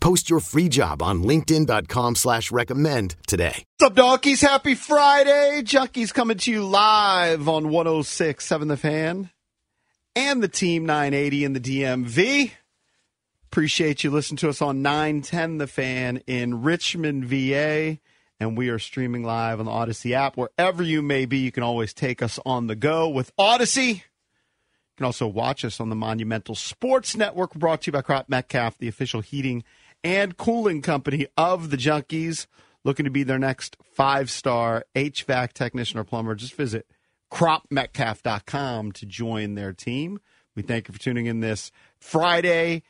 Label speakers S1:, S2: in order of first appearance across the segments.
S1: Post your free job on linkedin.com/recommend slash recommend today.
S2: What's up, donkeys? Happy Friday. Junkies coming to you live on 106 7 The Fan and the Team 980 in the DMV. Appreciate you listening to us on 910 The Fan in Richmond, VA. And we are streaming live on the Odyssey app. Wherever you may be, you can always take us on the go with Odyssey. You can also watch us on the Monumental Sports Network, brought to you by Crop Metcalf, the official heating and cooling company of the Junkies. Looking to be their next five star HVAC technician or plumber, just visit cropmetcalf.com to join their team. We thank you for tuning in this Friday,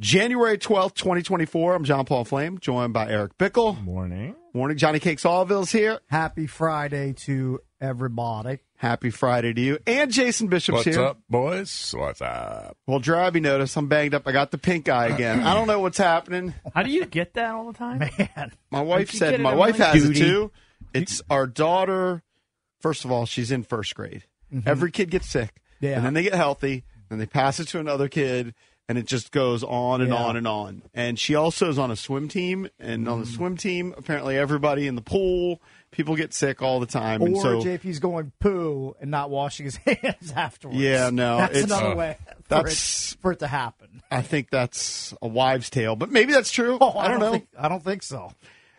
S2: January 12th, 2024. I'm John Paul Flame, joined by Eric Bickle.
S3: Morning.
S2: Morning, Johnny Cakes Allville's here.
S4: Happy Friday to everybody.
S2: Happy Friday to you. And Jason Bishop's
S3: What's
S2: here.
S3: up, boys? What's up?
S2: Well, Drabby noticed I'm banged up. I got the pink eye again. I don't know what's happening.
S5: How do you get that all the time?
S4: Man,
S2: My wife
S5: you get
S2: said
S5: it
S2: my
S5: on
S2: wife
S5: my
S2: has
S5: duty?
S2: it too. It's our daughter. First of all, she's in first grade. Every kid gets sick,
S4: Mm-hmm. Yeah.
S2: and then they get healthy, and they pass it to another kid, and it just goes on and
S4: Yeah.
S2: on and on. And she also is on a swim team, and on the
S4: Mm.
S2: swim team, apparently everybody in the pool, people get sick all the time, and
S4: or
S2: so
S4: JP's going poo and not washing his hands afterwards.
S2: Yeah, no,
S4: that's
S2: it's-
S4: another
S3: Uh,
S4: way for,
S2: that's-
S4: it, for it to happen.
S2: I think that's a wives' tale, but maybe that's true. I, don't know,
S4: Think, Oh, I don't think so.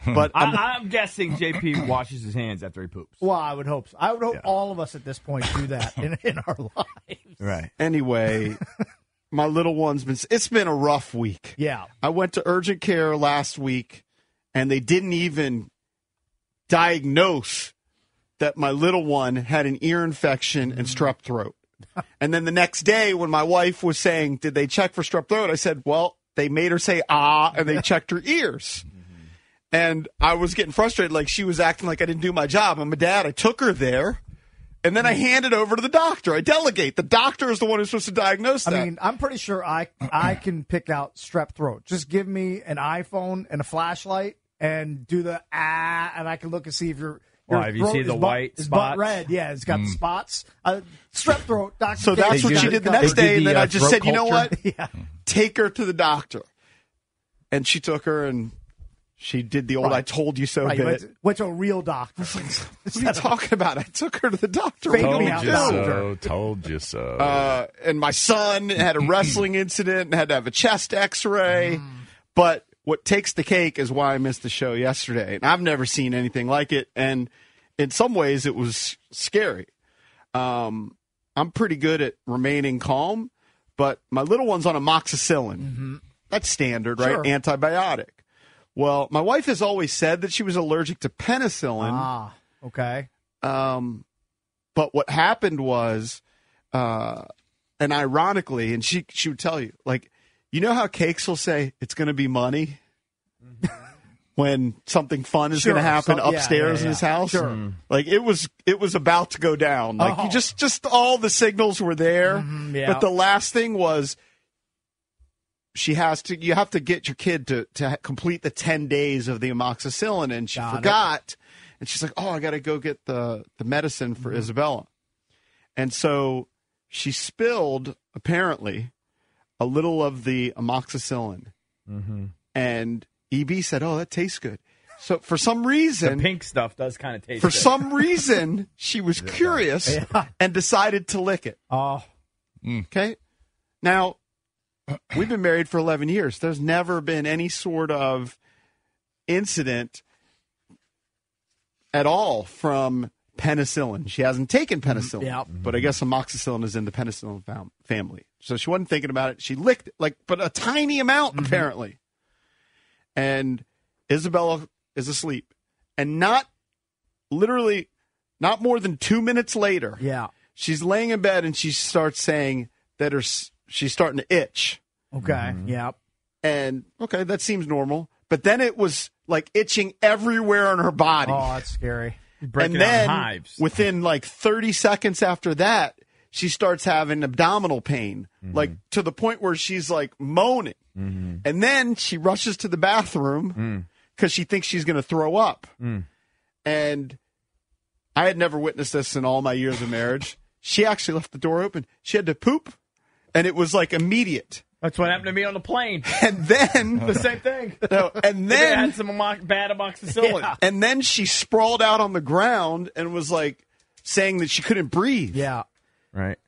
S2: but I'm,
S5: I, I'm guessing JP washes his hands after he poops.
S4: Well, I would hope. So. I would hope all of us at this point do that in, in our lives.
S3: Right.
S2: anyway, my little one's been. It's been a rough week.
S4: Yeah,
S2: I went to urgent care last week and they didn't even diagnose that my little one had an ear infection
S4: Mm.
S2: and strep throat. And then the next day, when my wife was saying, Did they check for strep throat? I said, Well, they made her say ah and they checked her ears.
S4: Mm-hmm.
S2: And I was getting frustrated. Like she was acting like I didn't do my job. I'm a dad. I took her there. And then I
S4: Mm.
S2: hand it over to the doctor. I delegate. The doctor is the one who's supposed to diagnose
S4: I
S2: that.
S4: mean, I'm pretty sure I I can pick out strep throat. Just give me an iPhone and a flashlight and do the ah, and I can look and see if your your
S5: Why, have you
S4: throat
S5: seen
S4: is
S5: the
S4: bu-
S5: white
S4: is
S5: spots? Mm.
S4: butt red. Yeah, it's got the spots. Uh, strep throat. Doctor
S2: So that's
S4: Katz
S2: what
S4: got
S2: she
S4: it
S2: did the
S4: covered.
S2: next
S3: They did
S2: day, and
S3: the,
S2: then
S3: uh,
S2: I just
S3: throat
S2: said, you know what?
S3: culture.
S4: Yeah.
S2: Take her to the doctor. And she took her, and she did the old "I told you so"
S4: Right, you went,
S2: bit.
S4: to, went to a real doctor.
S2: What are you talking about? I took her to the doctor.
S4: Fake
S2: What
S4: me
S2: do we
S4: out,
S2: do?
S4: doctor.
S3: Told you so.
S2: Uh, and my son had a wrestling incident and had to have a chest X-ray. But what takes the cake is why I missed the show yesterday, and I've never seen anything like it. And in some ways, it was scary. Um, I'm pretty good at remaining calm, but my little one's on amoxicillin. That's standard, right?
S4: Sure.
S2: Antibiotic. Well, my wife has always said that she was allergic to penicillin.
S4: ah, okay.
S2: Um, but what happened was, uh, and ironically, and she she would tell you, like, you know how cakes will say it's going to be money when something fun is
S4: Mm-hmm. Sure,
S2: going to happen
S4: some- yeah,
S2: upstairs
S4: yeah,
S2: in his
S4: yeah.
S2: house.
S4: Sure. Mm.
S2: Like it was it was about to go down. Like you
S4: Oh.
S2: just just all the signals were there.
S4: Mhm, yeah.
S2: But the last thing was. She has to. You have to get your kid to to complete the ten days of the amoxicillin, and she
S4: Got it.
S2: forgot, And she's like, "Oh, I got to go get the the medicine for
S4: Mm-hmm.
S2: Isabella." And so she spilled apparently a little of the amoxicillin,
S4: Mm-hmm.
S2: and EB said, "Oh, that tastes good." So for some
S5: The
S2: reason,
S5: pink stuff does kind of taste
S2: for
S5: good.
S2: some reason, she was curious and decided to lick it.
S4: Oh,
S2: Okay. Now, we've been married for 11 years. There's never been any sort of incident at all from penicillin. She hasn't taken penicillin,
S5: Yep.
S2: but I guess amoxicillin is in the penicillin fam- family. So she wasn't thinking about it. She licked it, like, but a tiny amount apparently. And Isabella is asleep, and not literally, not more than two minutes later
S4: yeah.
S2: she's laying in bed and she starts saying that her s- she's starting to itch
S4: Okay. Yeah.
S2: and okay that seems normal but then it was like itching everywhere on her body
S4: Oh, that's scary.
S5: Breaking
S2: and then
S5: out hives.
S2: within like 30 seconds after that she starts having abdominal pain like to the point where she's like moaning and then she rushes to the bathroom because she thinks she's going to throw up and i had never witnessed this in all my years of marriage she actually left the door open she had to poop and it was like immediate
S5: That's what happened to me on the plane.
S2: and then
S5: the same thing.
S2: no, and
S5: They
S2: then
S5: had some amox- bad amoxicillin.
S2: and then she sprawled out on the ground and was like saying that she couldn't breathe
S4: Yeah.
S5: Right.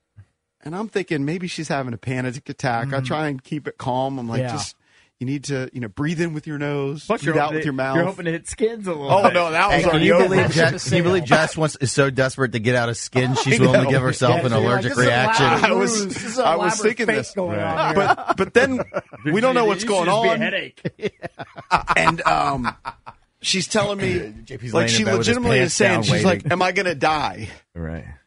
S2: and I'm thinking maybe she's having a panic attack.
S5: Mm-hmm.
S2: I try and keep it calm. I'm like,
S4: Yeah.
S2: just you need to, you know, breathe in with your nose,
S5: Plus,
S2: breathe
S5: you're
S2: out
S5: hoping
S2: with
S5: to-
S2: your mouth.
S5: You're hoping to hit skins a little.
S2: oh
S5: bit.
S2: no, that was
S6: Hey, can
S2: already
S6: you
S2: over.
S6: believe, Jess, can you believe Jess wants, is so desperate to get out of skin she's willing to give herself
S4: Yeah,
S6: an
S4: so you're like,
S6: allergic
S4: this is
S6: reaction?
S4: elaborate
S2: I was-
S4: ruse. This is an
S2: I was
S4: elaborate
S2: thinking
S4: fake
S2: this.
S4: going on here.
S2: But but then we don't know what's
S5: It should
S2: going
S5: just Be a
S2: on,
S5: headache.
S2: and um, she's telling me
S6: JP's
S2: like
S6: laying in
S2: she
S6: bed with his
S2: legitimately
S6: pants
S2: is saying
S6: down,
S2: she's like,
S6: waiting.
S2: "Am I going to die?"
S3: Right.
S2: I'm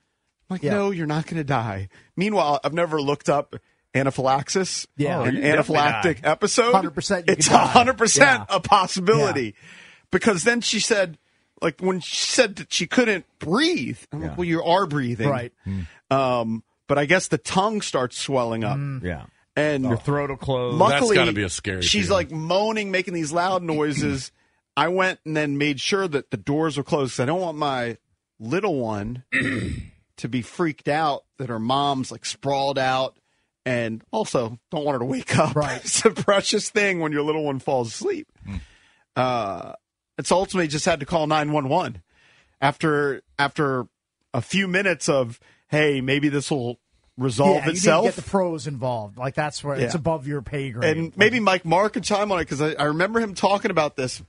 S2: like, no, you're not going to die. Meanwhile, I've never looked up anaphylaxis.
S4: Yeah.
S2: an
S4: Oh,
S2: anaphylactic episode.
S4: 100% you
S2: It's
S4: could die.
S2: hundred percent
S4: Yeah.
S2: a possibility. Because then she said, like when she said that she couldn't breathe. I'm like, well, you are breathing,
S4: Right.
S2: Um, but I guess the tongue starts swelling up,
S4: Hmm.
S5: Yeah.
S2: and
S5: Your throat will close.
S3: oh, That's
S2: luckily,
S3: gotta be a scary
S2: She's
S3: feeling.
S2: like moaning, making these loud noises. I went and then made sure that the doors were closed 'cause I don't want my little one to be freaked out that her mom's like sprawled out, and also don't want her to wake up.
S4: Right.
S2: it's a precious thing when your little one falls asleep. Uh, it's ultimately just had to call nine one one after after a few minutes of hey maybe this will resolve
S4: yeah,
S2: itself
S4: You need to get the pros involved. Like that's where it's
S2: Yeah.
S4: above your pay grade.
S2: and maybe Mike Marr could chime on it because I, I remember him talking about this.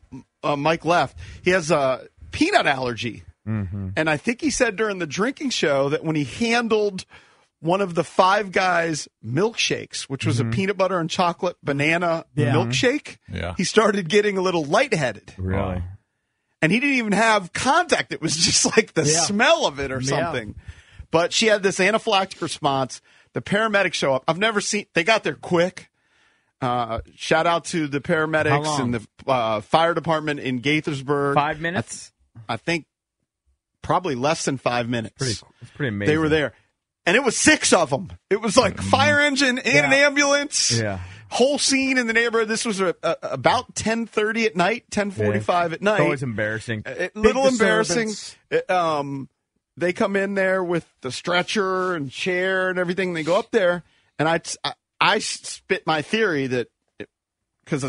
S2: Uh, Mike left. He has a peanut allergy,
S4: Mm-hmm.
S2: and I think he said during the drinking show that when he handled one of the Five Guys milkshakes, which was a peanut butter and chocolate banana
S4: Yeah.
S2: milkshake,
S3: Yeah.
S2: he started getting a little lightheaded,
S3: Really?
S2: and he didn't even have contact. It was just like the
S4: Yeah.
S2: smell of it or
S4: Yeah.
S2: something. But she had this anaphylactic response. The paramedics show up. I've never seen. They got there quick. Uh, shout out to the
S5: How
S2: paramedics
S5: long?
S2: and the uh, fire department in Gaithersburg.
S5: Five minutes.
S2: I think probably less than five minutes.
S5: Pretty. It's pretty amazing. Mm-hmm.
S2: they were there, and it was six of them. It was like fire engine and an ambulance.
S5: Yeah.
S2: Whole scene in the neighborhood. This was uh uh about ten thirty at night, ten forty five at night
S5: It's always embarrassing.
S2: a little embarrassing.
S4: disturbance.
S2: It, um, they come in there with the stretcher and chair and everything. They go up there, and I, I, I spit my theory that because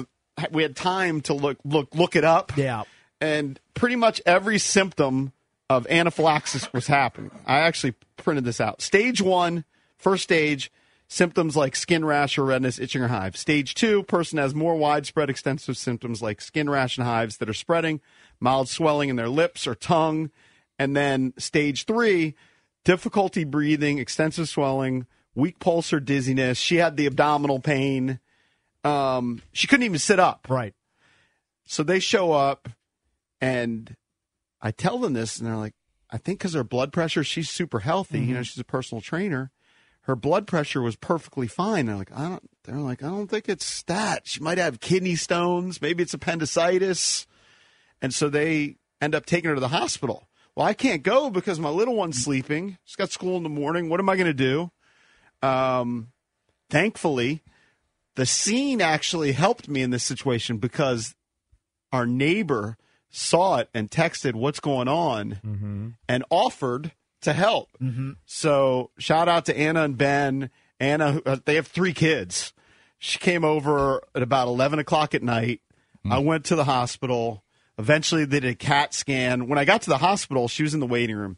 S2: we had time to look look look it up,
S4: yeah.
S2: and pretty much every symptom of anaphylaxis was happening. I actually printed this out. Stage one, first stage, symptoms like skin rash or redness, itching or hives. Stage two, person has more widespread extensive symptoms like skin rash and hives that are spreading, mild swelling in their lips or tongue. And then stage three, difficulty breathing, extensive swelling, weak pulse or dizziness. She had the abdominal pain. Um, she couldn't even sit up.
S4: Right.
S2: So they show up, and I tell them this, and they're like, I think because her blood pressure, she's super healthy. You know, she's a personal trainer. Her blood pressure was perfectly fine. They're like, I don't. They're like, I don't think it's that. She might have kidney stones. Maybe it's appendicitis. And so they end up taking her to the hospital. Well, I can't go because my little one's sleeping. She's got school in the morning. What am I going to do? Um, thankfully, the scene actually helped me in this situation because our neighbor saw it and texted what's going on
S3: Mm-hmm.
S2: and offered to help. So shout out to Anna and Ben. Anna, who- uh, they have three kids. She came over at about 11 o'clock at night.
S3: Mm.
S2: I went to the hospital. Eventually, they did a CAT scan. When I got to the hospital, she was in the waiting room.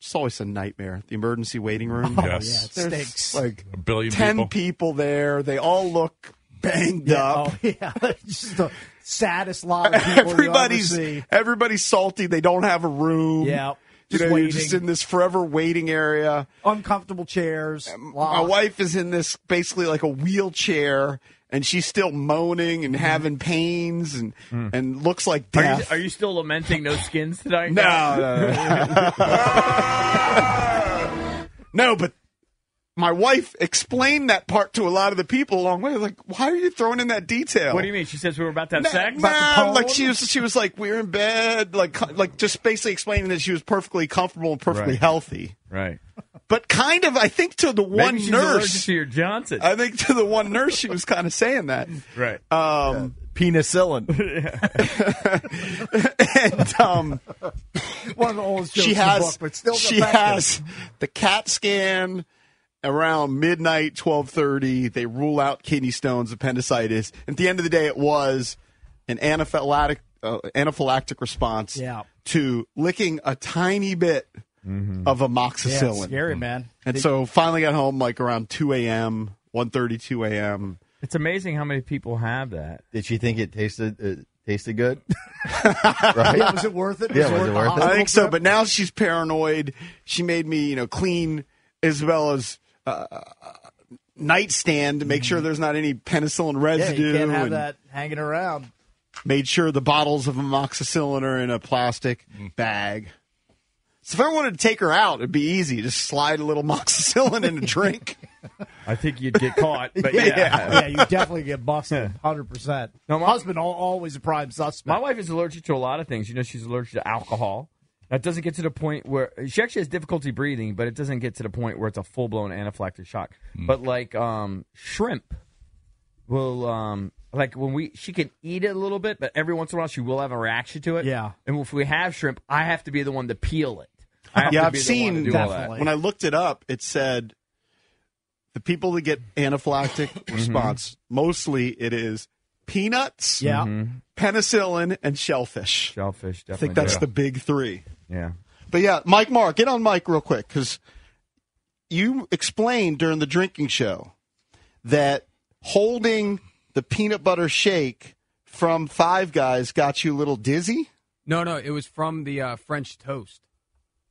S2: It's always a nightmare. The emergency waiting room.
S4: Oh,
S3: Yes.
S4: yeah, it
S2: There's
S4: stinks.
S2: Like
S3: A billion
S2: 10 people.
S3: people.
S2: there. They all look banged up.
S4: Oh, yeah. Just the saddest lot of people you'll ever
S2: everybody's
S4: see.
S2: everybody's salty. They don't have a room.
S4: Yeah.
S2: You
S4: Just
S2: know, you're
S4: waiting.
S2: just in this forever waiting area. Um,
S4: uncomfortable chairs.
S2: My
S4: locked.
S2: wife is in this basically like a wheelchair and she's still moaning and having pains and and looks like
S5: Mm-hmm. Mm. Are you,
S2: death.
S5: are you still lamenting no skins tonight?
S2: no, no, no. No, but my wife explained that part to a lot of the people along the way. Like, why are you throwing in that detail?
S5: What do you mean? She says we were about to have
S2: No,
S5: sex.
S2: no, like she was, she was like, we were in bed, like, co- like just basically explaining that she was perfectly comfortable, and perfectly
S5: Right.
S2: healthy,
S5: Right.
S2: but kind of, I think, to the one
S5: Maybe she's allergic
S2: nurse. Uh,
S5: to your Johnson.
S2: I think to the one nurse, she was kind of saying that.
S5: right.
S2: Um,
S6: Penicillin.
S2: and um,
S4: one of the oldest jokes
S2: she
S4: in the
S2: has,
S4: book, but still
S2: she
S4: effective.
S2: has the CAT scan around midnight, twelve thirty. They rule out kidney stones, appendicitis. At the end of the day, it was an anaphylactic uh, anaphylactic response
S4: Yeah.
S2: to licking a tiny bit
S6: Mm-hmm.
S2: of
S4: Yeah,
S2: amoxicillin.
S4: it's scary, man.
S2: And so finally got home like around two a.m., 1.32 a.m.
S5: It's amazing how many people have that.
S6: Did she think it tasted uh, tasted good?
S4: Yeah, was it worth it?
S6: Yeah, was
S4: the
S6: it worth it?
S2: I
S4: hospital
S2: think so,
S4: trip?
S2: but now she's paranoid. She made me, you know, clean Isabella's uh, nightstand to
S6: Mm-hmm.
S2: make sure there's not any penicillin
S4: yeah,
S2: residue,
S4: you can't have
S2: and
S4: that hanging around.
S2: made sure the bottles of amoxicillin are in a plastic bag. So if I wanted to take her out, it'd be easy. Just slide a little amoxicillin in a drink.
S5: I think you'd get caught. But yeah.
S4: yeah, you definitely get busted, hundred percent.
S5: No, my-
S4: husband al- always a prime
S5: My
S4: suspect.
S5: wife is allergic to a lot of things. You know, she's allergic to alcohol. That doesn't get to the point where she actually has difficulty breathing, but it doesn't get to the point where it's a full blown anaphylactic shock. But like um, shrimp will um, like when we she can eat it a little bit, but every once in a while she will have a reaction to it.
S4: Yeah.
S5: And if we have shrimp, I have to be the one to peel it. I have
S2: Yeah,
S5: to
S2: I've
S5: be the
S2: seen-
S5: one to do all that.
S4: Definitely.
S2: When I looked it up, it said the people that get
S5: Mm-hmm.
S2: anaphylactic response mostly it is peanuts,
S4: yeah,
S2: penicillin, and shellfish.
S5: Shellfish,
S2: I
S5: definitely.
S2: think that's
S5: do.
S2: the big three.
S5: yeah.
S2: But yeah, Mike Mark, get on Mike real quick because you explained during the drinking show that holding the peanut butter shake from Five Guys got you a little dizzy.
S7: No, no, it was from the uh, French toast.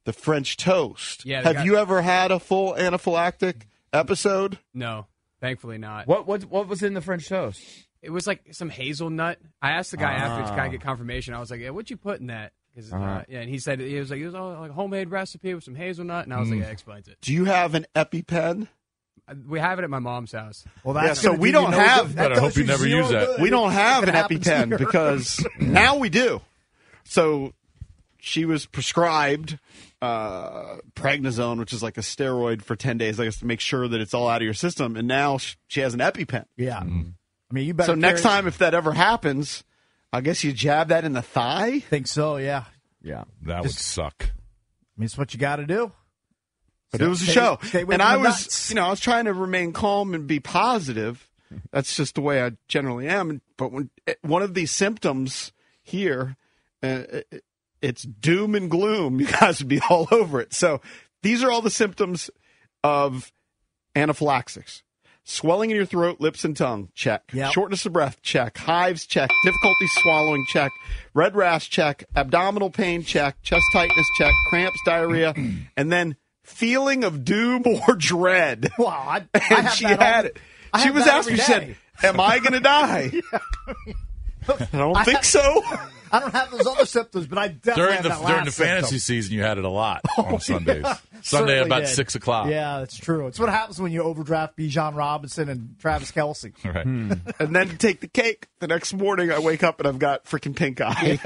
S2: The French toast.
S7: Yeah, they
S2: Have
S7: got-
S2: you ever had a full anaphylactic episode?
S7: No, thankfully not.
S5: What what what was in the French toast?
S7: It was like some hazelnut. I asked the guy after
S5: Ah.
S7: to kind of get confirmation. I was like, yeah, "What'd you put in that?" 'Cause,
S2: Uh-huh.
S7: uh, yeah, and he said he was like, "It was all, like a homemade recipe with some hazelnut," and I
S2: Mm.
S7: was like, "Yeah, that explains it."
S2: Hmm. Do you have an EpiPen?
S7: Uh, We have it at my mom's house.
S4: well,
S2: Yeah,
S4: that's
S2: so
S4: gonna
S2: we
S4: do you
S2: don't
S4: no
S2: have
S4: good.
S2: that.
S3: I
S4: does
S3: hope you never
S4: zero
S3: use that.
S4: good.
S2: We don't have
S4: If
S2: an
S4: it happens
S2: EpiPen
S4: here.
S2: because now we do. So she was prescribed uh, prednisone, which is like a steroid for 10 days, I guess, to make sure that it's all out of your system. And now sh- she has an EpiPen.
S4: yeah.
S3: Hmm.
S4: I mean, you better.
S2: so next
S4: carry-
S2: time, if that ever happens, I guess you jab that in the thigh.
S4: think so. Yeah, I
S5: Yeah.
S3: That would suck.
S4: mean, it's what you got to do.
S2: But it was a
S4: Stay-
S2: show.
S4: stay away
S2: And
S4: from
S2: I
S4: the
S2: was,
S4: nuts.
S2: you know, I was trying to remain calm and be positive. That's just the way I generally am. And- But when eh, one of these symptoms here, uh, eh, it's doom and gloom. You guys would be all over it. So these are all the symptoms of anaphylaxis. Swelling in your throat, lips, and tongue, check.
S4: Yep.
S2: Shortness of breath, check. Hives, check. Difficulty swallowing, check. Red rash, check. Abdominal pain, check. Chest tightness, check. Cramps, diarrhea, and then feeling of doom or dread.
S4: Wow, I, I
S2: And
S4: have
S2: she
S4: that all-
S2: had it.
S4: I
S2: She
S4: have
S2: was
S4: that
S2: asked me,
S4: every
S2: she said,
S4: day.
S2: Am I going to die? I don't think so.
S4: I don't have those other symptoms, but I definitely
S3: During
S4: have
S3: the
S4: that
S3: during
S4: last
S3: the fantasy
S4: symptom. Oh,
S3: season, you had it a lot on Sundays. Sunday
S4: Certainly
S3: at about
S4: did.
S3: six o'clock.
S4: Yeah, that's true. It's what happens when you overdraft Bijan Robinson and Travis Kelsey.
S3: Right.
S4: Hmm.
S2: And then to take the cake, the next morning I wake up and I've got freaking pink eye.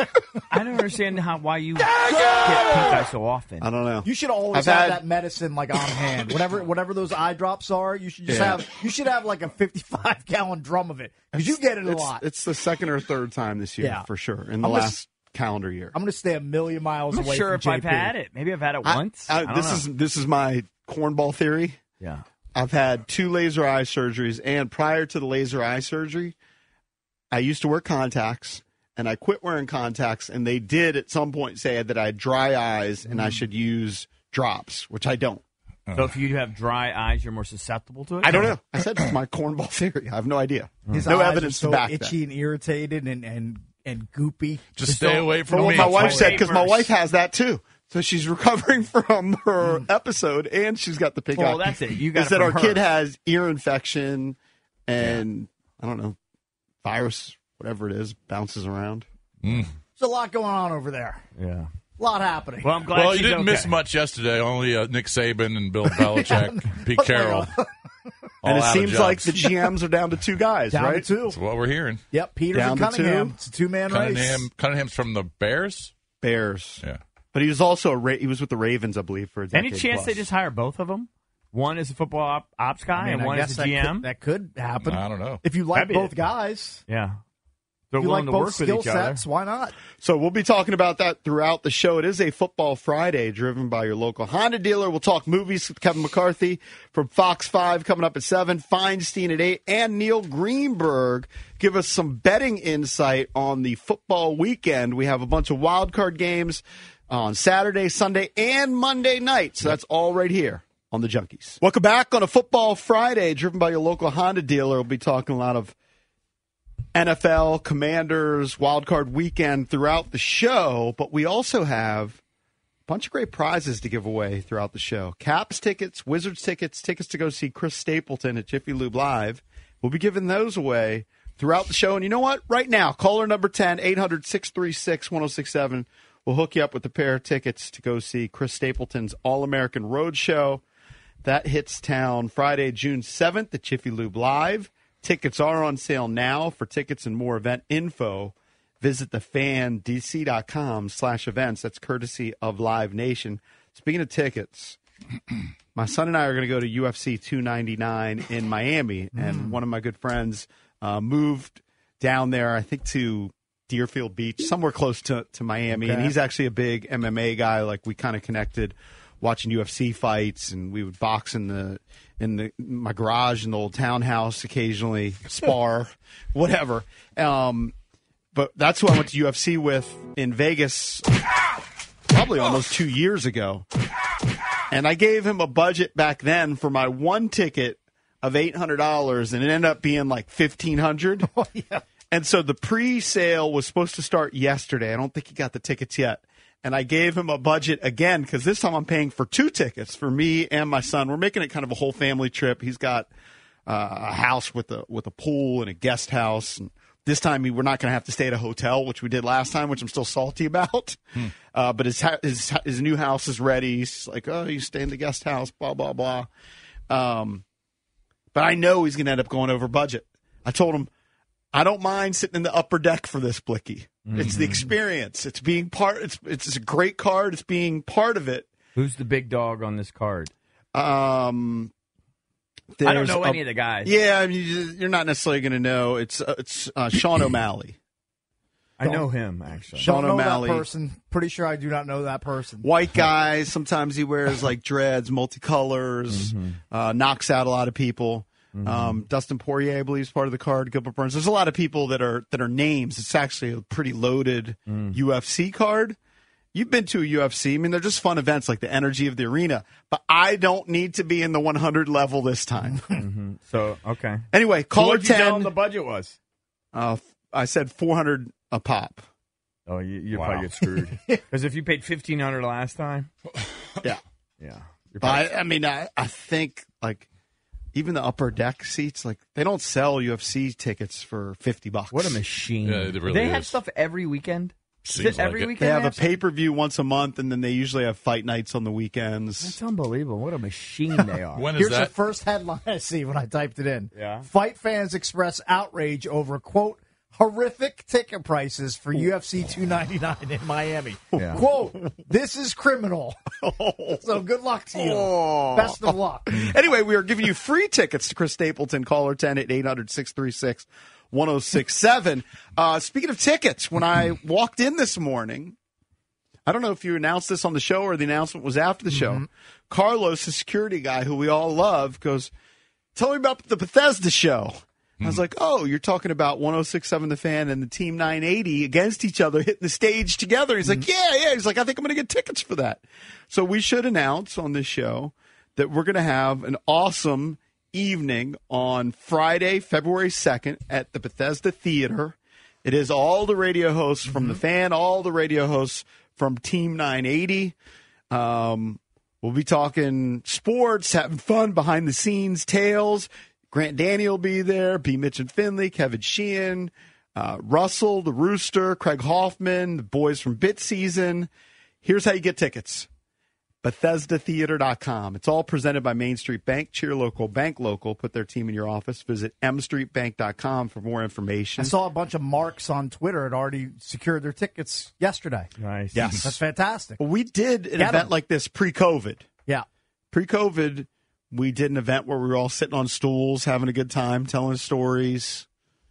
S5: I don't understand how why you get pink eye so often.
S2: I don't know.
S4: You should always
S2: I've
S4: have
S2: had-
S4: that medicine like on hand. Whatever whatever those eye drops are, you should just
S2: Yeah.
S4: have you should have like a fifty five gallon drum of it because you get it a
S2: it's,
S4: lot.
S2: It's the second or third time this year
S4: Yeah.
S2: for sure. In the
S4: I'm gonna
S2: last
S4: s-
S2: calendar year.
S4: I'm going to stay a million miles
S5: I'm not
S4: away.
S5: sure
S4: from
S5: if I've
S4: JP.
S5: had it. Maybe I've had it
S2: I-
S5: once.
S2: I-
S5: I don't
S2: this
S5: know.
S2: is this is my cornball theory.
S5: yeah.
S2: I've had two laser eye surgeries, and prior to the laser eye surgery, I used to wear contacts, and I quit wearing contacts, and they did at some point say that I had dry eyes and I
S4: Mm.
S2: should use drops, which I don't.
S4: Uh.
S5: So if you have dry eyes, you're more susceptible to it.
S2: I don't know. I said it's my cornball theory. I have no idea.
S4: His eyes
S2: no
S4: are
S2: evidence
S4: so
S2: to back
S4: itchy
S2: that.
S4: and irritated and and and goopy.
S3: Just stay away
S2: From
S3: from
S2: what
S3: me.
S2: my wife said, because my
S5: Papers.
S2: wife has that too. So she's recovering from her
S4: Hmm.
S2: episode, and she's got the pig
S5: Well,
S2: eye.
S5: that's it. You got
S2: Is
S5: it
S2: that
S5: from
S2: our
S5: her.
S2: kid has ear infection, and I don't know, virus, whatever it is, bounces around.
S5: Mm.
S4: There's a lot going on over there.
S5: Yeah.
S4: A lot happening.
S5: Well, I'm glad
S3: Well,
S5: she's
S3: you didn't
S5: okay.
S3: miss much yesterday. Only uh, Nick Saban and Bill Belichick, Pete Carroll. all
S2: and it
S3: out of
S2: seems like
S3: jobs.
S2: the GMs are down to two guys,
S4: Down
S2: right?
S4: to two.
S3: That's what we're hearing.
S4: Yep, Peters
S2: Down
S4: and
S2: to
S4: Cunningham.
S2: two.
S4: It's a two man race.
S3: Cunningham, Cunningham's from the Bears.
S2: Bears.
S3: Yeah.
S2: But he was also a Ra- he was with the Ravens, I believe, for a decade
S5: Any chance
S2: plus.
S5: they just hire both of them? One is a football op- ops guy,
S4: I mean,
S5: and
S4: I
S5: one
S4: guess
S5: is a
S4: that Could,
S5: GM.
S4: that could happen.
S3: I don't know.
S4: If you
S5: That'd
S4: like
S5: be
S4: both
S5: it.
S4: guys,
S5: yeah, they're
S4: if you
S5: willing
S4: like
S5: to
S4: both
S5: work with
S4: skill
S5: each other.
S4: sets, why not?
S2: So we'll be talking about that throughout the show. It is a football Friday driven by your local Honda dealer. We'll talk movies with Kevin McCarthy from Fox 5 coming up at 7, Feinstein at 8, and Neil Greenberg give us some betting insight on the football weekend. We have a bunch of wild card games on Saturday, Sunday, and Monday night. So that's all right here on the Junkies. Welcome back on a football Friday driven by your local Honda dealer. We'll be talking a lot of NFL, Commanders, Wild Card Weekend throughout the show, but we also have a bunch of great prizes to give away throughout the show. Caps tickets, Wizards tickets, tickets to go see Chris Stapleton at Jiffy Lube Live. We'll be giving those away throughout the show. And you know what? Right now, caller number 10, 800 636 1067. We'll hook you up with a pair of tickets to go see Chris Stapleton's All American Road Show. That hits town Friday, June 7th at Jiffy Lube Live. Tickets are on sale now. For tickets and more event info, visit thefandc.com slash events. That's courtesy of Live Nation. Speaking of tickets, my son and I are going to go to UFC 299 in Miami, and one of my good friends uh, moved down there, I think, to Deerfield Beach, somewhere close to, to Miami. And he's actually a big MMA guy. Like we kind of connected watching UFC fights, and we would box in the in the my garage in the old townhouse occasionally, spar, whatever. Um, but that's who I went to UFC with in Vegas, probably almost two years ago. And I gave him a budget back then for my one ticket of eight hundred dollars, and it ended up being like fifteen hundred. Oh, yeah. And so the pre-sale was supposed to start yesterday. I don't think he got the tickets yet. And I gave him a budget again because this time I'm paying for two tickets for me and my son. We're making it kind of a whole family trip. He's got uh, a house with a with a pool and a guest house. And this time we- we're not going to have to stay at a hotel, which we did last time, which I'm still salty about. Uh, but his, ha- his ha- his new house is ready. He's like, oh, you stay in the guest house, blah blah blah. Um, but I know he's going to end up going over budget. I told him I don't mind sitting in the upper deck for this blicky. It's
S5: Mm-hmm.
S2: the experience. It's being part. It's it's a great card. It's being part of it.
S5: Who's the big dog on this card?
S2: Um,
S5: I don't
S2: there's
S5: know
S2: a-
S5: any of the guys.
S2: yeah, I mean, you- you're not necessarily going to know. It's uh, it's uh, Sean O'Malley.
S5: I know him actually.
S2: Sean
S4: don't know
S2: O'Malley.
S4: that person. Pretty sure I do not know that person.
S2: White guy. Sometimes he wears like dreads, multicolors.
S5: Mm-hmm.
S2: Uh, knocks out a lot of people. Um, Dustin Poirier, I believe, is part of the card. Gilbert Burns. There's a lot of people that are that are names. It's actually a pretty loaded
S5: Mm.
S2: UFC card. You've been to a UFC. I mean, they're just fun events, like the energy of the arena. But I don't need to be in the 100 level this time.
S5: Mm-hmm. So okay.
S2: anyway, caller
S5: What'd you tell him
S2: 10.
S5: the budget was?
S2: uh, f- I said 400 a pop.
S5: Oh, you, you
S3: Wow.
S5: probably get screwed because if you paid fifteen hundred last time,
S2: Yeah.
S5: yeah, you're probably-
S2: But I, I mean, I, I think like even the upper deck seats, like they don't sell UFC tickets for fifty bucks.
S5: what a machine!
S3: Yeah, it really
S5: they have
S3: is.
S5: stuff every weekend.
S3: Seems
S5: is it every
S3: like it.
S5: weekend?
S2: They have a
S5: stuff?
S2: pay per view once a month, and then they usually have fight nights on the weekends.
S5: That's unbelievable. What a machine they are.
S3: When is
S4: Here's
S3: that?
S4: the first headline I see when I typed it in.
S5: Yeah.
S4: Fight fans express outrage over quote horrific ticket prices for UFC 299 in Miami.
S5: Yeah.
S4: Quote, this is criminal. so good luck to you.
S2: Oh.
S4: Best of luck.
S2: Anyway, we are giving you free tickets to Chris Stapleton, caller 10 at 800 636 1067. Uh, speaking of tickets, when I walked in this morning, I don't know if you announced this on the show or the announcement was after the show. Carlos, the security guy who we all love, goes, Tell me about the Bethesda show. I was like, Oh, you're talking about 1067 The Fan and the Team 980 against each other hitting the stage together. He's like, Yeah, yeah. He's like, I think I'm going to get tickets for that. So we should announce on this show that we're going to have an awesome evening on Friday, February 2nd at the Bethesda Theater. It is all the radio hosts from the fan, all the radio hosts from Team 980. Um, we'll be talking sports, having fun behind the scenes, tales. Grant Daniel will be there, B. Mitch and Finley, Kevin Sheehan, uh, Russell, the Rooster, Craig Hoffman, the boys from Bit Season. Here's how you get tickets. BethesdaTheater.com. It's all presented by Main Street Bank. Cheer local, bank local. Put their team in your office. Visit mstreetbank.com for more information.
S4: I saw a bunch of marks on Twitter had already secured their tickets yesterday.
S5: Nice.
S2: Yes.
S4: That's fantastic.
S2: But we did an
S4: Get 'em.
S2: event like this pre-COVID.
S4: Yeah.
S2: Pre-COVID, we did an event where we were all sitting on stools, having a good time, telling stories.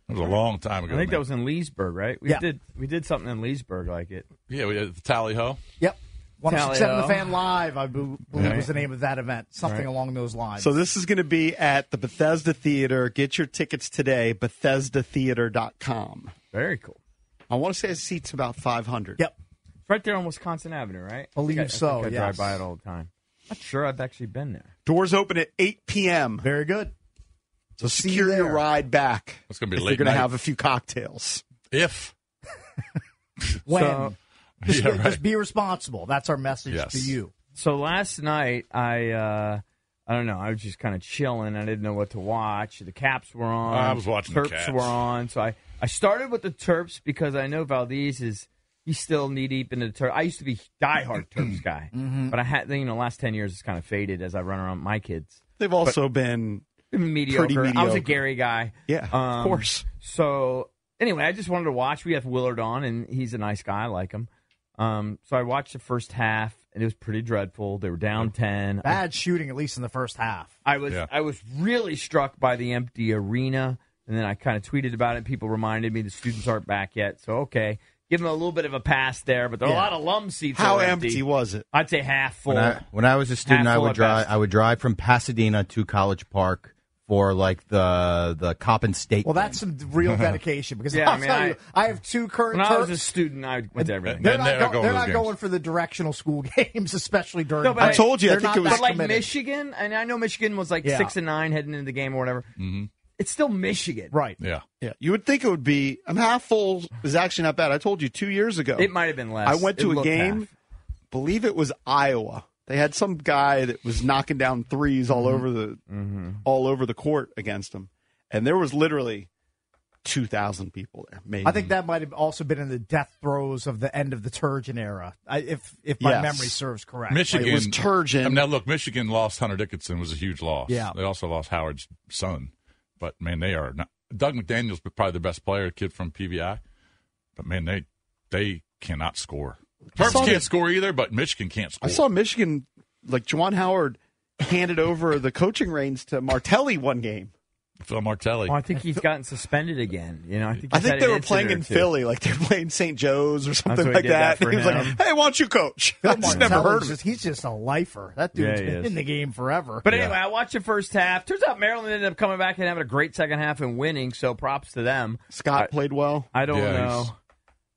S3: That was a long time ago.
S5: I think
S3: man.
S5: that was in Leesburg, right? We
S4: Yeah.
S5: did we did something in Leesburg like it.
S3: Yeah, we had the tally ho.
S4: Yep. One
S5: Tally-ho.
S4: seven the fan live, I be- believe
S5: Right.
S4: was the name of that event. Something
S5: Right.
S4: along those lines.
S2: So this is going to be at the Bethesda Theater. Get your tickets today, BethesdaTheater.com.
S5: Very cool.
S2: I want to say it seats about 500.
S4: Yep.
S5: It's right there on Wisconsin Avenue, right?
S4: Believe
S5: I think I,
S4: so,
S5: I, think I drive
S4: yes.
S5: by it all the time. Not sure I've actually been there.
S2: Doors open at 8 p.m.
S4: Very good.
S2: So
S4: See you
S2: secure your
S4: there.
S2: ride back.
S3: It's gonna be
S2: if
S3: late
S2: You're going
S3: night.
S2: to have a few cocktails.
S3: If
S4: When?
S5: So-
S4: just,
S3: Yeah, right.
S4: just be responsible. That's our message
S3: Yes.
S4: to you.
S5: So last night I uh I don't know, I was just kind of chilling. I didn't know what to watch. The caps were on.
S3: I was watching the
S5: Terps
S3: Caps.
S5: were on. So I I started with the Terps because I know Valdez is he's still knee deep into the Terps. I used to be diehard Terps guy,
S4: Mm-hmm.
S5: but I had you know last ten years it's kind of faded as I run around my kids.
S2: They've also been
S5: Mediocre. I was
S2: mediocre.
S5: a Gary guy.
S2: Yeah, of
S5: Um,
S2: course.
S5: So anyway, I just wanted to watch. We have Willard on, and he's a nice guy. I like him. Um, so I watched the first half, and it was pretty dreadful. They were down ten. I,
S4: Bad shooting, at least in the first half.
S5: I was
S3: Yeah.
S5: I was really struck by the empty arena, and then I kind of tweeted about it. People reminded me the students aren't back yet, so okay, give them a little bit of a pass there. But there are a lot of lum seats.
S2: How
S5: are
S2: empty. was it?
S5: I'd say half full.
S6: When I, when I was a student,
S5: Half
S6: I
S5: full
S6: would
S5: at
S6: drive.
S5: best.
S6: I would drive from Pasadena to College Park for like the the Coppin State.
S4: Well, that's some real dedication because
S5: Yeah,
S4: I'll
S5: I mean,
S4: tell
S5: I-
S4: you, I have two current
S5: when I was
S4: Terps.
S5: a student, I went to everything.
S4: They're
S3: And
S4: not,
S3: they're
S4: go-
S3: going
S4: they're
S3: to
S4: not
S3: those
S4: going for the directional school games, especially during.
S5: No, but I
S2: told you, I
S4: They're
S2: think
S4: not
S2: it was-
S4: that
S5: but like
S4: committed.
S5: Michigan, and I know Michigan was like
S4: Yeah.
S5: six and nine heading into the game or whatever.
S3: Mm-hmm.
S5: It's still Michigan,
S4: right?
S3: yeah,
S2: Yeah, you would think it would be. I'm half full is actually not bad. I told you two years ago.
S5: It might have been less.
S2: I went
S5: It
S2: to a
S5: looked
S2: game.
S5: half.
S2: Believe it was Iowa. They had some guy that was knocking down threes
S5: Mm-hmm.
S2: all over the all over the court against him, and there was literally two thousand people there. Maybe
S4: I think that might have also been in the death throes of the end of the Turgeon era, I, if if my
S2: Yes.
S4: memory serves correct.
S3: Michigan
S2: It was Turgeon.
S3: Um, now look, Michigan lost Hunter Dickinson was a huge loss.
S4: Yeah.
S3: they also lost Howard's son, but man, they are not. Doug McDaniel's probably the best player, kid from PBI, but man, they they cannot score.
S2: I
S3: Terps
S2: saw
S3: can't
S2: that-
S3: score either, but Michigan can't
S2: I
S3: score.
S2: saw Michigan like Juwan Howard handed over the coaching reins to Martelli one game.
S3: Phil Martelli.
S5: Well, Oh, I think he's gotten suspended again. You know, I think
S2: I
S5: he's
S2: think
S5: had
S2: they
S5: an
S2: were
S5: incident
S2: playing
S5: or
S2: in
S5: two.
S2: Philly, like they were playing St. Joe's or
S5: what
S2: something
S5: he
S2: like
S5: did that
S2: that.
S5: for
S2: he was
S5: him.
S2: like, "Hey, why don't you coach?" I just never heard of it.
S4: Just, he's just a lifer. That
S5: Yeah,
S4: dude's
S5: he
S4: been
S5: is.
S4: in the game forever.
S5: But anyway, I watched the first half. Turns out Maryland ended up coming back and having a great second half and winning. So props to them.
S2: Scott
S5: I-
S2: played well.
S5: I don't
S3: Yeah,
S5: know.
S3: he's-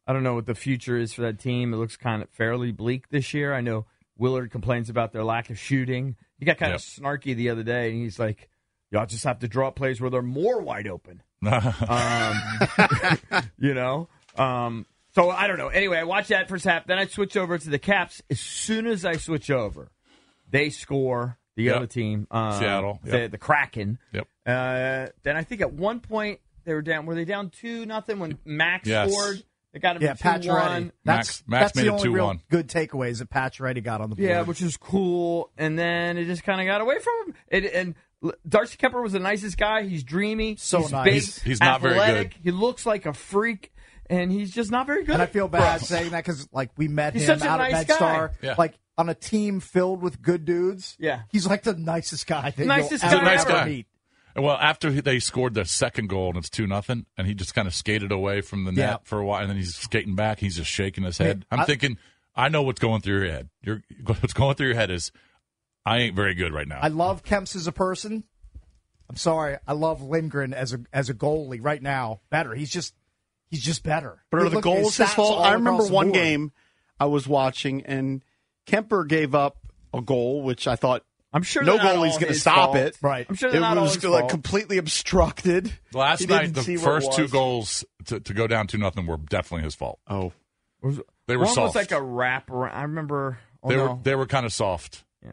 S5: I don't know what the future is for that team. It looks kind of fairly bleak this year. I know Willard complains about their lack of shooting. He got kind
S3: Yep.
S5: of snarky the other day, and he's like, "Y'all just have to draw up plays where they're more wide open." Um, you know? Um, so I don't know. Anyway, I watched that first half. Then I switch over to the Caps. As soon as I switch over, they score the
S3: Yep.
S5: other team. Um,
S3: Seattle.
S5: The,
S3: Yep.
S5: the Kraken.
S3: Yep.
S5: Uh, then I think at one point they were down. Were they down 2 nothing when Max
S3: Yes.
S5: scored? They got him
S4: yeah,
S5: to
S4: Patch
S5: 2-1.
S4: Reddy. That's
S3: Max- Max
S4: that's
S3: made
S4: the
S3: it
S4: only
S3: 2-1.
S4: real good takeaways that Patch Reddy got on the board.
S5: Yeah, which was cool. And then it just kind of got away from him. It, and L- Darcy Kemper was the nicest guy. He's dreamy.
S4: So
S5: he's
S4: nice.
S5: Big,
S4: He's-
S3: he's not very
S5: athletic.
S3: good.
S5: He looks like a freak, and he's just not very good.
S4: And I feel bad saying that because like we met
S5: He's
S4: him
S5: such a
S4: out
S5: nice
S4: at MedStar,
S5: guy.
S3: Yeah.
S4: like on a team filled with good dudes.
S5: Yeah.
S4: he's like the nicest guy. That
S5: Nicest
S4: you'll ever
S5: guy
S3: Nice
S5: ever.
S3: guy.
S4: meet.
S3: Well, after he- they scored their second goal and it's two nothing, and he just kind of skated away from the net
S4: Yeah.
S3: for a while, and then he's skating back. He's just shaking his head. I'm
S4: I-
S3: thinking, I know what's going through your head. You're, what's going through your head is, I ain't very good right now.
S4: I love Kemps as a person. I'm sorry. I love Lindgren as a as a goalie right now. Better. He's just he's just better.
S2: But are
S4: Look
S2: the
S4: at his
S2: goals his
S4: stats
S2: fault?
S4: all
S2: I remember
S4: across the
S2: one
S4: board.
S2: game I was watching, and Kemper gave up a goal, which I thought
S5: I'm sure
S2: no
S5: they're not
S2: goalie's
S5: all
S2: going to
S5: his
S2: stop
S5: fault.
S2: it.
S4: Right.
S5: I'm sure
S2: it
S5: they're not all
S2: was
S5: his
S2: like
S5: fault.
S2: completely obstructed. He
S3: Last
S2: didn't
S3: night,
S2: see
S3: the
S2: what
S3: first
S2: it
S3: two
S2: was.
S3: goals to, to go down two nothing were definitely his fault.
S2: Oh,
S5: Was-
S3: They were
S5: one was
S3: soft.
S5: like a wrap. around- I remember. Oh,
S3: they
S5: no.
S3: were they were kind of soft.
S5: yeah.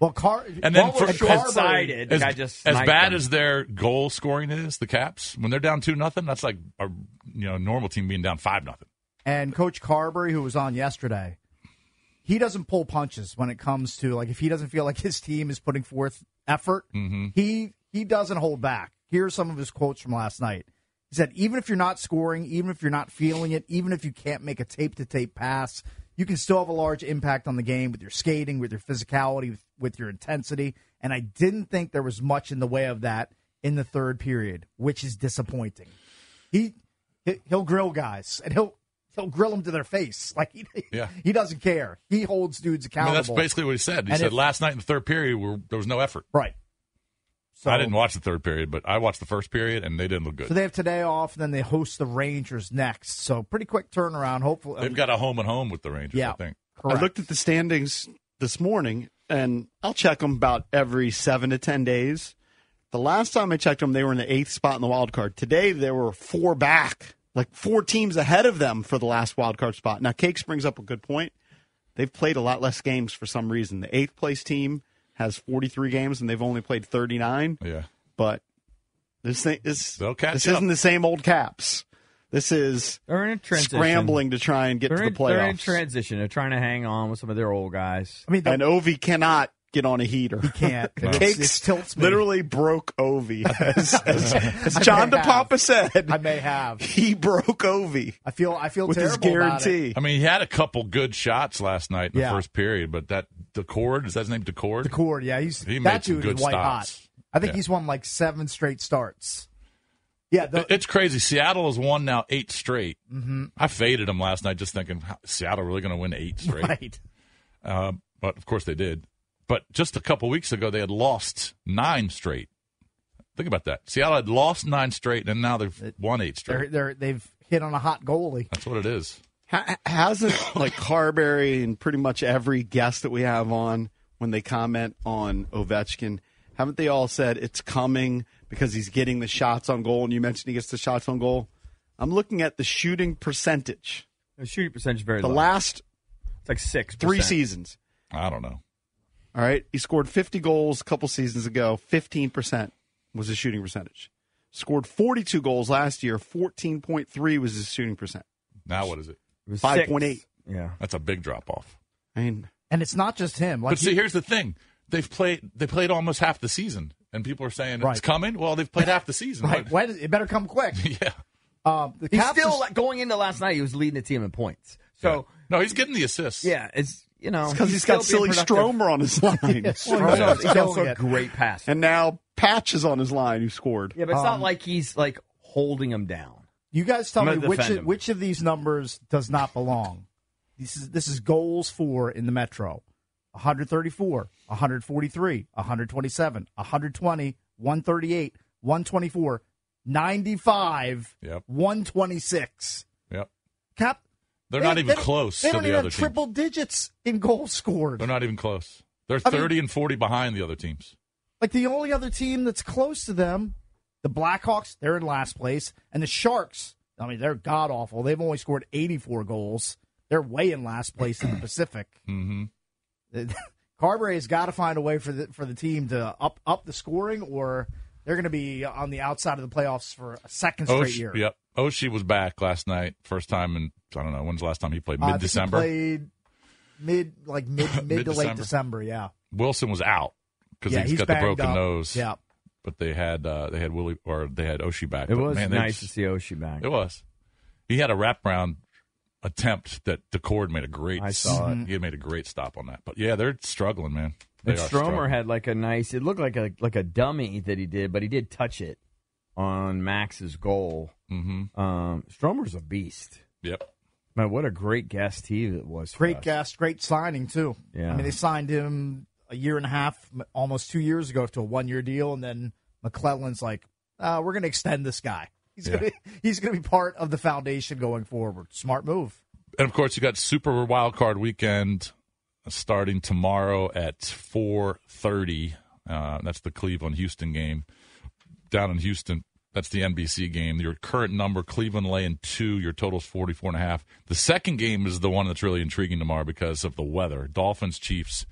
S4: Well, Car-
S3: And then
S4: one
S3: for
S4: was
S3: as-
S4: Carberry.
S5: short-sighted.
S3: as,
S5: Guy just
S3: as
S5: sniped
S3: bad
S5: them.
S3: as their goal scoring is, the Caps when they're down two nothing, that's like a you know normal team being down five nothing.
S4: and Coach Carberry, who was on yesterday, he doesn't pull punches when it comes to like if he doesn't feel like his team is putting forth effort, he he doesn't hold back. Here are some of his quotes from last night. He said, "Even if you're not scoring, even if you're not feeling it, even if you can't make a tape to tape pass, you can still have a large impact on the game with your skating, with your physicality, with, with your intensity." And I didn't think there was much in the way of that in the third period, which is disappointing he he- he'll grill guys and he'll he'll grill them to their face like he
S3: Yeah.
S4: he doesn't care he holds dudes
S3: I
S4: accountable
S3: mean, that's basically what he said. He
S4: And
S3: said
S4: if-
S3: last night in the third period, where there was no effort.
S4: right so
S3: I didn't watch the third period, but I watched the first period, and they didn't look good.
S4: so they have today off and then they host the rangers next so pretty quick turnaround hopefully
S3: They've got a home and home with the Rangers,
S4: Yeah.
S3: I think.
S4: correct.
S2: I looked at the standings this morning, and I'll check them about every seven to ten days. The last time I checked them, they were in the eighth spot in the wild card. Today, they were four back, like four teams ahead of them for the last wild card spot. Now, Cakes brings up a good point. They've played a lot less games for some reason. The eighth place team has 43 games, and they've only played 39.
S3: Yeah.
S2: But this thing, this,
S3: They'll catch
S2: this
S3: up.
S2: isn't the same old Caps. This is
S5: They're in a transition.
S2: scrambling to try and get
S5: They're
S2: to the
S5: in,
S2: playoffs.
S5: they're in transition. They're trying to hang on with some of their old guys.
S4: i mean the,
S2: and Ovi cannot get on a heater. He
S4: can't. It's-
S2: Cakes
S4: it tilts me.
S2: literally broke Ovi. As, as- as
S4: I
S2: John
S4: may have.
S2: DePapa said,
S4: i may have
S2: he broke Ovi
S4: i feel i feel
S2: with his
S4: terrible about it.
S2: guarantee.
S3: I mean, he had a couple good shots last night in
S4: Yeah.
S3: the first period, but that Decord, is that his name, Decord?
S4: the cord yeah he's
S3: He made
S4: that
S3: some
S4: dude
S3: good
S4: is white
S3: stops.
S4: hot i think
S3: Yeah.
S4: he's won like seven straight starts yeah the,
S3: It- It's crazy. Seattle has won now eight straight. Mm-hmm. I faded them last night just thinking, "How- Seattle really going to win eight straight?
S4: right
S3: Um, but of course they did. But just a couple weeks ago, they had lost nine straight. Think about that. Seattle had lost nine straight, and now they've won eight
S4: they're,
S3: straight.
S4: they're they've hit on a hot goalie
S3: That's what it is.
S2: Ha- hasn't like Carberry and pretty much every guest that we have on when they comment on Ovechkin, haven't they all said it's coming because he's getting the shots on goal? And you mentioned he gets the shots on goal. I'm looking at the shooting percentage.
S5: The shooting percentage is very
S2: The
S5: low.
S2: last
S5: it's like six.
S2: 3 seasons.
S3: I don't know.
S2: All right. He scored 50 goals a couple seasons ago. 15% was his shooting percentage. Scored 42 goals last year. 14.3 was his shooting percent.
S3: Now what is it?
S5: It was
S2: 5.8.
S5: six. Yeah.
S3: That's a big drop off.
S2: I mean,
S4: and it's not just him like
S3: but see,
S4: he-
S3: here's the thing: they've played they played almost half the season, and people are saying it's
S4: Right.
S3: coming. Well, they've played half the season.
S4: right
S3: but-
S4: why does, it better come quick
S3: yeah,
S4: Um, the
S5: He's
S4: Caps
S5: still
S4: is-
S5: like, going into last night. He was leading the team in points. So
S3: no, he's getting the assists.
S5: yeah, it's you know
S2: because he's got
S5: still
S2: silly
S5: being productive.
S2: Stromer on his line.
S5: Well, he's also- he's also
S4: Yeah.
S5: a great passer.
S2: And now Patch is on his line who scored.
S5: yeah, but it's not like he's like holding him down.
S4: you guys tell
S5: I'm
S4: me
S5: gonna
S4: which
S5: defend
S4: of,
S5: him.
S4: which of these numbers does not belong. This is this is goals for in the Metro. 134, 143, 127, 120, 138, 124, 95,
S3: Yep.
S4: 126.
S3: Yep.
S4: Cap
S3: They're
S4: they-
S3: not
S4: they
S3: even
S4: don't-
S3: close
S4: They
S3: to
S4: don't
S3: the
S4: even
S3: other
S4: have
S3: team.
S4: triple digits in goals scored.
S3: They're not even close. They're
S4: I mean-
S3: thirty and forty behind the other teams.
S4: Like the only other team that's close to them, the Blackhawks, they're in last place, and the Sharks. I mean, they're god awful. They've only scored 84 goals. They're way in last place in the Pacific.
S3: hmm
S4: Carberry has got to find a way for the for the team to up up the scoring, or they're going to be on the outside of the playoffs for a second straight year.
S3: Oh, yep. Oshie was back last night, first time in I don't know when's the last time he played.
S4: Uh, I
S3: Mid
S4: think he
S3: December.
S4: played mid like mid mid to
S3: Mid-December.
S4: late December. Yeah,
S3: Wilson was out because
S4: yeah,
S3: he's got the
S4: banged
S3: broken
S4: up.
S3: nose.
S4: Yeah,
S3: But they had uh, they had Willie or they had Oshie back.
S5: It
S3: But,
S5: was
S3: man, they
S5: nice
S3: just-
S5: to see Oshie back.
S3: It was. He had a wraparound attempt that Decord made a great.
S5: I saw
S3: it. He made a great stop on that. But yeah, they're struggling, man. They
S5: and
S3: are
S5: Stromer
S3: struggling.
S5: had like a nice. It looked like a like a dummy that he did, but he did touch it on Max's goal. Mm-hmm. Um, Stromer's a beast.
S3: Yep.
S5: Man, what a great guest he was. for
S4: Great
S5: us.
S4: guest, great signing too.
S5: Yeah.
S4: I mean they signed him a year and a half, m- almost two years ago, to a one-year deal, and then McClellan's like, uh, "We're going to extend this guy. He's
S3: Yeah.
S4: going to he's going to be part of the foundation going forward." Smart move.
S3: And of course, you got Super Wild Card Weekend uh, starting tomorrow at four thirty. Uh, that's the Cleveland Houston game down in Houston. That's the NBC game. Your current number, Cleveland laying two. Your total's 44 and a half. The second game is the one that's really intriguing tomorrow because of the weather. Dolphins, Chiefs,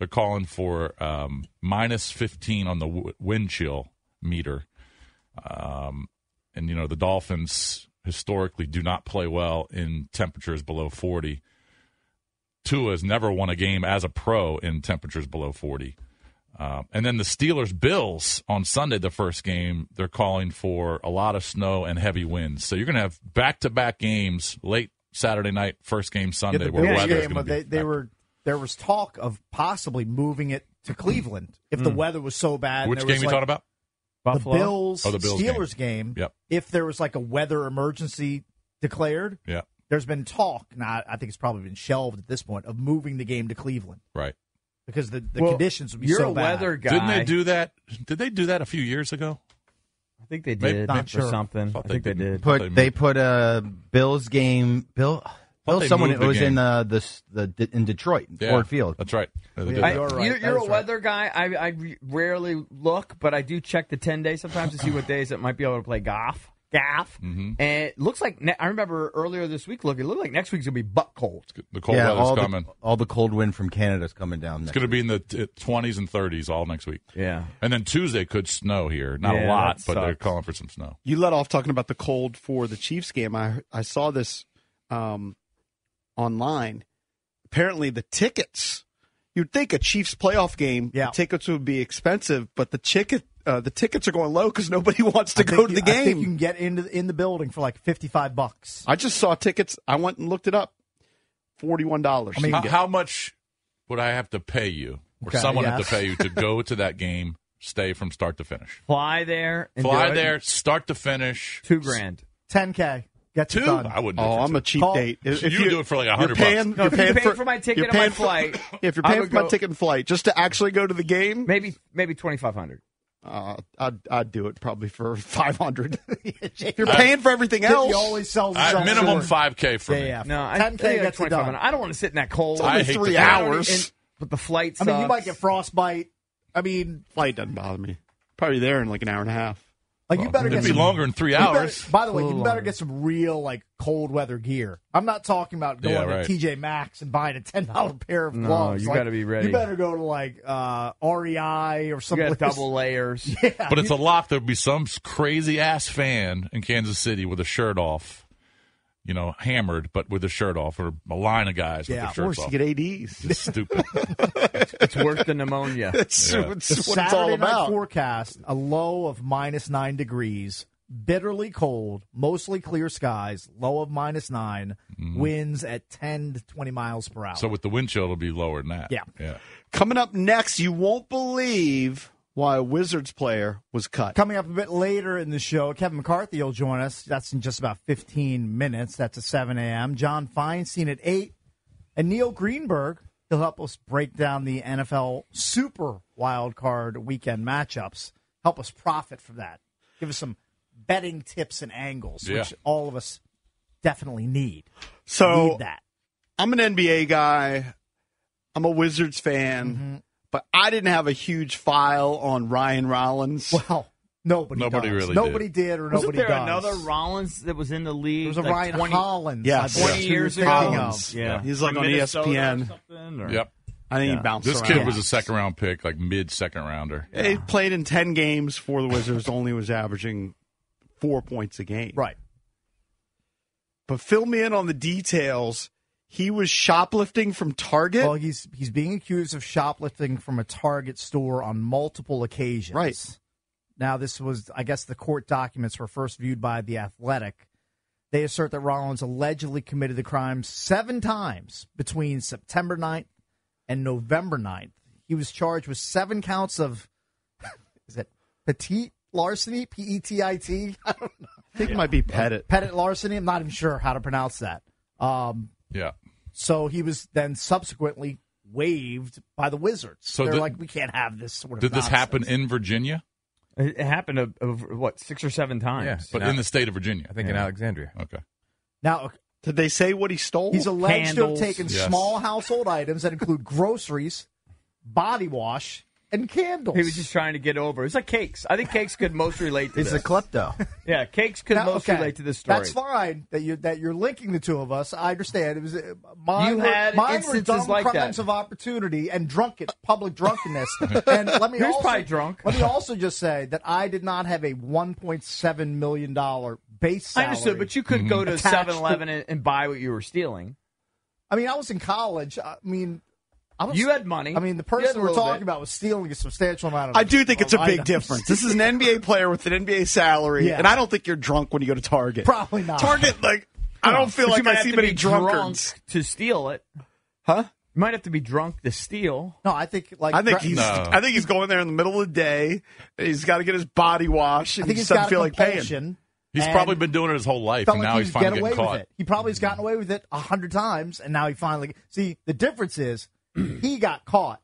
S3: they're calling for um, minus 15 on the w- wind chill meter. Um, and, you know, the Dolphins historically do not play well in temperatures below 40. Tua has never won a game as a pro in temperatures below 40. Um, and then the Steelers Bills on Sunday, the first game, they're calling for a lot of snow and heavy winds. So you're going to have back to back games late Saturday night, first game
S4: Yeah,
S3: Sunday,
S4: the
S3: where
S4: Bills
S3: weather is
S4: game,
S3: going
S4: but
S3: to be.
S4: they, they were there was talk of possibly moving it to Cleveland if the weather was so bad. and
S3: Mm. Which
S4: there
S3: game
S4: was
S3: you
S4: like
S3: talking about?
S5: Buffalo?
S4: The Bills,
S3: Oh, the Bills game.
S4: Steelers game.
S3: Yep.
S4: If there was like a weather emergency declared,
S3: Yeah,
S4: there's been talk. Now I think it's probably been shelved at this point of moving the game to Cleveland
S3: right.
S4: because the, the
S5: Well,
S4: conditions would be
S5: you're
S4: so
S5: a
S4: bad.
S5: weather guy.
S3: Didn't they do that? Did they do that a few years ago?
S5: I think they
S3: Maybe-
S5: did.
S4: Not
S5: or
S4: sure.
S5: something. I
S3: Thought
S5: think
S3: they
S5: they,
S3: didn't.
S5: did.
S3: They
S6: Put they
S3: moved-
S6: put a Bills game. Bill, Bill
S3: they
S6: someone
S3: moved
S6: it
S3: the
S6: was
S3: game.
S6: in uh, the s- the d- in Detroit,
S3: Yeah,
S6: Ford Field.
S3: That's right. They did
S4: Yeah.
S5: I,
S3: that.
S4: You're right.
S5: You're,
S4: That
S5: you're
S4: is
S5: a
S4: right.
S5: weather guy. I, I re- rarely look, but I do check the 10 day sometimes to see what days it might be able to play golf. Gaff.
S3: Mm-hmm.
S5: And it looks like, ne- I remember earlier this week, look, it looked like next week's going to be butt cold.
S3: The cold
S6: yeah, all
S3: weather's
S6: the,
S3: coming.
S6: all the cold wind from Canada's coming down.
S3: It's going to be in the t- 20s and 30s all next week.
S5: Yeah.
S3: And then Tuesday could snow here. Not
S5: Yeah,
S3: a lot,
S5: that
S3: but they're
S5: sucks.
S3: calling for some snow.
S2: You let off talking about the cold for the Chiefs game. I I saw this um, online. Apparently, the tickets. You'd think a Chiefs playoff game,
S4: Yeah.
S2: the tickets would be expensive, but the ticket uh, the tickets are going low because nobody wants to
S4: I
S2: go
S4: think
S2: to
S4: you-
S2: the
S4: I think you
S2: game.
S4: can get into in the building for like fifty five bucks.
S2: I, just saw tickets. I went and looked it up. Forty one dollars.
S3: how, how much would I have to pay you, or
S4: Okay,
S3: someone have
S4: yes.
S3: to pay you to go to that game, stay from start to finish?
S5: Fly there. And
S3: Fly
S5: do it.
S3: there, start to finish.
S5: Two grand.
S4: Ten k gets
S3: Two?
S4: it done.
S3: I wouldn't. do
S2: Oh,
S3: it for
S2: I'm a
S3: two.
S2: cheap
S4: Call-
S2: date.
S3: You do it for like
S2: you're
S3: 100 bucks.
S2: paying,
S3: No,
S2: you're
S5: if you
S2: paying
S5: paid for my ticket
S2: you're
S5: and my
S2: paying
S5: flight,
S2: if you're
S5: I
S2: paying
S5: would
S2: for my
S5: go-
S2: ticket and flight just to actually go to the game,
S5: Maybe, maybe 2,500.
S2: uh, I'd, I'd do it probably for 500. if you're paying for everything
S4: He
S2: else,
S4: always sells
S3: I-
S4: himself
S3: minimum
S4: short.
S3: five k for
S4: Yeah,
S3: me.
S4: yeah.
S5: No, I,
S4: ten k
S5: yeah,
S4: gets it
S5: 2,500.
S4: done.
S5: I don't want to sit in that cold.
S3: I hate
S2: three
S3: the-
S5: I don't-
S2: hours.
S5: and- but the flight
S4: I mean, you
S5: sucks.
S4: might get frostbite. I mean,
S2: flight doesn't bother me. Probably there in like an hour and a half.
S4: like you better
S3: It'd
S4: get
S3: be
S4: some-
S3: longer than three
S4: You better-
S3: hours.
S4: by the way,
S5: A
S4: you
S5: little
S4: better
S5: longer.
S4: get some real like cold weather gear. I'm not talking about going
S3: Yeah, right.
S4: to TJ Maxx and buying a ten dollar pair of
S5: No,
S4: gloves.
S5: you
S4: Like,
S5: gotta be ready.
S4: You better go to like uh, REI or
S5: You
S4: something.
S5: got double layers.
S3: But it's a lock. There'd be some crazy ass fan in Kansas City with a shirt off, you know, hammered, but with a shirt off, or a line of guys
S4: Yeah,
S3: with their
S4: of
S2: Of course,
S3: shirts off.
S2: you get ADs.
S3: It's stupid.
S5: It's worth the pneumonia.
S2: That's
S3: Yeah.
S2: what
S4: The
S2: it's what
S4: Saturday
S2: it's all
S4: night
S2: about.
S4: forecast: a low of minus nine degrees, bitterly cold, mostly clear skies, low of minus nine,
S2: Mm.
S4: winds at ten to twenty miles per hour.
S3: so with the wind chill, it'll be lower than that.
S4: Yeah.
S3: yeah.
S2: Coming up next, you won't believe why a Wizards player was cut.
S4: Coming up a bit later in the show, Kevin McCarthy will join us. That's in just about 15 minutes. That's at 7 a.m. John Feinstein at 8. And Neil Greenberg, he'll help us break down the NFL Super Wild Card weekend matchups, help us profit from that, give us some betting tips and angles,
S3: Yeah.
S4: which all of us definitely need.
S2: So
S4: need that.
S2: I'm an NBA guy. I'm a Wizards fan,
S4: Mm-hmm.
S2: but I didn't have a huge file on Ryan Rollins.
S4: Well, nobody
S3: Nobody
S4: does.
S3: really did.
S4: Nobody did, or
S5: Wasn't
S4: nobody
S5: there
S4: does.
S5: another Rollins that was in the league?
S4: There was a
S5: like
S4: Ryan
S5: 20
S4: Hollins.
S2: Yes.
S4: I believe,
S5: 20
S4: who
S5: years
S4: you're
S5: ago.
S4: thinking
S2: Hollins.
S4: of.
S5: Yeah.
S2: He's like
S5: From
S2: on E
S5: Minnesota or
S2: ESPN.
S5: something, or-
S3: Yep.
S2: I think he
S5: Yeah.
S2: bounced
S3: This
S2: around.
S3: kid was a second round pick, like mid second rounder.
S2: He played in 10 games for the Wizards, only was averaging four points a game.
S4: Right.
S2: But fill me in on the details. He was shoplifting from Target.
S4: Well, he's he's being accused of shoplifting from a Target store on multiple occasions.
S2: Right.
S4: Now, this was, I guess, the court documents were first viewed by the Athletic. They assert that Rollins allegedly committed the crimes seven times between September 9th and November 9th. He was charged with seven counts of is it petite larceny? P E T I T. I don't know.
S2: I think it might be Pettit.
S4: Pettit larceny. I'm not even sure how to pronounce that. Um,
S3: Yeah.
S4: so he was then subsequently waived by the Wizards.
S3: So
S4: they're
S3: the-
S4: like, we can't have this sort of.
S3: Did this
S4: nonsense."
S3: happen in Virginia?
S5: It happened of, what six or seven times.
S3: But in the state of Virginia.
S8: I think in Alexandria.
S3: Okay.
S4: Now
S2: Did they say what he stole?
S4: he's alleged
S5: Candles.
S4: to have taken
S3: Yes.
S4: small household items that include groceries, body wash, and candles.
S5: he was just trying to get over. It's like cakes. I think cakes could most relate to
S6: It's
S5: this.
S6: a klepto.
S5: yeah, cakes could
S4: Now,
S5: most
S4: okay,
S5: relate to this story.
S4: That's fine that you that you're linking the two of us. I understand. It was uh, mine.
S5: You
S4: were,
S5: had
S4: mine
S5: instances
S4: were dumb
S5: like that.
S4: crimes of opportunity and drunken public drunkenness. and let me
S5: He was
S4: also,
S5: probably drunk.
S4: Let me also just say that I did not have a 1.7 million dollar base.
S5: I
S4: Salary. Mhm.
S5: understood, but you
S2: Mm-hmm.
S5: could go to
S4: Attached to-
S5: 7-Eleven and, and buy what you were stealing.
S4: I mean, I was in college. I mean, I was,
S5: You had money.
S4: I mean, the
S5: You had
S4: person
S5: a
S4: we're
S5: little
S4: talking
S5: bit.
S4: about was stealing a substantial amount of.
S2: I do think it's a
S4: of
S2: big
S4: items.
S2: difference. This is an NBA player with an NBA salary,
S4: Yeah.
S2: and I don't think you're drunk when you go to Target.
S4: Probably not.
S2: Target, like, I don't feel
S5: But you
S2: like
S5: might
S2: I
S5: have
S2: see
S5: to
S2: many
S5: be
S2: drunkards.
S5: drunk to steal it.
S2: Huh?
S5: You might have to be drunk to steal.
S4: No, I think like
S2: I think
S4: gra-
S2: he's.
S3: No.
S2: I think he's going there in the middle of the day. and He's got to get his body washed.
S4: I
S2: And
S4: think
S2: he
S4: he's
S2: doesn't
S4: got a
S2: feel like paying.
S4: compulsion,
S3: He's
S4: and
S3: probably been doing it his whole life,
S4: felt
S3: and
S4: like he
S3: now he's
S4: was
S3: finally
S4: getting away
S3: getting
S4: with
S3: caught.
S4: it. He probably has gotten away with it a hundred times, and now he finally see. The difference is he got caught.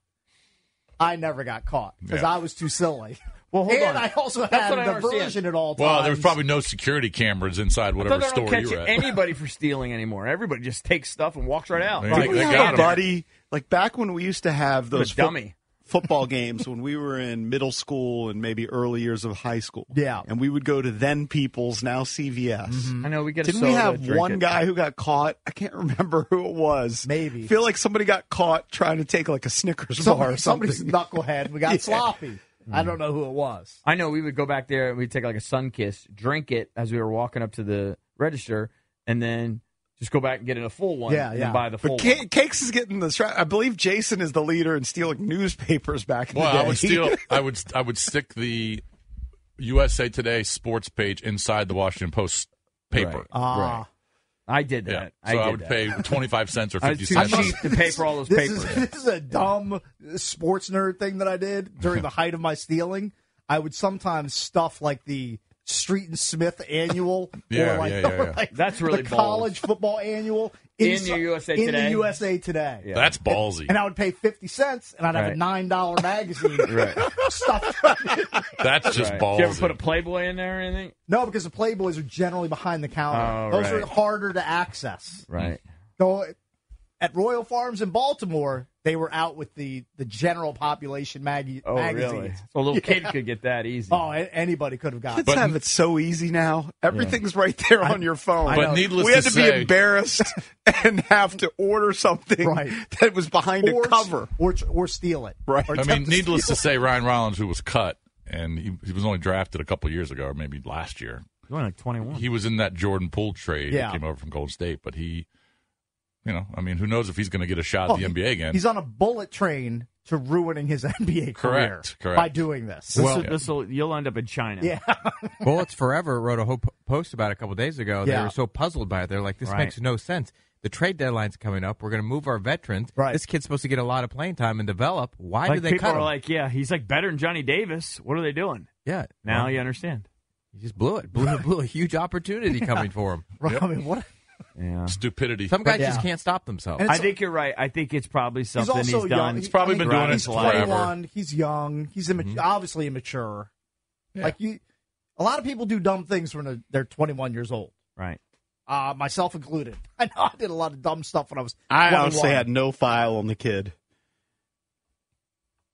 S4: I never got caught because
S3: Yeah.
S4: I was too silly.
S5: Well, hold on.
S4: and I also
S5: That's
S4: had
S5: what I
S4: a
S5: understand.
S4: diversion at all times.
S3: Well, there was probably no security cameras inside whatever
S5: But they don't
S3: store you
S5: catch
S3: were at.
S5: anybody for stealing anymore. Everybody just takes stuff and walks right out.
S3: They
S5: Like,
S3: take-
S2: We
S3: they
S2: have
S3: got
S2: Oh, a
S3: him.
S2: buddy. Like back when we used to have
S5: I'm a
S2: those fo-
S5: dummy.
S2: football games when we were in middle school and maybe early years of high school.
S4: Yeah. Mm-hmm.
S2: and we would go to then People's now CVS.
S5: I know we get.
S2: Didn't
S5: a
S2: we
S5: soda,
S2: have
S5: drink
S2: one
S5: it.
S2: guy who got caught? I can't remember who it was.
S4: Maybe.
S2: feel like somebody got caught trying to take like a Snickers bar or
S4: Somebody,
S2: something.
S4: somebody's knucklehead. We got
S2: Yeah.
S4: sloppy.
S3: Mm.
S4: I don't know who it was.
S5: I know we would go back there and we'd take like a sun kiss, drink it as we were walking up to the register, and then just go back and get in a full one.
S4: Yeah,
S5: and
S4: yeah.
S5: buy the full
S2: But
S5: one.
S2: Ca- Cakes is getting the. Tra- I believe Jason is the leader in stealing newspapers back in
S3: Well,
S2: the
S3: I
S2: day.
S3: would steal. I would. I would stick the USA Today sports page inside the Washington Post paper.
S5: Right.
S4: Ah.
S5: I did that.
S3: Yeah.
S5: I
S3: So
S5: did
S3: I, would
S5: that.
S3: pay twenty five cents or
S5: I was
S3: fifty
S5: too
S3: cents.
S5: cheap to pay for all those
S4: This
S5: papers.
S4: is, this is a dumb sports nerd thing that I did during the height of my stealing. I would sometimes stuff like the Street and Smith annual,
S3: Yeah,
S4: or like,
S3: yeah, yeah,
S4: or
S3: yeah.
S4: like
S5: That's really
S4: the
S5: bold.
S4: college football annual
S5: In
S4: inside-
S5: the USA
S4: in
S5: Today?
S4: the USA Today.
S5: Yeah.
S3: That's ballsy.
S4: And I would pay fifty cents, and I'd have a
S5: Right.
S4: nine dollar magazine
S5: Right.
S4: stuffed.
S3: That's just
S5: Right.
S3: ballsy.
S5: Did you ever put a Playboy in there or anything?
S4: No, because the Playboys are generally behind the counter;
S5: Oh,
S4: those
S5: right.
S4: are harder to access.
S5: Right.
S4: So at Royal Farms in Baltimore, they were out with the the general population mag-
S5: Oh,
S4: magazines.
S5: really? So a little kid could get that easy.
S4: Oh, a- anybody could have
S2: Kids
S4: gotten.
S3: But-
S2: have it so easy now. Everything's right there on your phone.
S3: But needless
S2: we had
S3: to
S2: to, be
S3: say-
S2: embarrassed and have to order something
S4: Right.
S2: that was behind
S4: or,
S2: a cover.
S4: or or steal it.
S2: Right.
S4: Or
S3: I mean,
S4: attempt to
S3: needless
S4: steal
S3: to say, Ryan Rollins, who was cut, and he, he was only drafted a couple years ago, or maybe last year.
S5: you were like twenty-one.
S3: He was in that Jordan Poole trade.
S4: Yeah.
S3: that came over from Golden State, but he, you know, I mean, who knows if he's going to get a shot
S4: it.
S3: at the NBA again?
S4: Oh, He's on a bullet train to ruining his NBA career
S3: Correct, correct.
S4: by doing this.
S3: Well-
S5: this will you'll end up in China.
S4: yeah.
S8: Bullets Forever wrote a whole po- post about it a couple days ago. They
S4: Yeah.
S8: were so puzzled by it. They're like, this
S5: Right.
S8: makes no sense. The trade deadline's coming up. We're going to move our veterans.
S4: Right.
S8: This kid's supposed to get a lot of playing time and develop. Why
S5: like
S8: do they
S5: people
S8: cut
S5: are
S8: him?
S5: like, yeah, he's like better than Johnny Davis. What are they doing?
S8: yeah.
S5: Now
S8: Well,
S5: you understand.
S8: he just blew it. Blew, blew a huge opportunity coming for him.
S4: I mean, what?
S5: Yeah.
S3: Stupidity.
S8: Some guys
S4: Yeah.
S8: just can't stop themselves.
S4: And
S5: I
S4: it's-
S5: think you're right. I think it's probably
S4: He's
S5: something he's,
S4: also young.
S5: done.
S4: He-
S3: probably
S4: I
S3: been
S4: mean,
S3: doing it
S4: he's
S3: forever. Mm-hmm.
S4: 21, He's young. He's imma- obviously immature. Like you, a lot of people do dumb things when they're- they're 21 years old.
S5: Right.
S4: Uh, myself included. I know I did a lot of dumb stuff when I was.
S2: I
S4: 21.
S2: honestly had no file on the kid.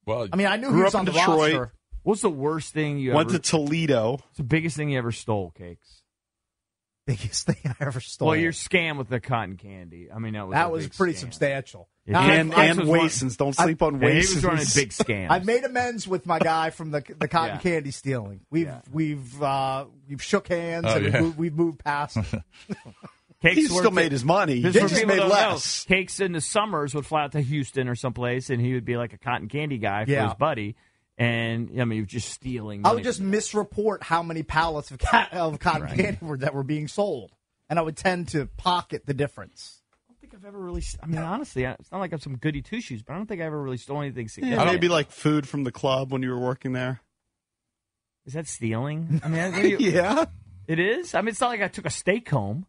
S3: Well,
S4: I mean, I knew
S2: Grew
S4: he was
S2: up
S4: on
S2: in
S4: the
S2: Detroit.
S4: roster.
S5: What's the worst thing you
S2: Went
S5: ever?
S2: to Toledo.
S5: what's the biggest thing you ever stole, cakes.
S4: Biggest thing I ever stole.
S5: Well, your scam with the cotton candy. I mean, that was a
S4: that was
S5: big
S4: pretty
S5: scam.
S4: substantial.
S5: Yeah,
S4: Now,
S2: and
S4: I've,
S5: Francis
S2: and
S5: was one-
S2: Wasons. Don't
S4: I-
S2: sleep on
S5: Yeah, he
S2: Wasons.
S5: was running big scams.
S4: I've made amends with my guy from the the cotton
S5: Yeah.
S4: candy stealing. We've
S5: Yeah.
S4: we've uh, we've shook hands
S3: Oh,
S4: and
S3: yeah.
S4: we've, moved, we've moved past. it.
S5: cakes
S2: He
S5: worked
S2: still made
S5: it-
S2: his money. He
S5: This is where
S2: just
S5: people
S2: made
S5: don't know.
S2: less.
S5: Cakes in the summers would fly out to Houston or someplace, and he would be like a cotton candy guy for
S4: Yeah.
S5: his buddy. And I mean, he was just stealing.
S4: I
S5: money
S4: would just
S5: from
S4: misreport how many pallets of, ca- of cotton candy were that were being sold, and I would tend to pocket the difference.
S5: them. I don't think I've ever really. st- I mean, honestly, I- it's not like I'm some goody two shoes, but I don't think I ever really stole anything
S2: Yeah,
S5: significant.
S2: maybe like food from the club when you were working there.
S5: Is that stealing? I mean, I- what do you-
S2: Yeah.
S5: it is. I mean, it's not like I took a steak home.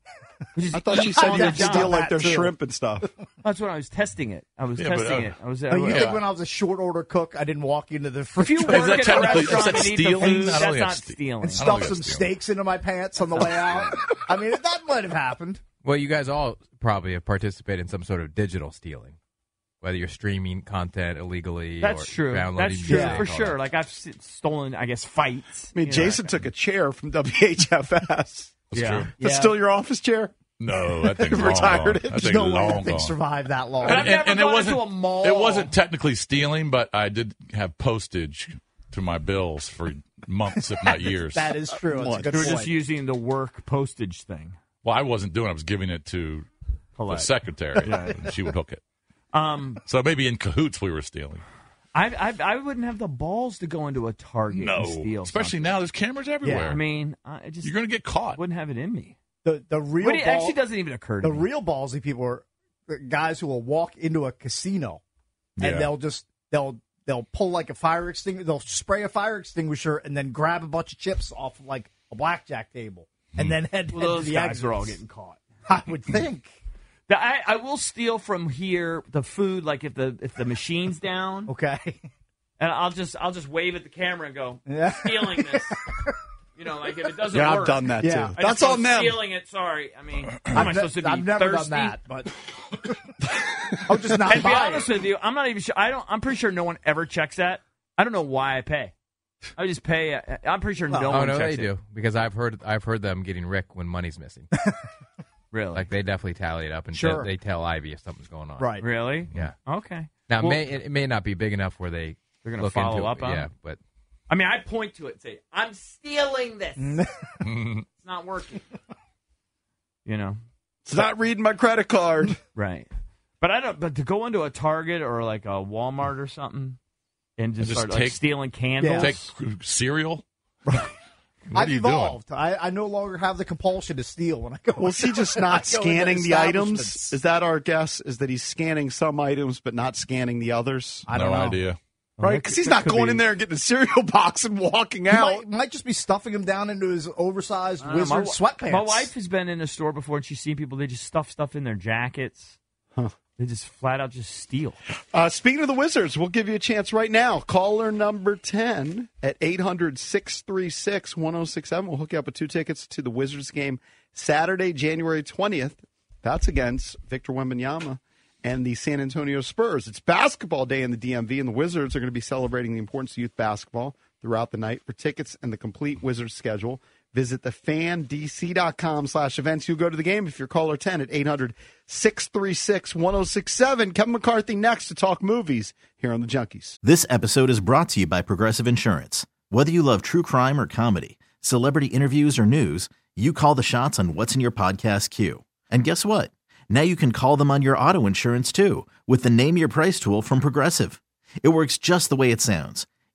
S5: which is-
S2: I thought you
S5: I
S2: said you
S5: did
S2: steal
S5: not.
S2: like their
S4: too.
S2: shrimp and stuff.
S5: That's when I was testing it. I was
S3: Yeah, but,
S5: testing
S3: uh,
S5: it. I was.
S4: Oh, you
S5: yeah.
S4: think when I was a short order cook, I didn't walk into the
S5: if you
S4: refrigerator
S5: work at
S3: that
S5: a
S3: technically- is
S5: restaurant
S3: that
S5: and eat the
S3: stealing? I
S5: food,
S3: don't
S5: that's
S3: think
S5: not
S3: that's ste-
S5: stealing.
S4: and
S3: I don't
S4: stuff
S3: think
S4: some
S3: that's stealing.
S4: steaks into my pants on the way out? I mean, that might have happened.
S8: Well, you guys all probably have participated in some sort of digital stealing, whether you're streaming content illegally.
S5: That's
S8: or
S5: true.
S8: Downloading
S5: That's true
S8: music, all
S5: for
S8: that.
S5: sure. Like I've s- stolen, I guess, fights.
S2: I mean,
S5: you know,
S2: Jason
S5: that
S2: took a chair from WHFS.
S3: That's
S5: Yeah.
S3: true.
S2: That's
S4: Yeah.
S2: still your office chair?
S3: No, that thing's
S2: Retired.
S3: Long gone. That
S2: There's
S3: thing's
S4: no way
S3: long
S4: that thing
S3: gone.
S4: survived that long.
S5: I've never
S3: it
S5: gone
S3: wasn't
S5: into a mall.
S3: it wasn't technically stealing, but I did have postage to my bills for months, if not years.
S4: That is true. That's a good
S5: They were
S4: point.
S5: just using the work postage thing.
S3: well, I wasn't doing; it. I was giving it to the
S5: Collect.
S3: secretary, and she would hook it.
S5: Um,
S3: So maybe in cahoots we were stealing.
S5: I, I I wouldn't have the balls to go into a Target
S3: No,
S5: and steal.
S3: especially
S5: something.
S3: now. There's cameras everywhere.
S5: I mean, I I just
S3: You're going to get caught.
S5: wouldn't have it in me.
S4: the the real
S5: But it
S4: ball-
S5: actually doesn't even occur to
S4: the
S5: me.
S4: real ballsy people are the guys who will walk into a casino
S3: Yeah.
S4: and they'll just they'll they'll pull like a fire extinguisher they'll spray a fire extinguisher and then grab a bunch of chips off like a blackjack table and then head,
S5: well,
S4: head
S5: those
S4: to the
S5: guys
S4: exits.
S5: are all getting caught.
S4: I would think.
S5: The- I, I will steal from here the food, like if the if the machine's down,
S4: Okay.
S5: and I'll just I'll just wave at the camera and go
S4: Yeah.
S5: stealing this. you know, like if it doesn't
S2: Yeah,
S5: work,
S2: I've done that
S4: Yeah.
S2: too.
S5: I
S2: That's
S5: just go,
S2: on them.
S5: Stealing it. Sorry, I mean, how am I
S4: I've,
S5: supposed to
S4: ne-
S5: be
S4: I've never
S5: thirsty?
S4: done that, but I'll just not
S5: And be
S4: buy
S5: honest
S4: it.
S5: with you, I'm not even sure. I don't. I'm pretty sure no one ever checks that. I don't know why I pay. I just pay. uh, I'm pretty sure no,
S8: Oh
S5: one
S8: no, they
S5: checks it.
S8: do because I've heard I've heard them getting Rick when money's missing.
S5: Really?
S8: like they definitely tally it up and
S4: Sure.
S8: they, they tell Ivy if something's going on.
S4: Right.
S5: really?
S8: Yeah.
S5: Okay.
S8: Now
S5: Well,
S8: it may it, it may not be big enough where they
S5: They're gonna
S8: look
S5: follow
S8: into
S5: up
S8: it.
S5: on
S8: yeah,
S5: it?
S8: but
S5: I mean, I point to it and say, "I'm stealing this. it's not working." You know.
S2: It's not reading my credit card.
S5: Right. But I don't. But to go into a Target or like a Walmart or something and just,
S3: Just
S5: start like
S3: take-
S5: stealing candles.
S3: Take cereal. what
S4: I've
S3: are you doing?
S4: evolved. I, I no longer have the compulsion to steal when I go.
S2: Was he just not
S4: I go into
S2: scanning the items?
S4: establishments.
S2: Is that our guess? Is that he's scanning some items but not scanning the others?
S4: I
S3: no
S4: don't know.
S3: idea.
S5: Well,
S2: Right?
S5: that
S2: Because
S5: could-
S2: he's
S5: that
S2: not
S5: could
S2: going
S5: be-
S2: in there and getting a cereal box and walking
S4: He
S2: out.
S4: might, might just be stuffing him down into his oversized
S5: I don't know,
S4: wizard
S5: Uh, my wi-
S4: sweatpants.
S5: My wife has been in a store before and she's seen people. They just stuff stuff in their jackets. They just flat out just steal.
S2: Uh, speaking of the Wizards, we'll give you a chance right now. Caller number 10 at 800 636 1067. We'll hook you up with two tickets to the Wizards game Saturday, January 20th. That's against Victor Wembanyama and the San Antonio Spurs. It's basketball day in the DMV, and the Wizards are going to be celebrating the importance of youth basketball throughout the night. For tickets and the complete Wizards schedule, visit thefandc.com slash events. You'll go to the game if you're caller 10 at 800 636 1067. Kevin McCarthy next to talk movies here on The Junkies.
S9: This episode is brought to you by Progressive Insurance. Whether you love true crime or comedy, celebrity interviews or news, you call the shots on what's in your podcast queue. And guess what? Now you can call them on your auto insurance too with the Name Your Price tool from Progressive. It works just the way it sounds.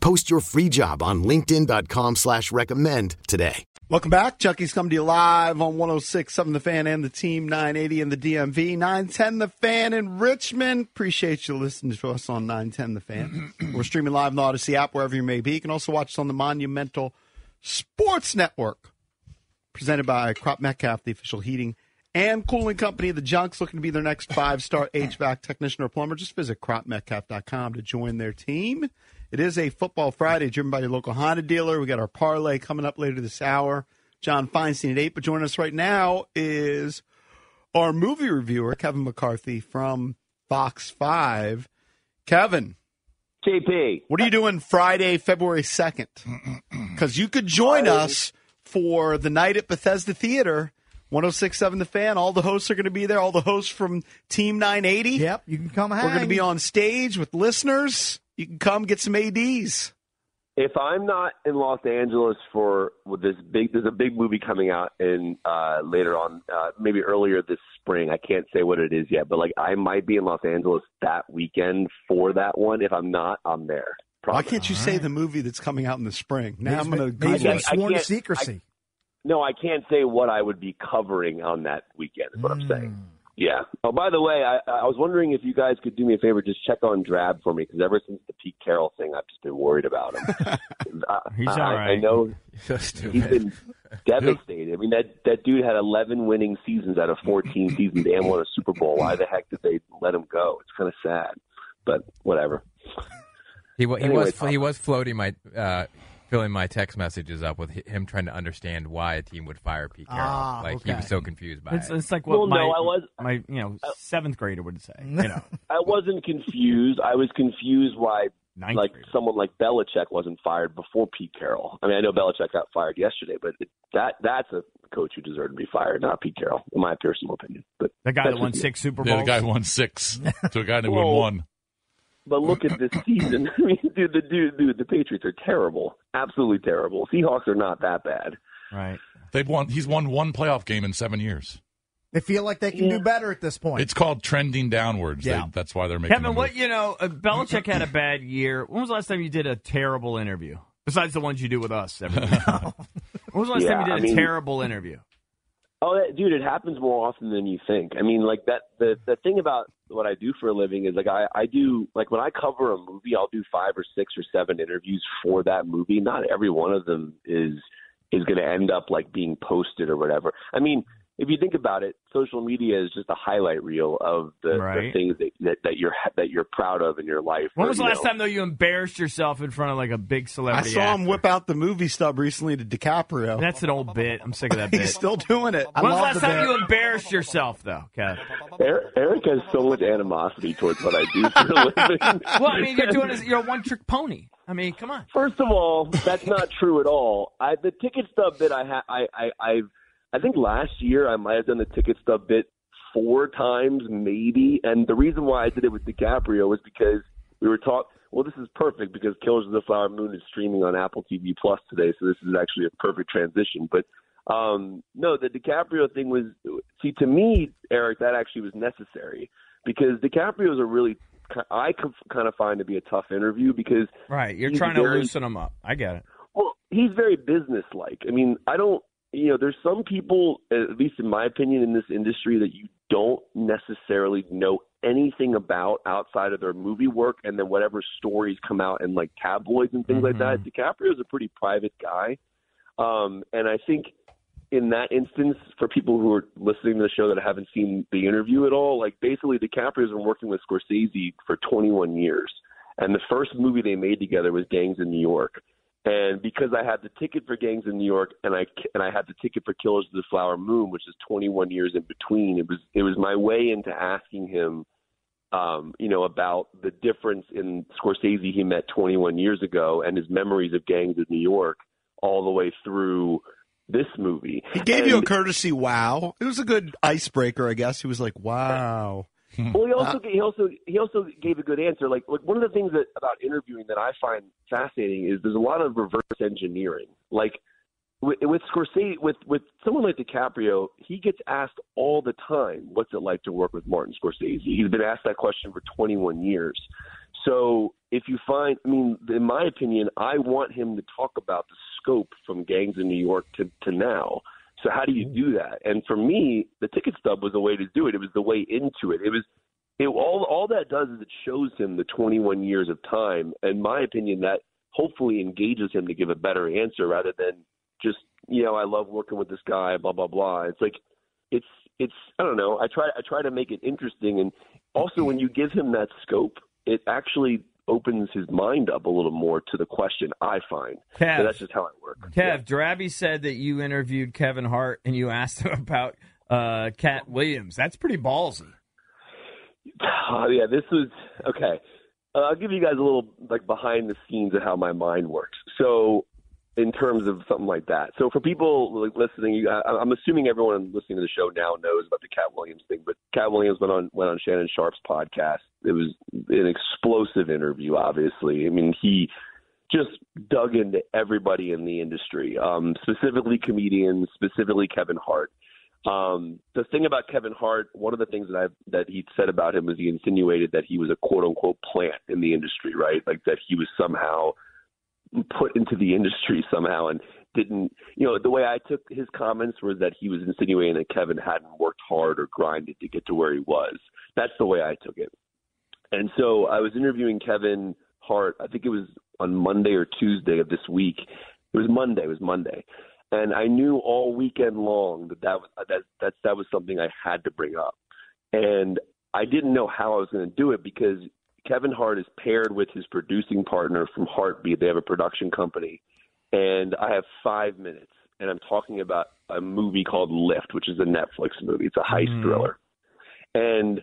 S1: Post your free job on linkedin.com/recommend slash recommend today.
S2: Welcome back. Chucky's coming to you live on 1067 The Fan and the Team, 980 and the DMV, 910 The Fan in Richmond. Appreciate you listening to us on 910 The Fan. We're streaming live on the Odyssey app, wherever you may be. You can also watch us on the Monumental Sports Network, presented by Crop Metcalf, the official heating and cooling company of the Junks, looking to be their next five star HVAC technician or plumber. Just visit cropmetcalf.com to join their team. It is a Football Friday driven by your local Honda dealer. We got our parlay coming up later this hour. John Feinstein at 8. But joining us right now is our movie reviewer, Kevin McCarthy from Fox 5. Kevin.
S10: JP.
S2: What are you doing Friday, February 2nd? Because you could join us for the night at Bethesda Theater. 1067 The Fan. All the hosts are going to be there. All the hosts from Team 980. Yep,
S4: you can come
S2: We're going to
S4: hang.
S2: be on stage with listeners. You can come get some ADs.
S10: If I'm not in Los Angeles for with this big, there's a big movie coming out in uh, later on, uh, maybe earlier this spring. I can't say what it is yet, but like I might be in Los Angeles that weekend for that one. If I'm not, I'm there.
S2: Why can't you say the movie that's coming out in the spring? Now I'm going to
S10: Maybe
S2: Google
S10: it's sworn to secrecy. No, I can't say what I would be covering on that weekend. Is what I'm
S2: Hmm.
S10: saying. Yeah. Oh, by the way, I, I was wondering if you guys could do me a favor, just check on Drab for me, because ever since the Pete Carroll thing, I've just been worried about him. Uh,
S8: He's
S10: I-
S8: all
S10: I, I
S8: right.
S10: know
S8: So
S10: he's
S8: stupid.
S10: been devastated. I mean, that that dude had 11 winning seasons out of 14 seasons and won a Super Bowl. Why the heck did they let him go? It's kind of sad, but whatever.
S8: He, wa- he
S10: Anyway,
S8: was fl- he was floating my uh, filling my text messages up with hi- him trying to understand why a team would fire Pete Carroll.
S5: Ah,
S8: like he
S5: okay.
S8: was so confused by
S5: It's,
S8: it.
S5: it's like what
S10: Well,
S5: my,
S10: no, I was-
S5: my you know seventh grader would say. You know,
S10: I wasn't confused. I was confused why like someone like Belichick wasn't fired before Pete Carroll. I mean, I know Belichick got fired yesterday, but it, that that's a coach who deserved to be fired, not Pete Carroll, in my personal opinion. But
S5: the guy that
S10: that's
S5: won
S10: just-
S5: six Super
S3: Yeah,
S5: Bowls.
S3: the guy who won six to a guy that won
S10: Well,
S3: one.
S10: But look at this season. I mean, dude, the dude, dude, the Patriots are terrible, absolutely terrible. Seahawks are not that bad.
S5: Right.
S3: They've won. He's won one playoff game in seven years.
S4: They feel like they can do better at this point.
S3: It's called trending downwards.
S4: Yeah.
S3: They, that's why they're making.
S5: Kevin,
S3: the
S5: what you know, uh, Belichick had a bad year. When was the last time you did a terrible interview? Besides the ones you do with us every week. When was the last
S10: Yeah,
S5: time you did
S10: I
S5: a
S10: mean-
S5: terrible interview?
S10: Oh, that, dude, it happens more often than you think. I mean, like that. The the thing about what I do for a living is like I I do like when I cover a movie, I'll do five or six or seven interviews for that movie. Not every one of them is is going to end up like being posted or whatever. I mean, if you think about it, social media is just a highlight reel of the, the
S5: Right.
S10: things that, that that you're that you're proud of in your life.
S5: When
S10: or,
S5: was the
S10: you
S5: last
S10: know.
S5: time though you embarrassed yourself in front of like a big
S2: I
S5: celebrity?
S2: saw him whip out the movie stub recently to DiCaprio.
S5: actor? That's an old bit. I'm sick of that bit.
S2: He's still doing it.
S5: when was the last time you embarrassed yourself though, Kev?
S10: Er- Eric has so much animosity towards what I do for a living.
S5: Well, I mean, you're doing this, you're a one trick pony. I mean, come on.
S10: First of all, that's not true at all. I, the ticket stub bit I ha I, I I've I think last year I might have done the ticket stub bit four times maybe, and the reason why I did it with DiCaprio was because we were talk. Well, this is perfect because Killers of the Flower Moon is streaming on Apple TV Plus today, so this is actually a perfect transition. But um, no, the DiCaprio thing was see to me, Eric, that actually was necessary because DiCaprio is a really I kind of find to be a tough interview because
S5: Right, you're
S10: He's
S5: trying to
S10: very-
S5: loosen them up. I get it.
S10: well, he's very businesslike. I mean, I don't, you know, there's some people, at least in my opinion, in this industry that you don't necessarily know anything about outside of their movie work and then whatever stories come out in like tabloids and things like that. DiCaprio's a pretty private guy. Um, and I think in that instance, for people who are listening to the show that haven't seen the interview at all, like basically DiCaprio's been working with Scorsese for 21 years. And the first movie they made together was Gangs in New York. And because I had the ticket for Gangs in New York and I and I had the ticket for Killers of the Flower Moon, which is 21 years in between, it was it was my way into asking him um, you know, about the difference in Scorsese he met 21 years ago and his memories of gangs in New York all the way through this movie.
S2: He gave you a
S10: And-
S2: courtesy wow. It was a good icebreaker, I guess. He was like, wow.
S5: Hmm.
S10: well, he also he also he also gave a good answer. Like, like one of the things that about interviewing that I find fascinating is there's a lot of reverse engineering. Like with, with Scorsese, with with someone like DiCaprio, he gets asked all the time, "What's it like to work with Martin Scorsese?" He's been asked that question for 21 years. So if you find, I mean, in my opinion, I want him to talk about the scope from Gangs in New York to, to now. So how do you do that? And for me, the ticket stub was the way to do it. It was the way into it. It was it, all all that does is it shows him the 21 years of time. In my opinion, that hopefully engages him to give a better answer rather than just you know I love working with this guy, blah blah blah. It's like it's it's I don't know. I try I try to make it interesting, and also when you give him that scope, it actually opens his mind up a little more to the question. I find
S5: Kev.
S10: So that's just how I work.
S5: Kev, Drabby said that you interviewed Kevin Hart and you asked him about uh, Cat Williams. That's pretty ballsy.
S10: Oh yeah, this was okay. Uh, I'll give you guys a little like behind the scenes of how my mind works. So, in terms of something like that. So for people like listening, you, I, I'm assuming everyone listening to the show now knows about the Cat Williams thing. But Cat Williams went on went on Shannon Sharp's podcast. It was an explosive interview. Obviously, I mean he just dug into everybody in the industry, um, specifically comedians, specifically Kevin Hart. Um, the thing about Kevin Hart, one of the things that I that he said about him was he insinuated that he was a quote unquote plant in the industry, right? Like that he was somehow put into the industry somehow and didn't you know the way I took his comments was that he was insinuating that Kevin hadn't worked hard or grinded to get to where he was. That's the way I took it. And so I was interviewing Kevin Hart. I think it was on Monday or Tuesday of this week. It was Monday. It was Monday, and I knew all weekend long that that was- that that, that was something I had to bring up, and I didn't know how I was going to do it because Kevin Hart is paired with his producing partner from Heartbeat. They have a production company, and I have five minutes, and I'm talking about a movie called Lift, which is a Netflix movie. It's a heist
S11: Mm.
S10: thriller, and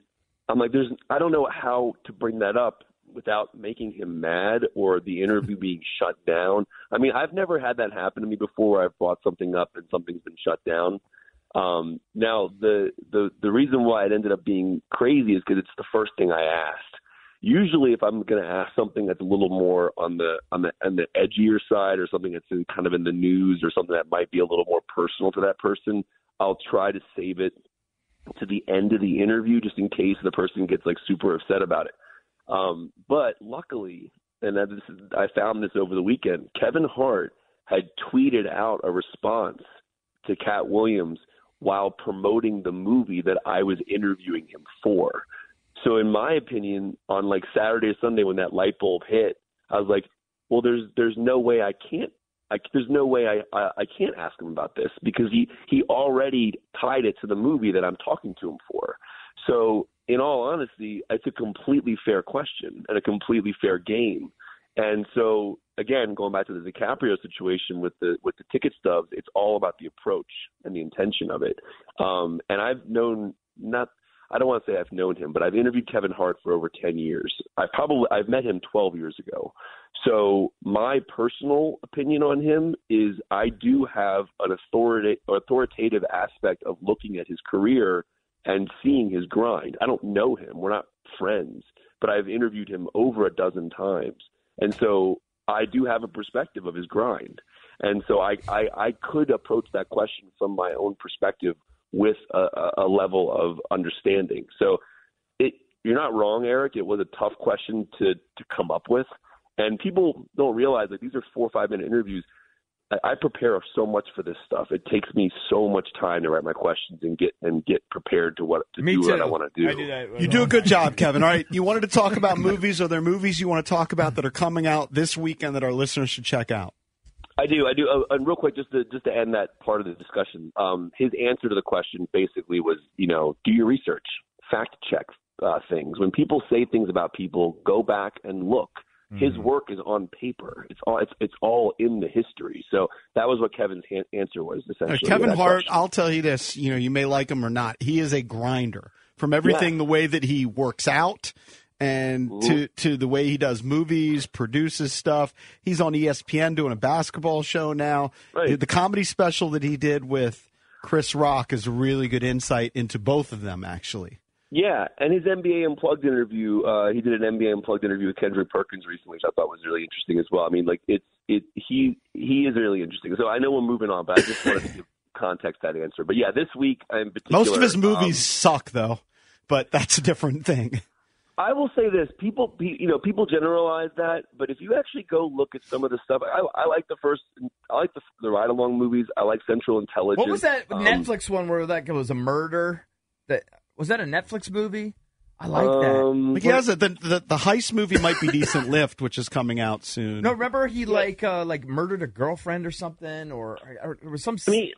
S10: I'm like, there's, I don't know how to bring that up without making him mad or the interview being shut down. I mean, I've never had that happen to me before. Where I've brought something up and something's been shut down. Um, now, the, the the reason why it ended up being crazy is because it's the first thing I asked. Usually, if I'm going to ask something that's a little more on the on the on the edgier side, or something that's in, kind of in the news, or something that might be a little more personal to that person, I'll try to save it to the end of the interview just in case the person gets like super upset about it. Um, but luckily, and that this is, I found this over the weekend, Kevin Hart had tweeted out a response to Cat Williams while promoting the movie that I was interviewing him for. So in my opinion, on like Saturday or Sunday when that light bulb hit, I was like, well, there's there's no way I can't. I, there's no way I, I I can't ask him about this because he he already tied it to the movie that I'm talking to him for. So in all honesty, it's a completely fair question and a completely fair game. And so again, going back to the DiCaprio situation with the with the ticket stubs, it's all about the approach and the intention of it. Um, and I've known not I don't want to say I've known him, but I've interviewed Kevin Hart for over ten years. I probably I've met him twelve years ago. So my personal opinion on him is I do have an authorita- authoritative aspect of looking at his career and seeing his grind. I don't know him. We're not friends, but I've interviewed him over a dozen times. And so I do have a perspective of his grind. And so I, I, I could approach that question from my own perspective with a, a- a level of understanding. So it, you're not wrong, Eric. It was a tough question to, to come up with. And people don't realize that these are four or five minute interviews. I I prepare so much for this stuff. It takes me so much time to write my questions and get and get prepared to what to
S5: Me
S10: do what
S5: too.
S10: I want to do.
S5: I do that
S2: You do a good job, Kevin. All right. You wanted to talk about movies. Are there movies you want to talk about that are coming out this weekend that our listeners should check out?
S10: I do. I do. Oh, and real quick, just to just to end that part of the discussion, um, his answer to the question basically was, you know, do your research, fact check uh, things. When people say things about people, go back and look. His work is on paper. It's all it's it's all in the history. So that was what Kevin's han- answer was
S2: Uh,
S10: essentially. to
S2: Kevin
S10: that
S2: Hart, I'll tell you this, you know, you may like him or not. He is a grinder. From everything the way that he works out and to to the way he does movies, produces stuff. He's on E ESPN doing a basketball show now. The, the comedy special that he did with Chris Rock is a really good insight into both of them, actually.
S10: Yeah, and his NBA Unplugged interview, uh, he did an NBA Unplugged interview with Kendrick Perkins recently, which I thought was really interesting as well. I mean, like it's it he he is really interesting. So I know we're moving on, but I just wanted to give context to that answer. But yeah, this week in particular,
S2: Most of his movies
S10: um,
S2: suck, though, but that's a different thing.
S10: I will say this: people, pe- you know, people generalize that, but if you actually go look at some of the stuff, I, I like the first, I like the, the ride along movies. I like Central Intelligence.
S5: What was that
S10: Um,
S5: Netflix one where that guy was a murder? That was that a Netflix movie? I like
S10: Um,
S5: that.
S2: Like he has a, the, the the heist movie might be decent lift, which is coming out soon.
S5: No, remember he like uh, like murdered a girlfriend or something, or, or there was some. I
S10: mean,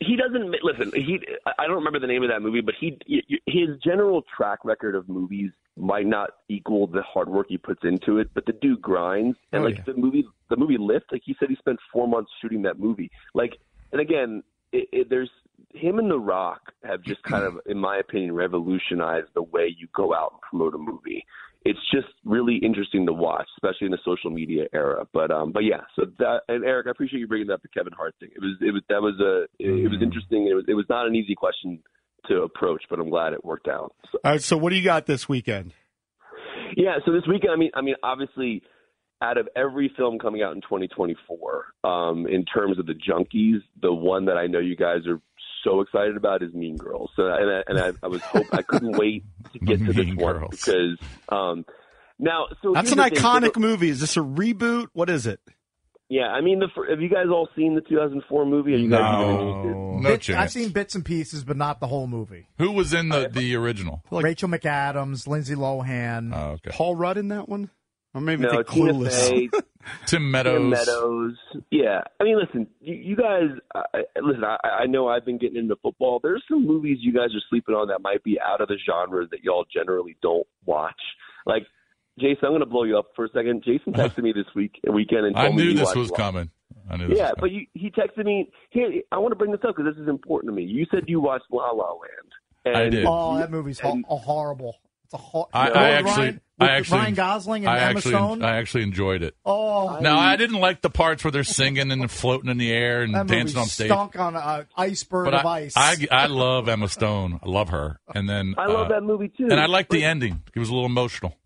S10: he doesn't ma- listen. He, I- I don't remember the name of that movie, but he, y- y- his general track record of movies might not equal the hard work he puts into it, but the dude grinds. And
S11: Oh,
S10: like
S11: yeah.
S10: the movie, the movie Lift, like he said, he spent four months shooting that movie. Like, and again, it, it, there's him and The Rock have just kind of, in my opinion, revolutionized the way you go out and promote a movie. It's just really interesting to watch, especially in the social media era. But um, but yeah, so that and Eric, I appreciate you bringing up the Kevin Hart thing. It was it was that was a it, it was interesting. It was it was not an easy question to approach, but I'm glad it worked out.
S2: All right, so what do you got this weekend?
S10: Yeah, so this weekend, I mean, I mean, obviously, out of every film coming out in 2024, um, in terms of the junkies, the one that I know you guys are so excited about is Mean Girls. So, and I, and I, I was hope I couldn't wait to get to this one because um, now, so
S2: That's an
S10: here's the thing. So the-
S2: iconic movie. Is this a reboot? What is it?
S10: yeah, I mean, the, fir- have you guys all seen the 2004 movie? Have you guys
S3: No, no
S4: Bits- I've
S3: chance.
S4: seen bits and pieces, but not the whole movie.
S3: Who was in the the original?
S4: Rachel McAdams, Lindsay Lohan,
S3: Oh,
S2: Paul Rudd in that one, or maybe
S10: No,
S2: they
S10: Tina
S2: clueless.
S10: Fey,
S3: Tim
S10: Tim
S3: Meadows.
S10: Meadows. Yeah, I mean, listen, you, you guys, I, I- listen. I, I know I've been getting into football. There's some movies you guys are sleeping on that might be out of the genre that y'all generally don't watch. Like, Jason, I'm going to blow you up for a second. Jason texted me this week weekend and told
S3: I
S10: me
S3: knew
S10: he
S3: this
S10: watched
S3: was
S10: Lost.
S3: coming. I knew this
S10: Yeah,
S3: was
S10: but you, he texted me. Here, I want to bring this up because this is important to me. You said you watched La La Land. And
S3: I did.
S4: Oh, that movie's ho- a horrible. It's a hor-
S3: I,
S4: With
S3: I actually,
S4: Ryan,
S3: I
S4: with
S3: actually,
S4: Ryan Gosling and
S3: I
S4: Emma
S3: actually,
S4: Stone.
S3: I actually enjoyed it.
S4: oh,
S3: Now I didn't like the parts where they're singing and floating in the air and
S4: that movie
S3: dancing on stage.
S4: stunk on an iceberg
S3: But
S4: of
S3: I,
S4: ice.
S3: I, I love Emma Stone. I love her. And then
S10: I love
S3: uh,
S10: that movie too.
S3: And I liked the ending. It was a little emotional.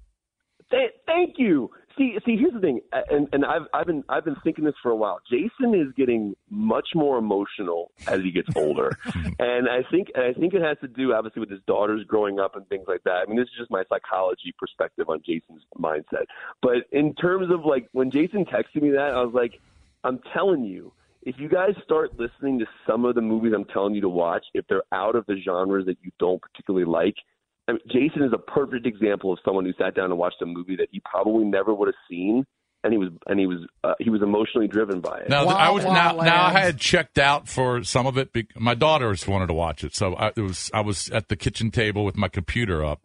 S10: Th- thank you. See, see, here's the thing, uh, and and I've I've been I've been thinking this for a while. Jason is getting much more emotional as he gets older, and I think and I think it has to do obviously with his daughters growing up and things like that. I mean, this is just my psychology perspective on Jason's mindset. But in terms of like when Jason texted me that, I was like, I'm telling you, if you guys start listening to some of the movies I'm telling you to watch, if they're out of the genres that you don't particularly like, I mean, Jason is a perfect example of someone who sat down and watched a movie that he probably never would have seen, and he was and he was uh, he was emotionally driven by it.
S3: Now th- I was now, now I had checked out for some of it. Be- my daughters wanted to watch it, so I it was I was at the kitchen table with my computer up,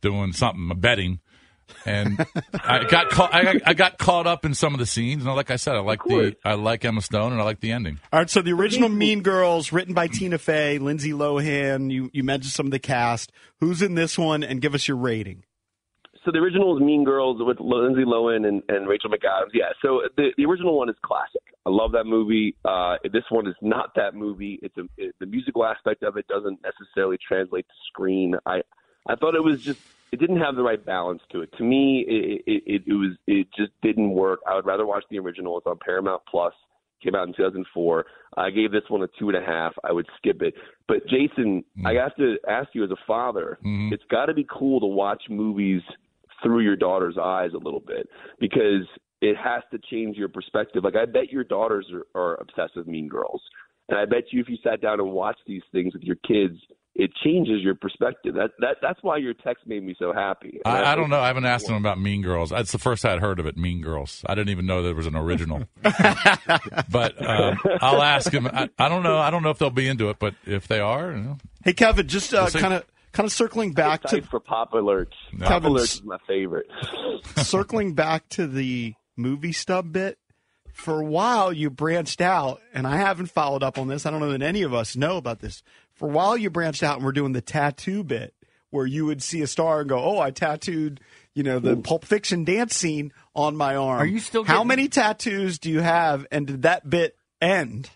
S3: doing something, betting, and I got caught. I, I got caught up in some of the scenes. And like I said, I like the I like Emma Stone and I like the ending.
S2: All right, so the original Mean Girls, written by Tina Fey, Lindsay Lohan. You you mentioned some of the cast. Who's in this one? And give us your rating.
S10: So the original is Mean Girls with Lindsay Lohan and, and Rachel McAdams. Yeah, so the, the original one is classic. I love that movie. Uh, this one is not that movie. It's a, it, the musical aspect of it doesn't necessarily translate to screen. I I thought it was just it didn't have the right balance to it. To me, it it, it, it was it just didn't work. I would rather watch the original. It's on Paramount Plus. Came out in 2004. I gave this one a two and a half. I would skip it. But Jason, I have to ask you as a father, it's got to be cool to watch movies through your daughter's eyes a little bit because it has to change your perspective. Like I bet your daughters are, are obsessed with Mean Girls, and I bet you if you sat down and watched these things with your kids, it changes your perspective. That that that's why your text made me so happy. And
S3: I, I don't know. I haven't asked them about Mean Girls. That's the first I'd heard of it. Mean Girls. I didn't even know there was an original. but um, I'll ask them. I, I don't know. I don't know if they'll be into it, but if they are, you know.
S2: Hey Kevin, just uh,
S3: Let's see.
S2: kind of kind of circling back to
S10: for Pop Alerts. Pop
S2: Kevin's-
S10: Alerts is my favorite.
S2: circling back to the movie stub bit. For a while, you branched out, and I haven't followed up on this. I don't know that any of us know about this. For a while, you branched out, and we're doing the tattoo bit where you would see a star and go, "Oh, I tattooed, you know, the Pulp Fiction dance scene on my arm." Are you still? How many tattoos do you have, and did that bit end?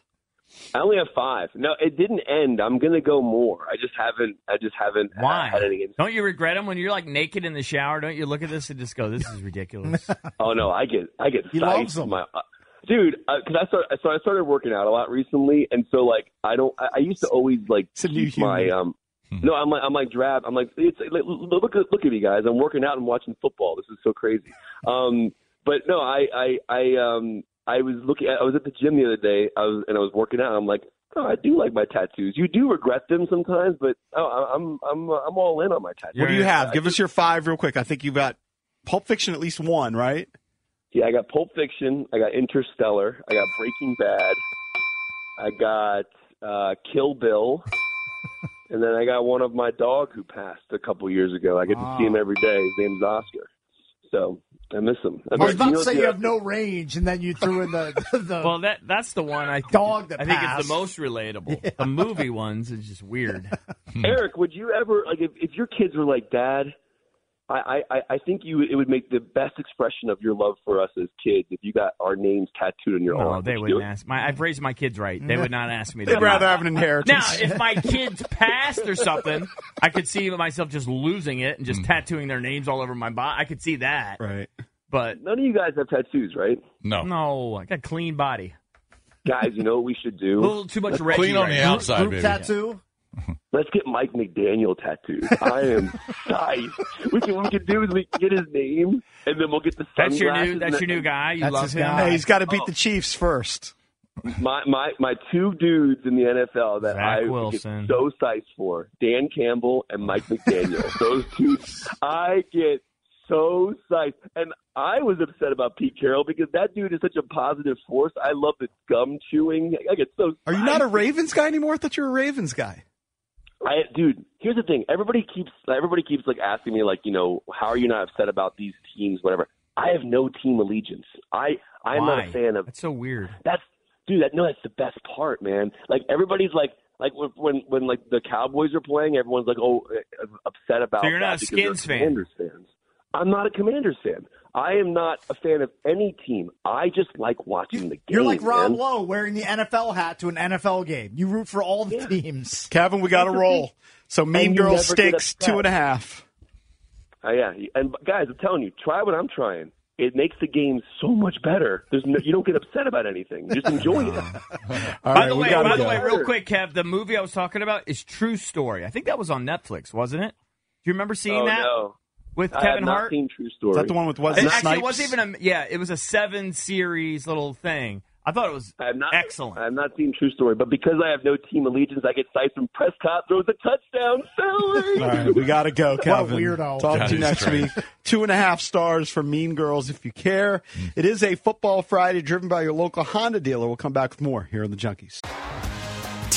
S10: I only have five. No, it didn't end. I'm gonna go more. I just haven't. I just haven't
S5: Why?
S10: had any.
S5: Don't you regret them when you're like naked in the shower? Don't you look at this and just go, "This is ridiculous"?
S10: Oh no, I get I get
S5: He
S10: psyched.
S5: loves 'em.
S10: My, uh, dude, because I started so I started working out a lot recently, and so like I don't I, I used to always like keep my um. No, I'm like I'm like drab. I'm like it's like, look at look at me guys. I'm working out and watching football. This is so crazy. Um, but no, I I I um I was looking. I was at the gym the other day. I was and I was working out. I'm like. Oh, I do like my tattoos. You do regret them sometimes, but oh, I- I'm I'm I'm all in on my tattoos.
S2: what do you have?
S10: I-
S2: Give us your five real quick. I think you've got Pulp Fiction at least one, right?
S10: Yeah, I got Pulp Fiction. I got Interstellar. I got Breaking Bad. I got uh, Kill Bill. and then I got one of my dog who passed a couple years ago. I get to see
S4: Ah.
S10: him every day. His name's Oscar. So I miss him.
S4: I was about
S10: mean, you
S4: to
S10: know,
S4: say
S10: yeah.
S4: you have no range, and then you threw in the. the
S5: well, that that's the one I
S4: dog that
S5: I think it's
S4: passed.
S5: the most relatable. The movie ones is just weird.
S10: Eric, would you ever like if, if your kids were like, Dad, I, I, I- I think you it would make the best expression of your love for us as kids if you got our names tattooed on your
S5: No,
S10: arm.
S5: they
S10: Would you do
S5: wouldn't
S10: it?
S5: ask. My, I've raised my kids right. They would not ask me.
S2: They'd
S5: to-
S2: rather have an
S5: Now,
S2: inheritance.
S5: if my kids passed or something, I could see myself just losing it and just tattooing their names all over my body. I could see that.
S2: Hmm. Right.
S5: But
S10: none of you guys have tattoos, right?
S3: No.
S5: No, I got a clean body.
S10: Guys, you know what we should
S5: A
S10: do?
S5: little too much Reggie right now.
S10: Let's get Mike McDaniel tattooed. I am psyched. We can what we can do is we can get his name, and then we'll get the
S5: That's
S10: sunglasses.
S5: your new. That's
S10: and
S5: your new guy. You
S10: That's
S5: love
S10: his
S5: him.
S10: guy.
S2: Hey, he's got to beat
S10: Oh.
S2: the Chiefs first.
S10: My my my two dudes in the NFL that I
S5: Wilson.
S10: get so psyched for: Dan Campbell and Mike McDaniel. Those two, I get so psyched. And I was upset about Pete Carroll because that dude is such a positive force. I love the gum chewing. I get so.
S2: Are you not a Ravens guy anymore? I thought you were a Ravens guy.
S10: I, dude, here's the thing. Everybody keeps everybody keeps like asking me like, you know, how are you not upset about these teams, whatever. I have no team allegiance. I I'm not
S5: Why?
S10: a fan of.
S5: That's so weird.
S10: That's dude. That no, that's the best part, man. Like everybody's like like when- when when like the Cowboys are playing, everyone's like, oh, uh, upset about.
S5: So you're not
S10: that
S5: a
S10: because they're
S5: Skins fan?
S10: Commanders fans. I'm not a Commanders fan. I am not a fan of any team. I just like watching the game.
S4: You're like Rob
S10: man.
S4: Lowe wearing the NFL hat to an NFL game. You root for all the teams.
S2: Kevin, we got to roll. So Mean
S10: And you
S2: Girl
S10: never get
S2: stakes
S10: upset.
S2: two and a half.
S10: Oh yeah, and guys, I'm telling you, try what I'm trying. It makes the game so much better. There's no, you don't get upset about anything. Just enjoy it.
S2: All
S5: by
S2: right,
S5: the
S2: we
S5: way,
S2: gotta
S5: by the
S2: go.
S5: way, real quick, Kev, the movie I was talking about is True Story. I think that was on Netflix, wasn't it? Do you remember seeing
S10: oh
S5: that
S10: no,
S5: with
S10: I
S5: Kevin
S10: have not
S5: Hart?
S10: seen True Story.
S2: Is that the one with
S5: It
S2: Wesley
S5: actually
S2: Snipes?
S5: wasn't even a yeah. It was a seven series little thing. I thought it was
S10: I have not.
S5: excellent.
S10: I have not seen True Story, but because I have no team allegiance, I get psyched when Prescott throws a touchdown. Selling.
S2: All right, we got to go, Kevin.
S4: weirdo.
S2: Talk
S3: That
S2: to you
S3: is
S2: next
S3: great.
S2: week. Two and a half stars for Mean Girls if you care. It is a football Friday driven by your local Honda dealer. We'll come back with more here on the Junkies.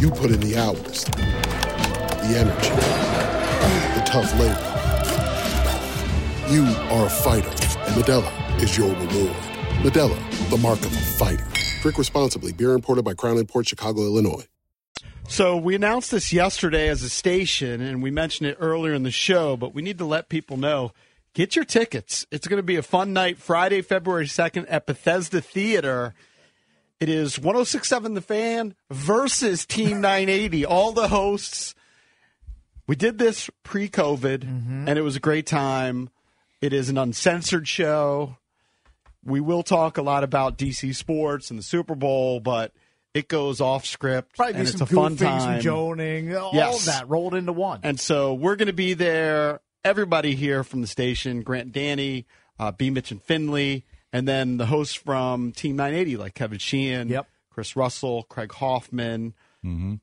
S12: You put in the hours, the energy, the tough labor. You are a fighter, and Medella is your reward. Medella, the mark of a fighter. Drink responsibly. Beer imported by Crown Port Chicago, Illinois.
S2: So we announced this yesterday as a station, and we mentioned it earlier in the show, but we need to let people know. Get your tickets. It's going to be a fun night Friday, February 2nd at Bethesda Theater. It is 1067 The Fan versus Team 980. All the hosts. We did this pre COVID,
S4: Mm-hmm.
S2: and it was a great time. It is an uncensored show. We will talk a lot about DC sports and the Super Bowl, but it goes off script.
S4: Probably
S2: and
S4: do
S2: it's
S4: some
S2: a fun
S4: goofing,
S2: time.
S4: some joning, all
S2: Yes.
S4: of that rolled into one.
S2: And so we're going to be there. Everybody here from the station, Grant Danny, uh, B. Mitch and Finley, and then the hosts from Team 980, like Kevin Sheehan, Chris Russell, Craig Hoffman.
S3: Mm-hmm.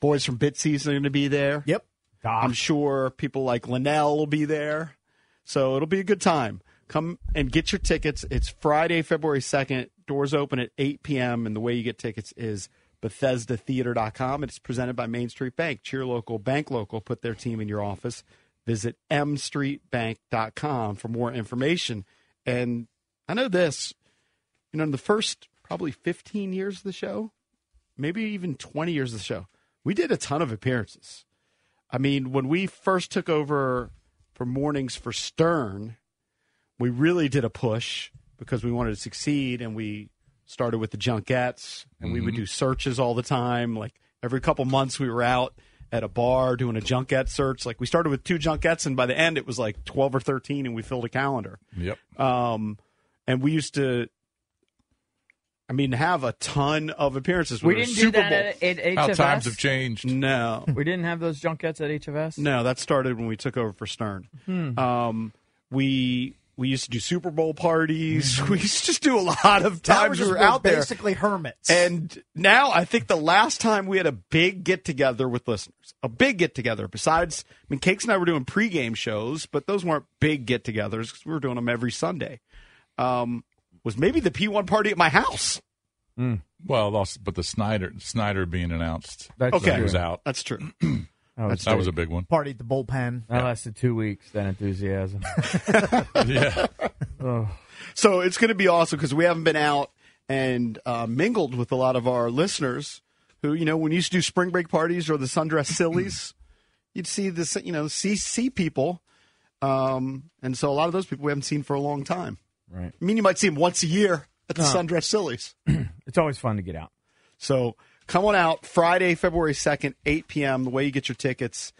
S2: Boys from Bit Season are going to be there.
S4: Yep.
S2: I'm sure people like Linnell will be there. So it'll be a good time. Come and get your tickets. It's Friday, February 2nd. Doors open at 8 p.m. And the way you get tickets is BethesdaTheater.com. It's presented by Main Street Bank. Cheer local, bank local. Put their team in your office. Visit mstreetbank.com for more information. And I know this, you know, in the first probably 15 years of the show, maybe even 20 years of the show, we did a ton of appearances. I mean, when we first took over for mornings for Stern, we really did a push because we wanted to succeed and we started with the junkettes and we would do searches all the time. Like every couple months we were out at a bar doing a junkette search. Like we started with two junkettes and by the end it was like 12 or 13 and we filled a calendar.
S3: Yep.
S2: Um, and we used to, I mean, have a ton of appearances.
S5: We
S2: were
S5: didn't do
S2: Super
S5: that
S2: Bowl.
S5: at- at How HFS? times have
S3: changed.
S2: No,
S5: We didn't have those junkets at HFS.
S2: no, that started when we took over for Stern.
S5: Hmm.
S2: Um, we we used to do Super Bowl parties. We used to just do a lot of times we
S4: just-
S2: were out there.
S4: basically hermits.
S2: And now I think the last time we had a big get together with listeners, a big get together. Besides, I mean, Cakes and I were doing pregame shows, but those weren't big get togethers because we were doing them every Sunday. Um, was maybe the P1 party at my house.
S3: Well, lost, but the Snyder Snyder being announced.
S5: That's
S3: that he
S5: true.
S3: was out.
S2: That's true.
S5: That was
S3: that was a
S5: big.
S3: big one.
S4: Party at the bullpen.
S5: That lasted two weeks. That enthusiasm.
S3: yeah.
S2: So it's going to be awesome because we haven't been out and uh, mingled with a lot of our listeners who, you know, when you used to do spring break parties or the sundress sillies, you'd see this, you know, see, see people. Um, and so a lot of those people we haven't seen for a long time.
S5: Right.
S2: I mean, you might see them once a year at the
S5: Huh.
S2: sundress sillies.
S5: Oh. It's always fun to get out.
S2: So come on out Friday, February 2nd, 8 p.m. The way you get your tickets,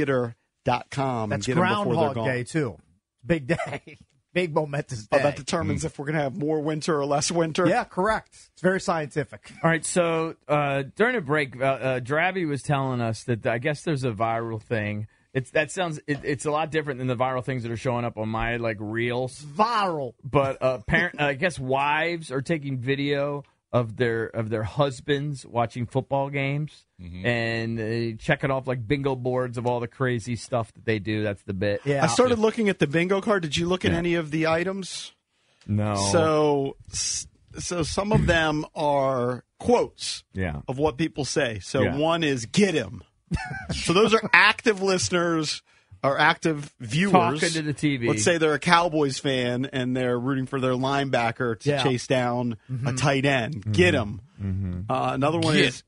S2: BethesdaTheater.com.
S4: That's
S2: and get 'em before they're
S4: Groundhog
S2: gone.
S4: Day too. Big day, big momentous day.
S2: Oh, that determines if we're going to have more winter or less winter.
S4: Yeah, correct. It's very scientific.
S5: All right, so uh, during the break, uh, uh, Drabby was telling us that I guess there's a viral thing. It's that sounds it, it's a lot different than the viral things that are showing up on my like reels.
S4: Viral,
S5: but uh, parent, I guess wives are taking video of their of their husbands watching football games and uh, checking off like bingo boards of all the crazy stuff that they do. That's the bit.
S2: I started looking at the bingo card. Did you look at any of the items?
S5: No.
S2: So, so some of them are quotes
S5: Yeah.
S2: of what people say. So
S5: Yeah.
S2: one is "get him." so those are active listeners or active viewers
S5: Talking to the TV.
S2: Let's say they're a Cowboys fan and they're rooting for their linebacker to
S5: Yeah. Mm-hmm.
S2: chase down a tight end. Get him. Uh, another one
S5: Get.
S2: is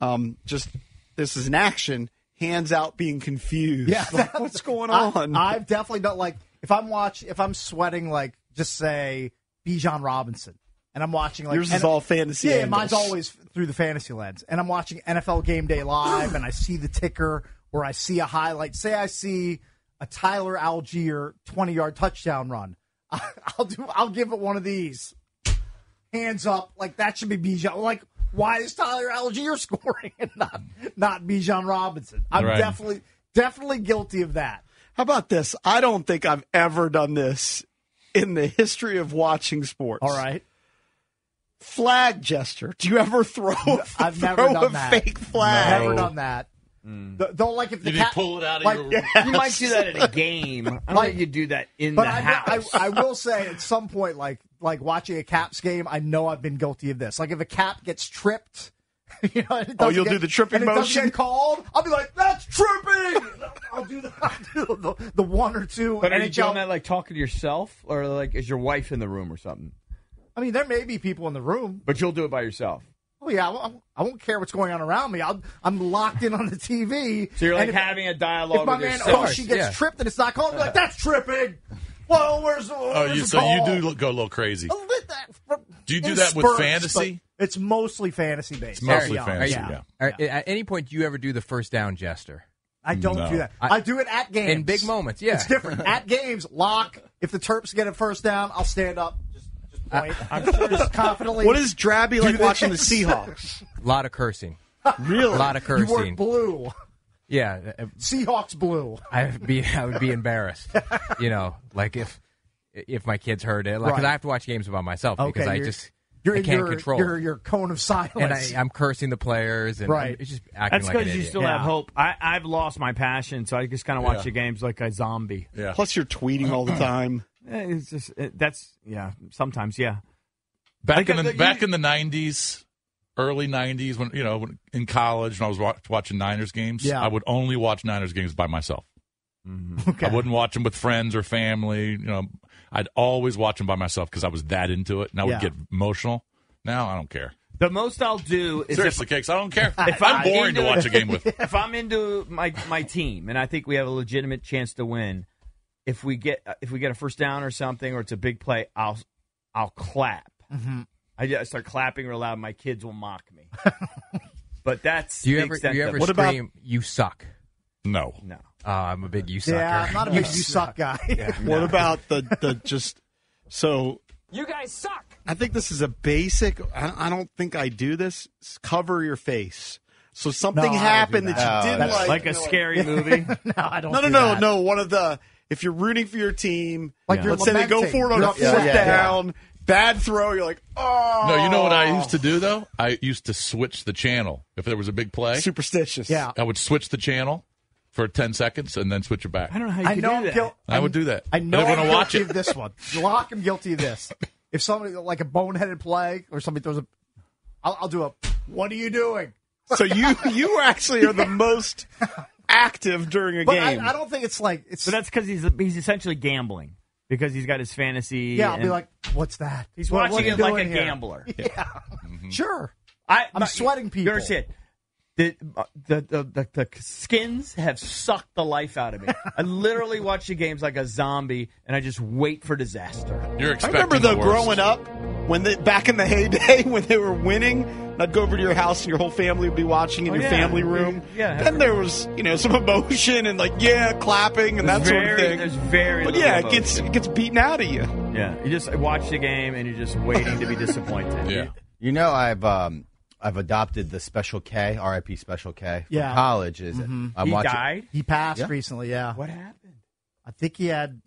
S2: um, just this is an action. Hands out being confused.
S4: Yeah,
S2: Like, what's going on?
S4: I, I've definitely done like if I'm watch if I'm sweating like just say Bijan Robinson and I'm watching like
S2: Yours is
S4: and-
S2: all fantasy
S4: Yeah,
S2: angles.
S4: mine's always through the fantasy lens, and I'm watching NFL Game Day live, and I see the ticker or I see a highlight. Say I see a Tyler Algier 20 yard touchdown run. I'll do. I'll give it one of these. Hands up, like that should be Bijan. Like, why is Tyler Algier scoring and not not Bijan Robinson? I'm
S2: Right.
S4: definitely definitely guilty of that.
S2: How about this? I don't think I've ever done this in the history of watching sports. All
S4: right.
S2: Flag gesture. Do you ever throw?
S4: I've never
S2: throw
S4: done
S2: a
S4: that.
S2: fake flag.
S4: Never done that.
S5: Mm.
S4: Th- Though, like if the
S5: You didn't
S4: cat,
S5: pull it out of
S4: like-
S5: your- You might do that at a game. I don't think you do that in
S4: but
S5: the
S4: I,
S5: house.
S4: I, I will say at some point, like like watching a Caps game, I know I've been guilty of this. Like if a Cap gets tripped, you know, and it
S2: Oh,
S4: doesn't
S2: you'll
S4: get-
S2: do the tripping
S4: and it doesn't
S2: motion?
S4: get called. I'll be like, that's tripping. I'll do the, I'll do the, the one or two
S5: But are you
S4: NHL
S5: doing that like talking to yourself, or like is your wife in the room or something?
S4: I mean, there may be people in the room.
S5: But you'll do it by yourself.
S4: Oh yeah, I won't, I won't care what's going on around me. I'll, I'm locked in on the TV.
S5: So you're like
S4: And if-
S5: having a dialogue
S4: If my
S5: with
S4: man,
S5: yourself.
S4: oh, she gets
S3: Yeah.
S4: tripped and it's not called, I'll be like, that's tripping. Well, where's, where's
S3: Oh, you,
S4: the
S3: so you
S4: call?
S3: do look- go a little crazy. Do you do
S4: In
S3: that with
S4: spurts,
S3: fantasy?
S4: but It's mostly fantasy based. Very young, yeah.
S8: Are- At any point, do you ever do the first down gesture?
S4: I don't do that. I, do it at games.
S8: In big moments, yeah.
S4: It's different. at games, lock. If the Terps get a first down, I'll stand up. Just, just point. I'm sure just confidently.
S8: What is Drabby
S4: do
S8: like
S4: this.
S8: watching the Seahawks? A lot of cursing.
S4: really?
S8: A lot of
S4: You wore
S8: cursing.
S4: blue.
S8: Yeah, uh,
S4: Seahawks blue.
S8: I would be I would be embarrassed. you know, like if if my kids heard it, like 'cause
S4: Right.
S8: I have to watch games by myself because
S4: Okay,
S8: I
S4: you're-
S8: just
S4: you're
S8: I
S4: in
S8: can't
S4: your,
S8: control.
S4: Your, your cone of silence.
S8: and I, I'm cursing the players, and
S4: Right.
S8: I'm- it's just acting
S5: That's
S8: like an
S5: because you
S8: idiot.
S5: still have hope. I, I've lost my passion, so I just kind of watch the games like a zombie.
S3: Yeah.
S2: Plus, you're tweeting all the time.
S5: It's just it, that's yeah. Sometimes yeah.
S3: Back
S5: Like,
S3: in
S5: uh,
S3: the
S5: you-
S3: back in the nineties, early nineties, when you know when, in college, when I was wa- watching Niners games,
S4: Yeah.
S3: I would only watch Niners games by myself. I wouldn't watch them with friends or family. You know, I'd always watch them by myself because I was that into it, and I would
S5: Yeah.
S3: get emotional. Now I don't care.
S5: The most I'll do is
S3: Seriously,
S5: if,
S3: Cakes, I don't care.
S5: If
S3: I'm
S5: I'm
S3: boring to
S5: into-
S3: watch a game with.
S5: if I'm into my my team and I think we have a legitimate chance to win, if we get uh, if we get a first down or something or it's a big play, I'll I'll clap.
S8: Mhm.
S5: I just start clapping real loud. My kids will mock me. but that's
S8: Do you
S5: the
S8: ever do
S5: extent
S8: you
S5: of
S8: ever
S5: it.
S8: scream? You suck.
S3: No,
S5: no.
S8: Ah, I'm a big you sucker.
S4: Yeah, I'm not a big you suck guy.
S2: What about the the just so?
S5: You guys suck.
S2: I think this is a basic. I, I don't think I do this. s- Cover your face. So something
S4: I don't do
S2: happened that,
S4: that.
S2: you
S4: No,
S2: didn't
S4: Oh, that's- Like
S2: like,
S4: a scary movie? No, I don't
S2: No, no,
S4: do
S2: no,
S4: that.
S2: no. One of the if you're rooting for your team,
S4: Like
S2: like
S4: you're
S2: let's say they go
S4: lamenting.
S2: for it on
S4: You're
S2: a
S4: upset.
S2: fourth
S4: Yeah, yeah.
S2: down, bad throw. You're like, oh
S3: No, you know what I used to do though? I used to switch the channel if there was a big play.
S2: Superstitious.
S4: Yeah.
S3: I would switch the channel for ten seconds and then switch it back. I
S5: don't know
S4: I know I'm guilty.
S3: I would do that.
S4: I know
S3: I
S4: I'm
S3: didn't
S4: guilty
S3: wanna watch
S4: of
S3: it.
S4: this one. Lock, I'm guilty of this. If somebody like a boneheaded play or somebody throws a, I'll, I'll do a. What are you doing?
S2: So you you actually are the most active during a
S4: But I,
S2: game.
S4: I don't think it's like it's.
S5: But that's because he's he's essentially gambling because he's got his fantasy.
S4: yeah, I'll be
S5: and-
S4: like, what's that?
S5: he's
S4: What-
S5: watching
S4: what are you
S5: it like a
S4: doing here?
S5: gambler.
S4: Sure.
S5: Mm-hmm. I,
S4: I'm sweating people.
S5: You understand? The, uh, the, the, the, the skins have sucked the life out of me. I literally watch the games like a zombie, and I just wait for disaster.
S3: You're
S2: I
S3: expecting
S2: remember
S3: the
S2: though
S3: worst.
S2: growing up when the back in the heyday when they were winning, and I'd go over to your house and your whole family would be watching in
S5: Oh,
S2: your
S5: yeah.
S2: family room.
S5: Yeah.
S2: Then there was you know some emotion and like yeah, clapping and that
S5: There's
S2: sort of
S5: very-
S2: thing.
S5: there's very
S2: But
S5: little
S2: yeah, it gets it gets beaten out of you.
S5: Yeah, you just watch the game, and you're just waiting to be disappointed. yeah.
S6: You know, I've um, I've adopted the Special K, R.I.P. Special K. From
S4: Yeah.
S6: college is
S4: Mhm.
S6: I'm
S4: He
S6: watching.
S5: died?
S4: He passed
S6: Yeah.
S4: recently. Yeah.
S5: What happened?
S4: I think he had.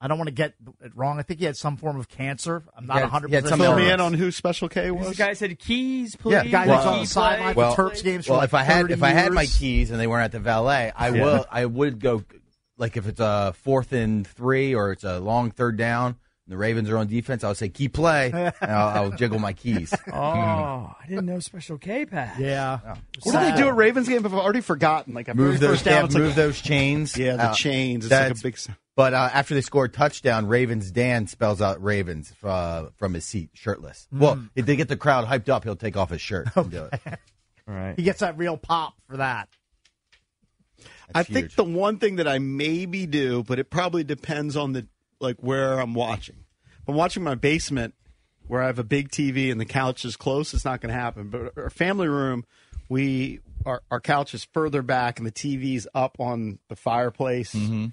S4: I don't want to get it wrong. I think he had some form of cancer. I'm not
S6: Yeah,
S4: 100.
S6: he had
S4: percent
S6: some
S4: sure.
S6: form of-
S2: And on who Special K
S5: This
S2: was?
S5: guy said keys, please.
S6: Yeah,
S4: The guy that's
S6: Well,
S4: on the sideline
S6: well,
S4: for Terps games. for
S6: well,
S4: like
S6: if I had
S4: 30
S6: if I had my
S4: years.
S6: keys and they weren't at the valet, I
S4: Yeah.
S6: will I would go like if it's a fourth and three or it's a long third down and the Ravens are on defense, I would say key play and I'll, I'll jiggle my keys. Mm.
S5: Oh, I didn't know Special K passed.
S4: Yeah.
S2: What do they do at Ravens game? I've already forgotten. Like I've
S6: move those
S2: first down,
S6: yeah,
S2: it's
S6: move
S2: like,
S6: those chains. Uh,
S2: Yeah, the chains. It's like a big s-
S6: But uh, after they score a touchdown, Ravens Dan spells out Ravens uh, from his seat, shirtless.
S2: Hmm.
S6: Well, if they get the crowd hyped up, he'll take off his shirt and do it.
S5: All right.
S4: He gets that real pop for that.
S2: I think the one thing that I maybe do, but it probably depends on the like where I'm watching. If I'm watching my basement where I have a big TV and the couch is close, it's not going to happen. But our family room, we our, our couch is further back and the TV's up on the fireplace.
S6: Mm-hmm.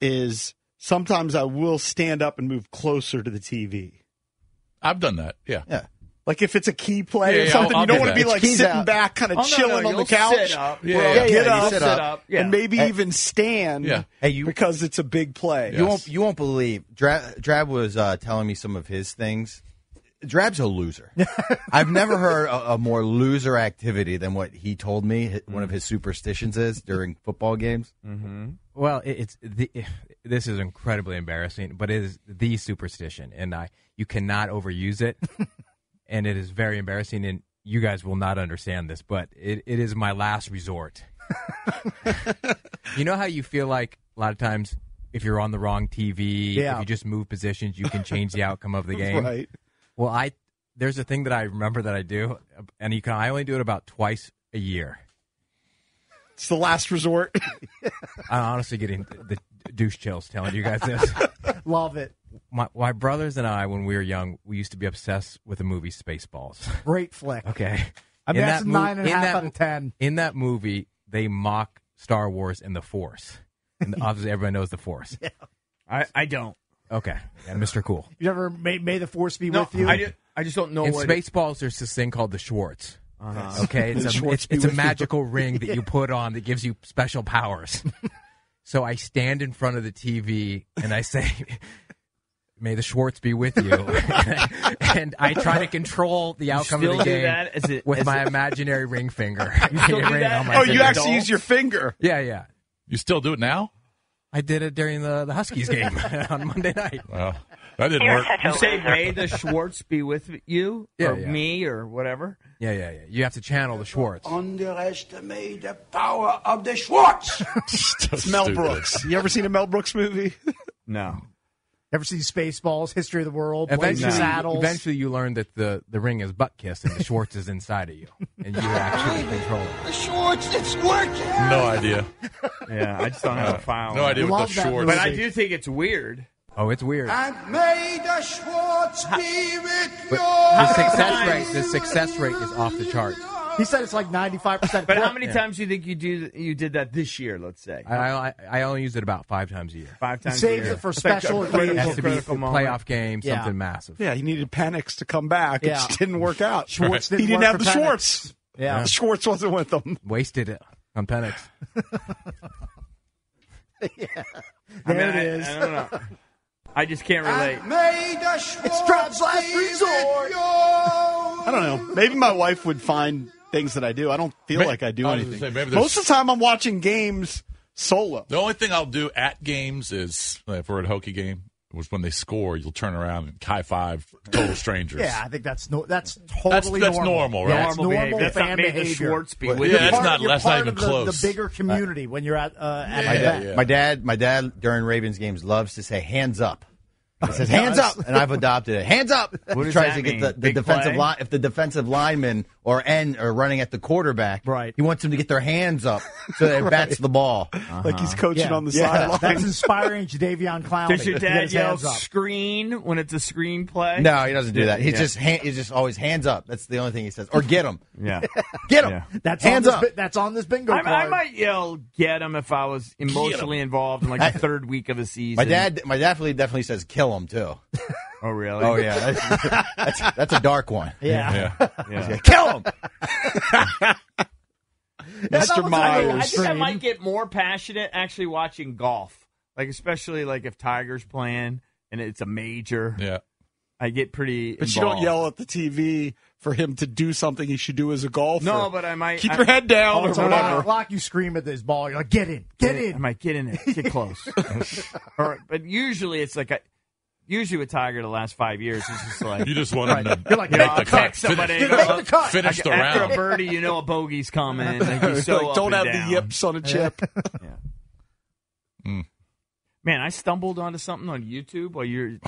S2: Is sometimes I will stand up and move closer to the TV.
S3: I've done that. Yeah.
S6: Yeah.
S2: Like if it's a key play
S3: Yeah,
S2: or
S3: yeah,
S2: something,
S3: I'll- I'll
S2: you don't
S3: do
S2: want to
S3: that.
S2: be
S3: It's
S2: like
S6: keys
S2: sitting
S6: out.
S2: back, kind of
S6: Oh, no, no,
S2: chilling on
S6: you'll
S2: the couch.
S6: sit up.
S2: We're
S6: Yeah,
S2: all,
S6: yeah,
S2: get
S6: yeah, you
S2: up,
S6: sit up. Yeah.
S2: and maybe
S6: Hey-
S2: even stand.
S6: Yeah.
S2: Hey, you because it's a big play.
S6: You won't you won't believe Drab, Drab was uh, telling me some of his things Drab's a loser. I've never heard a, a more loser activity than what he told me hi-
S2: Hmm.
S6: one of his superstitions is during football games.
S8: Mm-hmm. Well, it, it's the, this is incredibly embarrassing, but it is the superstition, and I you cannot overuse it, and it is very embarrassing. And you guys will not understand this, but it, it is my last resort. you know how you feel like a lot of times if you're on the wrong TV,
S4: Yeah.
S8: if you just move positions, you can change the outcome of the game.
S4: Right.
S8: Well, I there's a thing that I remember that I do, and you can I only do it about twice a year.
S2: It's the last resort.
S8: I'm honestly getting the douche chills telling you guys this.
S4: Love it.
S8: My, my brothers and I, when we were young, we used to be obsessed with the movie Spaceballs.
S4: Great flick.
S8: Okay.
S4: I mean,
S8: In
S4: that's
S8: that mov-
S4: nine and a
S8: in
S4: half
S8: that
S4: out
S8: mo-
S4: of ten.
S8: In that movie, they mock Star Wars and the Force. And obviously, everybody knows the Force.
S5: I, I don't.
S8: Okay. And Mr. Cool.
S4: You never may, may the force be with you.
S8: I ju-
S5: I just don't know
S8: In
S5: what it-
S8: Spaceballs, there's this thing called the Schwartz.
S5: Uh-huh.
S8: Okay, it's
S5: The
S8: a,
S5: Schwartz
S8: it's,
S5: be
S8: it's a
S5: with you.
S8: magical ring that you
S5: Yeah.
S8: put on that gives you special powers. so I stand in front of the TV and I say, "May the Schwartz be with you," and I try to control the
S5: You
S8: outcome
S5: still
S8: of the
S5: do
S8: game
S5: that as a-
S8: with
S5: as
S8: my
S5: a-
S8: imaginary ring finger.
S5: You still do
S8: Ring
S5: that
S8: on my
S2: oh, you
S8: finger.
S2: actually use your finger.
S8: Yeah, yeah.
S3: You still do it now?
S8: I did it during the, the Huskies game on Monday night.
S3: Well, that didn't
S8: You're
S3: work.
S8: such a
S5: You say may the Schwartz be with you
S8: Yeah,
S5: or
S8: yeah.
S5: me or whatever.
S8: Yeah, yeah, yeah. You have to channel the Schwartz.
S13: Underestimate the power of the Schwartz.
S2: It's Mel Brooks. You ever seen a Mel Brooks movie?
S5: No.
S4: Ever seen Spaceballs, History of the World, Blazing
S8: Eventually,
S4: Saddles?
S8: eventually, you learn that the, the ring is butt kiss and the Schwartz is inside of you, and you actually control it.
S13: the Schwartz, it's working.
S3: No idea.
S8: Yeah, I just
S3: don't
S5: Uh,
S3: have a file. No idea what Love the that Schwartz-
S5: But I
S3: movie.
S5: do think it's weird.
S8: Oh, it's weird.
S13: And may the Schwartz be with you.
S8: But the success rate, the success rate is off the chart.
S4: He said it's like ninety five percent.
S5: But how many times do you think you do you did that this year? Let's say
S8: I, I I only use it about five times a year.
S5: Five times.
S4: Saves
S5: a year.
S4: it for
S5: It's like a
S4: special
S5: critical-
S8: Has to be
S5: critical
S8: a
S5: moment.
S8: playoff game, something massive.
S2: Yeah, he needed Penix to come back. It
S8: Yeah.
S2: just didn't work out.
S8: Schwartz
S2: he
S8: didn't
S2: didn't
S8: work
S2: have
S8: for
S2: the
S8: Penix.
S2: Schwartz.
S8: Yeah.
S2: The Schwartz wasn't with them.
S8: Wasted it on Penix.
S5: I mean,
S13: There it
S5: I-
S13: is.
S5: I don't know. I just can't relate.
S13: May the Schwartz it's Drop's last resort.
S2: I don't know. Maybe my wife would find things that I do. I don't feel
S3: May-
S2: like I do
S3: I was gonna
S2: anything.
S3: say, maybe there's-
S2: Most of the time, I'm watching games solo.
S3: The only thing I'll do at games is uh, if we're at a Hokie game, was when they score, you'll turn around and high five total strangers.
S4: Yeah, I think that's no, that's
S3: That's,
S4: totally
S3: that's
S4: normal.
S3: normal,
S4: Yeah,
S3: right?
S4: it's normal fan behavior.
S3: Yeah, that's
S4: Part-
S3: not.
S4: you're
S3: That's
S4: part
S3: not even
S4: of the,
S3: close.
S4: The bigger community when you're at uh, at
S6: My,
S4: an
S6: dad,
S4: event.
S6: my dad, my dad during Ravens games loves to say "hands up." He says "hands up," and I've adopted it. Hands up.
S5: What
S6: He
S5: does
S6: tries
S5: that
S6: to get
S5: mean?
S6: the, the
S5: Big
S6: defensive
S5: play?
S6: line. If the defensive lineman or end are running at the quarterback, right? He wants them to get their hands up so that it bats the ball. Uh-huh.
S2: Like he's coaching on the sideline.
S4: That's inspiring, Jadavion Clowney.
S5: Does your
S4: He had
S5: dad
S4: his
S5: yell
S4: hands up.
S5: screen when it's a screen play?
S6: No, he doesn't do that. He's
S5: Yeah.
S6: just hand, he's just always hands up. That's the only thing he says. Or get him.
S5: Yeah.
S6: get him.
S4: That's
S6: hands
S4: on
S6: up.
S4: This, bi- that's on this bingo
S5: I,
S4: card.
S5: I might yell get him if I was emotionally involved in like the third week of a season.
S6: My dad, my dad definitely- definitely says kill him too.
S5: Oh really?
S6: Oh yeah, that's, that's, that's a dark one.
S5: Yeah. Yeah.
S6: Yeah, Kill him.
S5: That
S6: Mr.
S5: was- I think- I
S6: Myers.
S5: think I might get more passionate actually watching golf, like especially like if Tiger's playing and it's a major.
S3: Yeah,
S5: I get pretty.
S2: But you don't
S5: involved.
S2: yell at the TV for him to do something he should do as a golfer.
S5: No, but I might
S2: keep
S5: I-
S2: your head down
S5: Oh,
S2: or
S5: it's on our
S2: whatever.
S4: Lock, you scream at this ball. You're like, get in, get in.
S5: I might get in it, get close. All right, but usually it's like a. Usually with Tiger, the last five years, it's just like
S3: You just want him to
S5: You're like,
S3: make
S5: "No, I'll
S3: the cut.
S5: text somebody.
S3: Finish- Make the cut."
S5: Like,
S3: finish the
S5: after
S3: round.
S5: a birdie, you know a bogey's coming. Like,
S2: You're
S5: he's so
S2: like,
S5: up
S2: don't
S5: and
S2: have
S5: down.
S2: the yips on a chip.
S3: Hmm.
S5: Man, I stumbled onto something on YouTube while you're.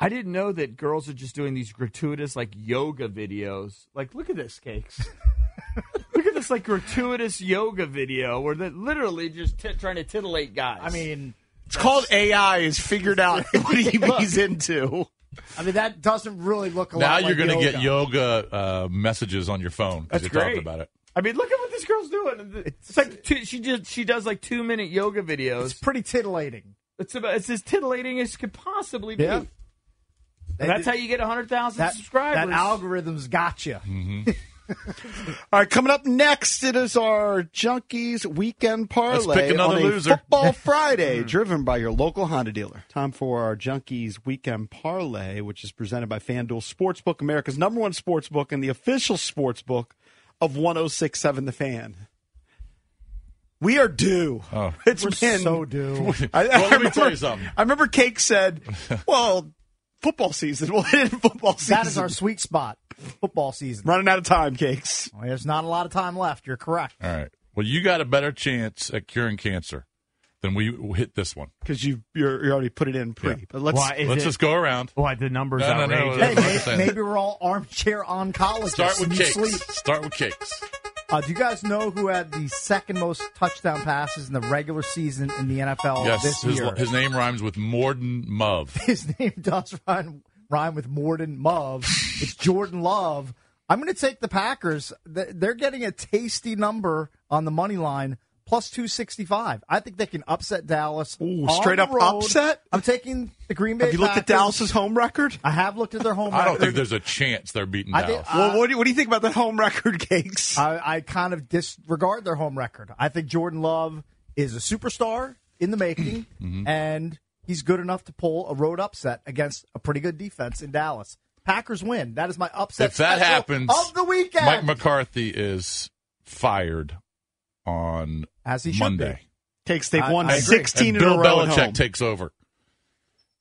S5: I didn't know that girls are just doing these gratuitous like yoga videos. Like, look at this, cakes. look at this like gratuitous yoga video where they're literally just t- trying to titillate guys.
S4: I mean,
S2: It's called AI. Has figured out what he,
S4: Look.
S2: he's into.
S4: I mean that doesn't really look a lot.
S3: Now you're
S4: like
S3: going to
S4: yoga.
S3: get yoga uh, messages on your phone because you're
S5: That's
S3: talking
S5: great.
S3: about it.
S5: I mean, look at what this girl's doing. It's, like two, she just she does like two minute yoga videos.
S4: It's pretty titillating.
S5: It's about it's as titillating as could possibly be.
S4: Yeah.
S5: And that's how you get hundred thousand
S4: That,
S5: subscribers.
S4: that algorithm's got you.
S2: All right, coming up next, it is our Junkies Weekend Parlay
S3: pick another
S2: on a
S3: loser.
S2: Football Friday,
S4: Mm-hmm.
S2: driven by your local Honda dealer. Time for our Junkies Weekend Parlay, which is presented by FanDuel Sportsbook, America's number one sportsbook and the official sportsbook of 1067 The Fan. We are due. It's
S4: We're
S2: been
S4: so due.
S2: I, I
S4: Oh. Well, let me
S2: remember,
S4: tell you something.
S2: I remember Cake said, "Well, football season. We'll hit it in football season."
S4: That is our sweet spot. Football season.
S2: running out of time, Cakes.
S4: Well, there's not a lot of time left. You're correct.
S3: All right. Well, you got a better chance at curing cancer than we hit this one.
S2: because you you're, you already put it in pre. But let's
S3: Why is Let's it- just go around.
S2: Why the numbers
S3: No, no, no, outrageous. no, no, no,
S4: Hey,
S3: no.
S4: maybe we're all armchair oncologists.
S3: Start with
S4: Need
S3: cakes.
S4: sleep.
S3: Start with cakes.
S4: Uh, do you guys know who had the second most touchdown passes in the regular season in the NFL
S3: yes,
S4: Oh, this
S3: his,
S4: year?
S3: his name rhymes with Morden Mov.
S4: His name does rhyme, rhyme with Morden Love. It's Jordan Love. I'm going to take the Packers. Th- They're getting a tasty number on the money line, plus 265. I think they can upset Dallas. on
S2: straight
S4: the
S2: up
S4: road.
S2: upset?
S4: I'm taking the Green Bay
S2: Have you looked at
S4: Packers.
S2: Dallas's home record?
S4: I have looked at their home
S3: I don't
S4: record.
S3: think there's a chance they're beating
S4: I think-
S3: Dallas.
S4: uh,
S2: well, what do, you, what do you think about the home record, Cakes?
S4: I, I kind of disregard their home record. I think Jordan Love is a superstar in the making,
S3: Mm-hmm.
S4: and he's good enough to pull a road upset against a pretty good defense in Dallas. Packers win. That is my upset.
S3: if that
S4: special
S3: happens,
S4: of the weekend,
S3: Mike McCarthy is fired on
S4: As he should
S3: Monday.
S2: Cakes they've
S4: I-
S2: won
S4: I agree.
S2: 16
S3: And
S2: in
S3: Bill
S2: a row at
S3: Belichick
S2: home.
S3: takes over.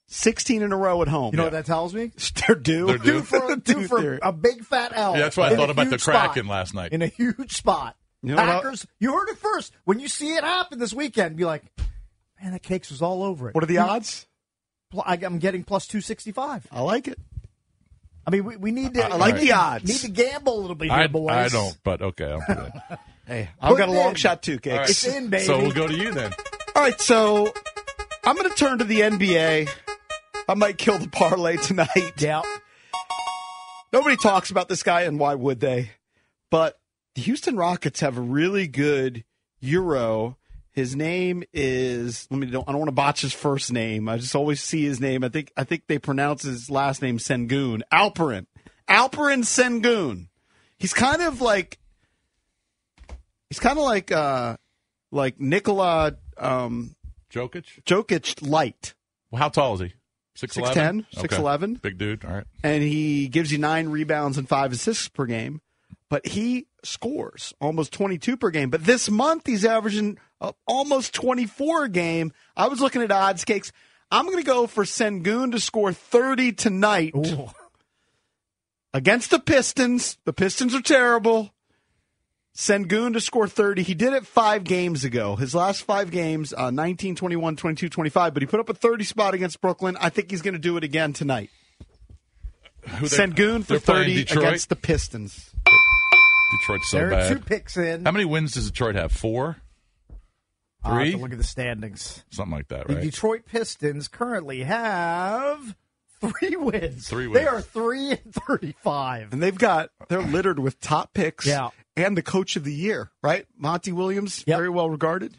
S2: 16 in a row at home.
S4: you know what that tells me?
S2: They're due.
S3: They're due.
S4: Due for, due for a big fat L.
S3: Yeah, that's why I
S4: in Oh. a
S3: thought about the
S4: huge spot.
S3: Kraken last night.
S4: in a huge spot.
S2: You know what I-
S4: Packers, you heard it first. When you see it happen this weekend, be like, man, that cakes was all over it.
S2: What are the odds?
S4: Pl- I- I'm getting plus 265.
S2: I like it.
S4: I mean, we, we need to.
S2: I like the odds.
S4: Need to gamble a little bit here,
S3: I,
S4: boys.
S3: I don't, but okay, I'll put it. in.
S2: Hey, I've
S4: Put
S2: got a
S4: it
S2: long
S4: in.
S2: shot too,
S3: All right.
S2: Cakes.
S4: It's in, baby.
S3: So we'll go to you then.
S2: All right, so I'm going to turn to the NBA. I might kill the parlay tonight.
S4: Yeah.
S2: Nobody talks about this guy, and why would they? But the Houston Rockets have a really good Euro. His name is let me don't I don't want to botch his first name. I just always see his name. I think I think they pronounce his last name Sengun. Alperin. Alperin Sengun. He's kind of like he's kind of like uh like Nikola um
S3: Jokic.
S2: Jokic light.
S3: Well, how tall is he?
S2: 6'10", 6'11".
S3: Big dude. All right.
S2: and he gives you nine rebounds and five assists per game, but he scores almost 22 per game. But this month, he's averaging uh, almost 24 a game. I was looking at odds cakes. I'm going to go for Sengun to score 30 tonight against the Pistons. The Pistons are terrible. Sengun to score 30. He did it five games ago. His last five games, uh, 19, 21, 22, 25, but he put up a 30 spot against Brooklyn. I think he's going to do it again tonight.
S3: Who they-
S2: Sengun for
S3: they're playing
S2: 30
S3: Detroit.
S2: against the Pistons.
S3: Detroit's so
S4: There are two
S3: bad.
S4: picks in.
S3: How many wins does Detroit have? Four,
S4: I'll have
S3: three,
S4: to look at the standings.
S3: something like that,
S4: The
S3: right?
S4: Detroit Pistons currently have three wins.
S3: Three
S4: They
S3: wins.
S4: are three and thirty-five.
S2: And they've got, they're littered with top picks
S4: Yeah.
S2: and the coach of the year, right? Monty Williams,
S4: Yep.
S2: very well regarded.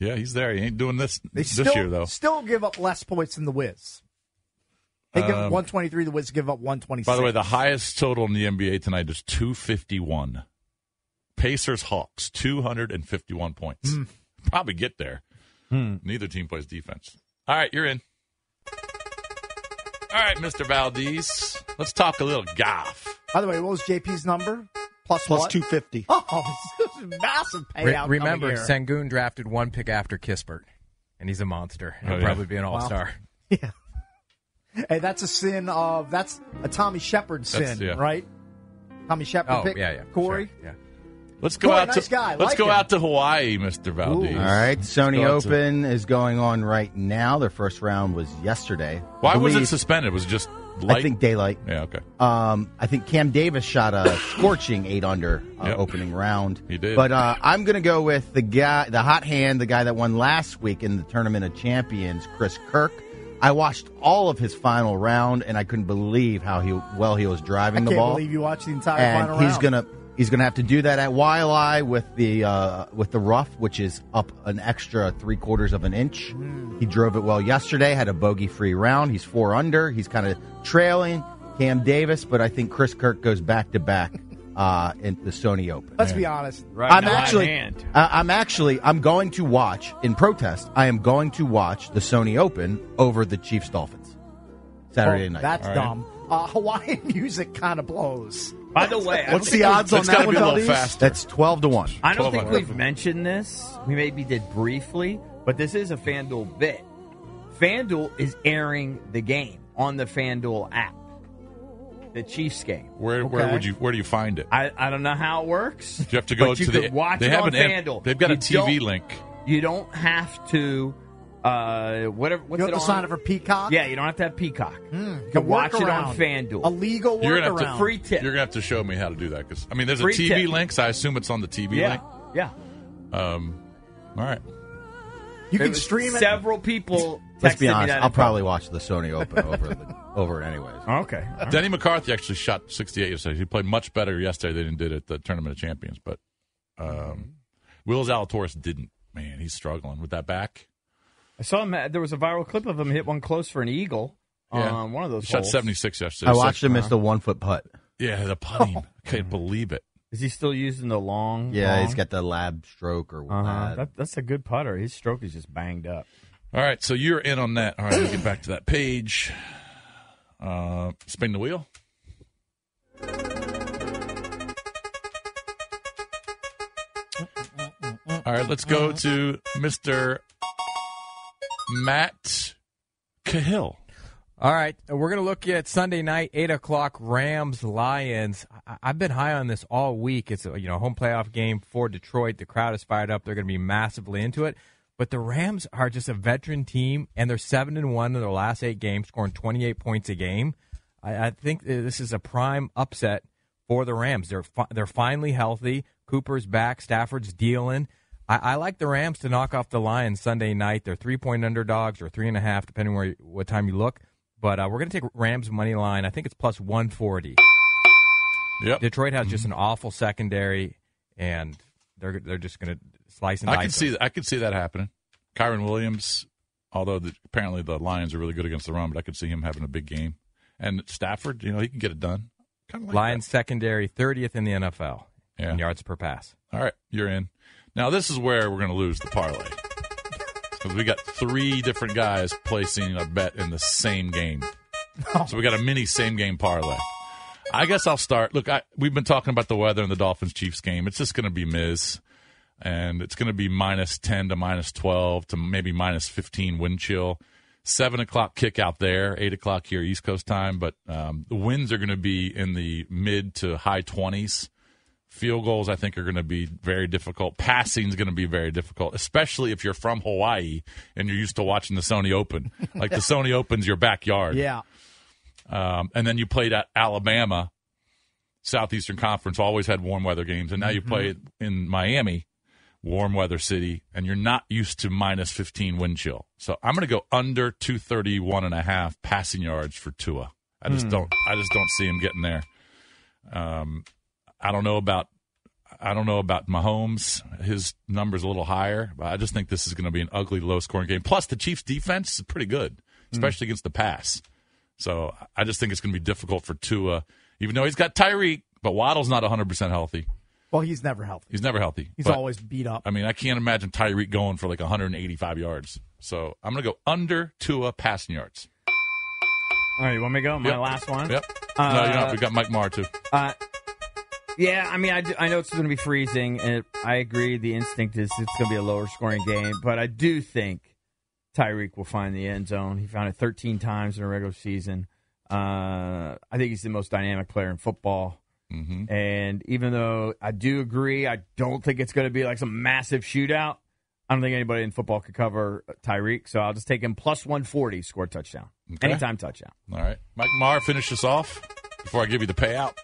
S3: yeah, he's there. He ain't doing this
S4: They
S3: this
S4: still,
S3: year though.
S4: still give up less points than the Wiz. They give up
S3: Um,
S4: one twenty-three. The Wiz give up one twenty-six.
S3: By the way, the highest total in the NBA tonight is 251. Pacers Hawks 251 points.
S4: Hmm.
S3: Probably get there. Neither team plays defense. All right, you're in. All right, Mr. Valdez, let's talk a little golf.
S4: By the way, what was JP's number? Plus
S2: Plus
S4: what?
S2: 250.
S4: Oh, this is a massive
S8: Re-
S4: payout.
S8: remember,
S4: coming here.
S8: Sengun drafted one pick after Kispert, and he's a monster. He'll
S3: Oh, yeah.
S8: probably be an all star.
S4: Hey, that's a sin of that's a Tommy Shepard sin,
S3: That's- yeah.
S4: right? Tommy Shepard
S8: Oh
S4: pick.
S8: yeah, yeah,
S4: Corey.
S8: sure, yeah.
S3: Let's go
S4: Boy,
S3: out
S4: nice
S3: to
S4: guy. I
S3: Let's
S4: like
S3: go
S4: him.
S3: out to Hawaii, Mr.
S5: Oh,
S3: Valdez.
S4: Ooh.
S6: All right, Sony
S3: Let's go out to-
S6: Open is going on right now. Their first round was yesterday.
S3: Why
S6: I
S3: was it
S6: believe-
S3: suspended? Was it just light?
S6: I think daylight.
S3: yeah, okay.
S6: Um, I think Cam Davis shot a scorching eight under uh,
S3: Yep.
S6: opening round.
S3: He did.
S6: But uh, I'm going to go with the guy, the hot hand, the guy that won last week in the Tournament of Champions, Chris Kirk. I watched all of his final round, and I couldn't believe how he well he was
S4: I
S6: driving
S4: can't
S6: the ball.
S4: believe you watched the entire
S6: and
S4: final
S6: he's
S4: round.
S6: gonna he's gonna have to do that at Wiley with the uh, with the rough, which is up an extra three quarters of an inch.
S4: Hmm.
S6: He drove it well yesterday, had a bogey free round. He's four under. He's kind of trailing Cam Davis, but I think Chris Kirk goes back to back uh, in the Sony Open.
S4: Let's be honest.
S6: I'm actually, I- I'm actually, I'm going to watch in protest. I am going to watch the Sony Open over the Chiefs Dolphins Saturday
S4: Oh,
S6: night.
S4: That's dumb. Uh, Hawaiian music kind blows.
S5: By the way, I
S6: What's
S5: don't
S6: the
S5: think-
S6: odds on It's gotta that be a one, little Valdez? faster. That's 12 to 1.
S5: I don't
S6: 12
S5: think
S6: on
S5: we've
S6: one.
S5: mentioned this. We maybe did briefly, but this is a FanDuel bit. FanDuel is airing the game on the FanDuel app. The Chiefs game.
S3: Where where
S5: Okay.
S3: would you where do you find it?
S5: I, I don't know how it works.
S3: You have to go
S5: but you
S3: to
S5: could
S3: the
S5: watch
S3: they
S5: it
S3: have
S5: on
S3: an app-
S5: FanDuel.
S3: They've got a
S5: You
S3: TV
S5: don't-
S3: link.
S5: You don't have to uh whatever what's
S4: You
S5: it
S4: have to
S5: on?
S4: sign up for Peacock?
S5: Yeah, you don't have to have Peacock.
S4: Mm,
S5: You
S4: a
S5: can watch it on
S4: workaround.
S5: FanDuel.
S4: A legal
S3: You're gonna have
S4: workaround.
S3: to You're gonna have to show me how to do that because I mean, there's a
S5: Free
S3: TV
S5: tip.
S3: link, so I assume it's on the TV
S5: Yeah,
S3: link.
S5: Yeah.
S3: Um, all right.
S4: You
S5: There was Several people.
S6: Let's be
S5: texted me
S6: honest.
S5: that
S6: I'll
S5: info.
S6: probably watch the Sony Open over the, over it anyways.
S5: Okay.
S3: Uh, Denny McCarthy actually shot 68 yesterday. He played much better yesterday than he did at the Tournament of Champions, but
S5: Mm-hmm.
S3: um, Will Zalatoris didn't. Man, he's struggling with that back.
S5: I saw him. There was a viral clip of him hit one close for an eagle on Uh, one of those.
S3: He shot
S5: holes.
S3: 76 yesterday.
S6: I watched him miss the one foot putt. Oh.
S3: Yeah, the putting. I can't believe it.
S5: Is he still using the long?
S6: Yeah,
S5: long?
S6: he's got the lab stroke or
S5: Uh-huh.
S6: lab.
S5: That, that's a good putter. His stroke is just banged up.
S3: All right, so you're in on that. All right, we'll get back to that page. Uh, spin the wheel. All right, let's go
S6: Uh-huh.
S3: to Mr. Matt Cahill.
S8: All right, uh, we're going to look at Sunday night, eight o'clock. Rams Lions. I- I've been high on this all week. It's a you know home playoff game for Detroit. The crowd is fired up. They're going to be massively into it. But the Rams are just a veteran team, and they're seven and one in their last eight games, scoring twenty eight points a game. I, I think uh, this is a prime upset for the Rams. They're fi- they're finally healthy. Cooper's back. Stafford's dealing. I, I like the Rams to knock off the Lions Sunday night. They're three point underdogs or three and a half, depending where you- what time you look. But uh, we're going to take Rams money line. I think it's plus one forty.
S3: Yep.
S8: Detroit has just an awful secondary, and they're they're just going to slice and
S3: I
S8: dice
S3: could
S8: them.
S3: see I could see that happening. Kyron Williams, although the, apparently the Lions are really good against the run, but I could see him having a big game. And Stafford, you know, he can get it done.
S8: Lions secondary thirtieth in the NFL
S3: Yeah.
S8: in yards per pass.
S3: All right, you're in. Now this is where we're going to lose the parlay because we got three different guys placing a bet in the same game. So we got a mini same game parlay. I guess I'll start. Look, I, we've been talking about the weather in the Dolphins Chiefs game. It's just going to be Miz, and it's going to be minus ten to minus twelve to maybe minus fifteen wind chill. Seven o'clock kick out there, eight o'clock here East Coast time. But um, the winds are going to be in the mid to high twenties field goals i think are going to be very difficult passing is going to be very difficult especially if you're from hawaii and you're used to watching the sony open like the sony open's your backyard
S4: Yeah.
S3: um, and then you played at alabama southeastern conference always had warm weather games and now you play in miami warm weather city and you're not used to minus 15 wind chill so i'm going to go under 231 and a half passing yards for tua i just
S14: Hmm.
S3: don't i just don't see him getting there um, I don't know about I don't know about Mahomes. His number's a little higher, but I just think this is going to be an ugly, low scoring game. Plus, the Chiefs' defense is pretty good, especially against the pass. So I just think it's going to be difficult for Tua, even though he's got Tyreek, but Waddle's not 100% healthy.
S4: Well, he's never healthy.
S3: He's never healthy.
S4: He's
S3: But,
S4: always beat up.
S3: I mean, I can't imagine Tyreek going for like 185 yards. So I'm going to go under Tua passing yards.
S5: All right, you want me to go? My
S3: Yep.
S5: last one.
S3: Yep.
S5: Uh,
S3: no, you're not. We got Mike Marr too.
S5: Uh, yeah, I mean, I, do- I know it's going to be freezing, and I agree. The instinct is it's going to be a lower scoring game, but I do think Tyreek will find the end zone. He found it 13 times in a regular season. Uh, I think he's the most dynamic player in football.
S3: Mm-hmm.
S5: And even though I do agree, I don't think it's going to be like some massive shootout. I don't think anybody in football could cover Tyreek, so I'll just take him plus 140, score a touchdown.
S3: Okay.
S5: Anytime touchdown.
S3: All right. Mike Marr, finish us off before I give you the payout.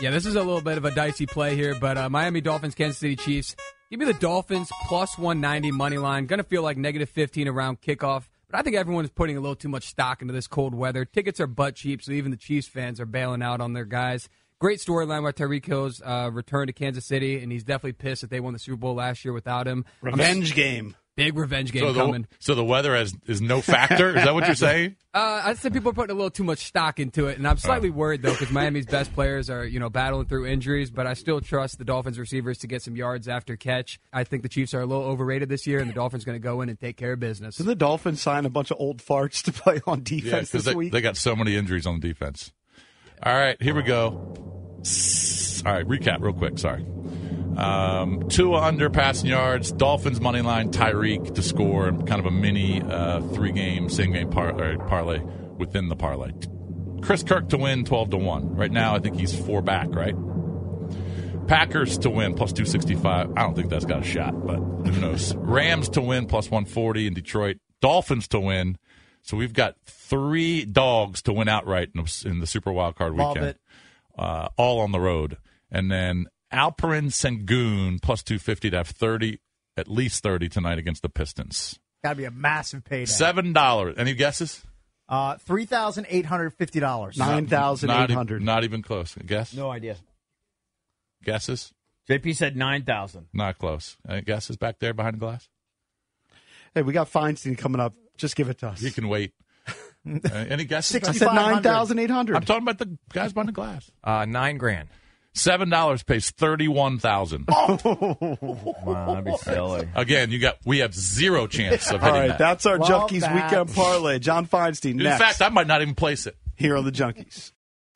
S7: Yeah, this is a little bit of a dicey play here, but uh, Miami Dolphins, Kansas City Chiefs. Give me the Dolphins plus 190 money line. Going to feel like negative 15 around kickoff, but I think everyone's putting a little too much stock into this cold weather. Tickets are butt cheap, so even the Chiefs fans are bailing out on their guys. Great storyline with Tyreek Hill's uh, return to Kansas City, and he's definitely pissed that they won the Super Bowl last year without him.
S2: Revenge game.
S7: Big revenge game
S3: so the,
S7: coming.
S3: So the weather has, is no factor. Is that what you're saying? Oh.
S7: Uh, I said people are putting a little too much stock into it, and I'm slightly worried though because Miami's best players are you know battling through injuries. But I still trust the Dolphins receivers to get some yards after catch. I think the Chiefs are a little overrated this year, and the Dolphins going to go in and take care of business.
S2: Did the Dolphins sign a bunch of old farts to play on defense this
S3: they,
S2: week?
S3: they got so many injuries on defense. All right, here we go. S- All right, recap real quick. Sorry. Um, Tua under passing yards, Dolphins money line, Tyreek to score, and kind of a mini uh, three game, same game par- or parlay within the parlay. Chris Kirk to win 12 to 1. Right now, I think he's four back, right? Packers to win plus 265. I don't think that's got a shot, but who knows? Rams to win plus 140 in Detroit. Dolphins to win. So we've got three dogs to win outright in the, in the Super Wildcard
S4: Love
S3: weekend.
S4: it.
S3: Uh, all on the road. And then Alperin Sengun plus 250 to have 30, at least 30 tonight against the Pistons.
S4: Got to be a massive payday.
S3: $7. Any guesses?
S4: Uh, three thousand eight hundred fifty dollars.
S3: Not- not e- Not even close. Guess?
S5: No idea.
S3: Guesses?
S5: JP said 9,000.
S3: Not close. Any guesses back there behind the glass?
S2: Hey, we got Feinstein coming up. Just give it to us.
S3: He can wait. Uh, any guesses?
S2: I said 9,800.
S3: I'm talking about the guys behind the glass.
S8: Uh, nine grand.
S3: Seven dollars pays thirty one thousand.
S2: Oh.
S5: Wow, that'd be silly.
S3: Again, you got we have zero chance of
S2: All
S3: hitting
S2: right,
S3: that.
S2: that's our
S4: Love
S2: Junkies
S4: that.
S2: Weekend Parlay. John Feinstein
S3: In
S2: next
S3: fact, I might not even place it.
S2: here on the Junkies.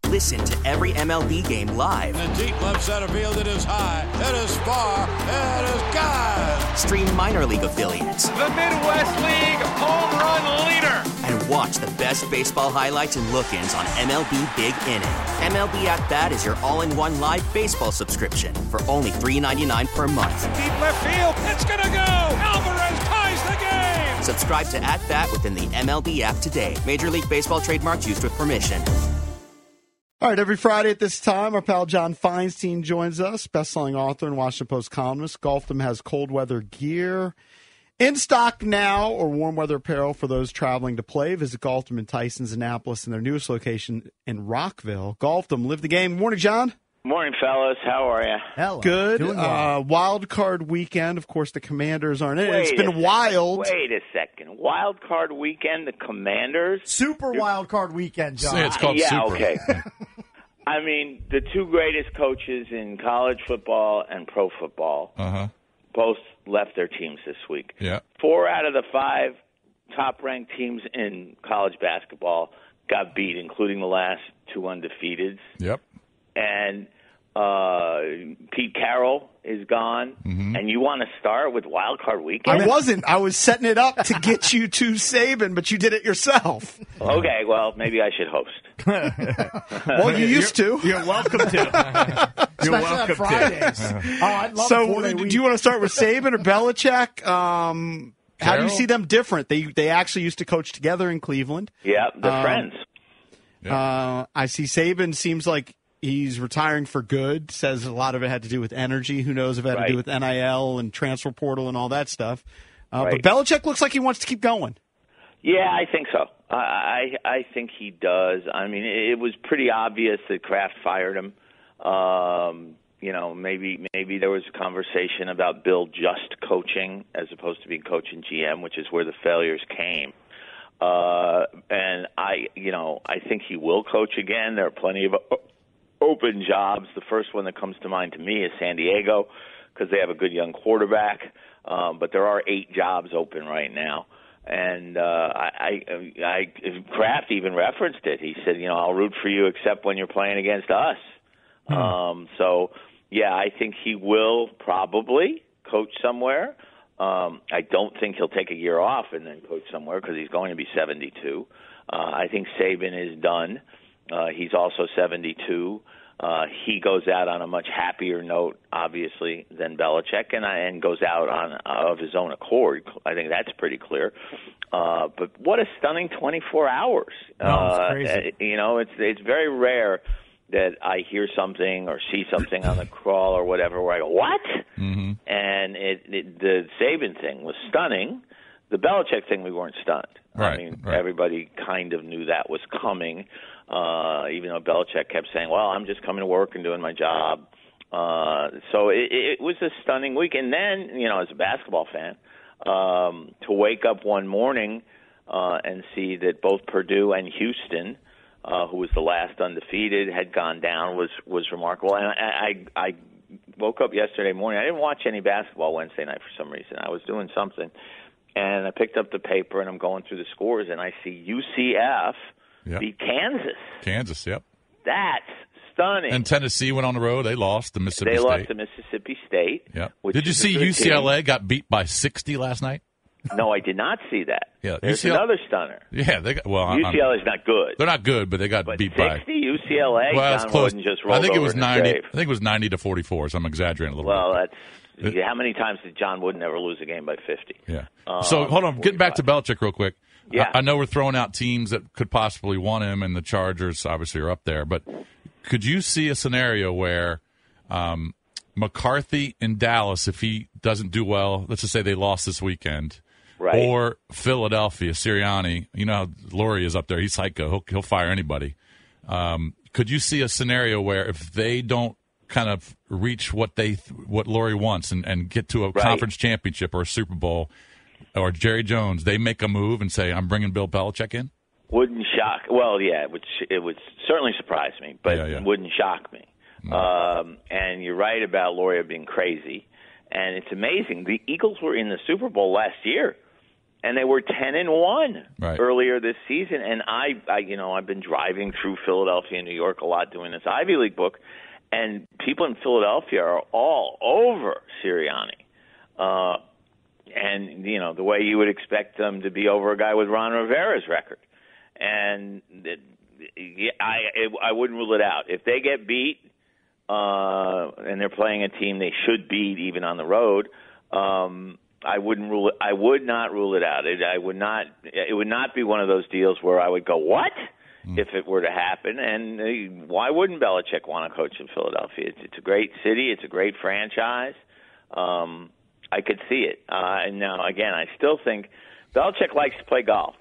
S14: Listen to every MLB game live.
S13: The deep left center field, it is high, it is far, it is God.
S14: Stream minor league affiliates
S13: The Midwest League home run leader.
S14: and watch the best baseball highlights and look ins on MLB Big Inning. MLB At Bat is your all in one live baseball subscription for only $3.99 per month.
S13: Deep left field, it's gonna go. Alvarez ties the game.
S14: Subscribe to At Bat within the MLB app today. Major League Baseball trademarks used with permission.
S2: All right, every Friday at this time, our pal John Feinstein joins us, best-selling author and Washington Post columnist. Golfdom has cold weather gear in stock now, or warm weather apparel for those traveling to play. Visit Golfdom and Tyson's Annapolis in their newest location in Rockville. Golfdom, live the game. Morning, John.
S15: Morning, fellas. How are you?
S4: Hello.
S2: Good.
S4: Doing well.
S2: Uh, wild card weekend. Of course, the Commanders aren't in. it. it's
S15: Wait a
S2: been
S15: second.
S2: wild.
S15: Wait a second. Wild card weekend, the Commanders.
S4: Super wild card weekend, John.
S3: Say it's called
S15: yeah,
S3: super.
S15: okay. I mean, the two greatest coaches in college football and pro football
S3: Uh
S4: Uh-huh.
S3: huh.
S15: both left their teams this week.
S3: Yeah.
S15: Four out of the five top-ranked teams in college basketball got beat, including the last two undefeateds.
S3: Yep.
S15: and uh, Pete Carroll is gone,
S5: Mm-hmm.
S15: and you want to start with Wild Card Weekend?
S2: I wasn't. I was setting it up to get you to Saban, but you did it yourself.
S15: Okay, well, maybe I should host.
S2: Well, you used to.
S5: You're welcome to. You're
S4: Especially on Fridays. oh, I'd love a
S2: So, uh,
S4: four-day
S2: do
S4: week.
S2: you want to start with Saban or Belichick? Um, how do you
S3: Carroll?
S2: see them different? They they actually used to coach together in Cleveland.
S15: Yeah, they're
S2: Um,
S15: friends.
S2: Uh, I see Saban seems like he's retiring for good. Says a lot of it had to do with energy. Who knows if it had to do
S15: Right.
S2: with NIL and transfer portal and all that stuff. Uh,
S15: Right.
S2: But Belichick looks like he wants to keep going.
S15: Yeah, I think so. I I, I think he does. I mean, it, it was pretty obvious that Kraft fired him. Um, you know, maybe maybe there was a conversation about Bill just coaching as opposed to being coach and GM, which is where the failures came. Uh, and I, you know, I think he will coach again. There are plenty of o- open jobs. The first one that comes to mind to me is San Diego because they have a good young quarterback. Um, but there are eight jobs open right now. And uh, I, I, I, Kraft even referenced it. He said, you know, I'll root for you except when you're playing against us. Um, so, yeah, I think he will probably coach somewhere. Um, I don't think he'll take a year off and then coach somewhere because he's going to be 72. Uh, I think Saban is done. Uh, he's also 72. Uh, he goes out on a much happier note, obviously, than Belichick, and I, and goes out on uh, of his own accord. I think that's pretty clear. Uh, but what a stunning 24 hours!
S8: No, it's
S15: Uh,
S8: crazy.
S15: you know, it's it's very rare that I hear something or see something on the crawl or whatever where I go, "What?"
S3: Mm-hmm.
S15: And it, it the Saban thing was stunning. The Belichick thing, we weren't stunned. I
S3: Right,
S15: mean,
S3: right.
S15: everybody kind of knew that was coming, uh, even though Belichick kept saying, "Well, I'm just coming to work and doing my job." Uh, so it, it was a stunning week. And then, you know, as a basketball fan, um, to wake up one morning uh, and see that both Purdue and Houston, uh, who was the last undefeated, had gone down was was remarkable. And I, I, I woke up yesterday morning. I didn't watch any basketball Wednesday night for some reason. I was doing something, and I picked up the paper and I'm going through the scores and I see UCF
S3: Yep.
S15: beat Kansas.
S3: Kansas, yep.
S15: That's stunning.
S3: And Tennessee went on the road. They lost to Mississippi
S15: they
S3: State.
S15: lost to Mississippi State.
S3: Yep.
S15: which
S3: Did you
S15: is a
S3: see
S15: good
S3: UCLA got beat by 60 last night?
S15: No, I did not see that.
S3: Yeah,
S15: There's
S3: UCLA
S15: another stunner.
S3: Yeah, they got well. I'm-
S15: UCLA is not good.
S3: They're not good, but they got beat by.
S15: Sixty UCLA.
S3: well, it's
S15: John
S3: close.
S15: Wooden just rolled
S3: I think it
S15: over
S3: was
S15: in his
S3: ninety.
S15: grave.
S3: I think it was ninety to forty-four. So I'm exaggerating a little
S15: Well, that's how many times did John Wooden ever lose a game by fifty?
S3: bit. Yeah. so hold on, getting back to Belichick real quick.
S15: Um, Yeah.
S3: I, I know we're throwing out teams that could possibly want him, and the Chargers obviously are up there. But could you see a scenario where um, McCarthy in Dallas, if he doesn't do well, let's just say they lost this weekend,
S15: Right.
S3: or Philadelphia, Sirianni, you know how Laurie is up there. He's psycho. He'll, he'll fire anybody. Um, could you see a scenario where if they don't kind of reach what they what Laurie wants and, and get to a conference championship or a Super Bowl or Jerry Jones, they make a move and say, "I'm bringing Bill Belichick in."
S15: Wouldn't shock. Well, yeah, it would. sh- It would certainly surprise me, but wouldn't shock me. Um, and you're right about Loria being crazy. And it's amazing. The Eagles were in the Super Bowl last year, and they were ten and one
S3: Right.
S15: earlier this season. And I, I, you know, I've been driving through Philadelphia and New York a lot doing this Ivy League book, and people in Philadelphia are all over Sirianni. Uh, and you know the way you would expect them to be over a guy with Ron Rivera's record, and it, yeah, I it, I wouldn't rule it out if they get beat uh, and they're playing a team they should beat even on the road. Um, I wouldn't rule it. I would not rule it out. It, I would not. It would not be one of those deals where I would go what if it were to happen. And uh, why wouldn't Belichick want to coach in Philadelphia? It's, it's a great city. It's a great franchise. Um, I could see it. Uh, and now again, I still think Belichick likes to play golf.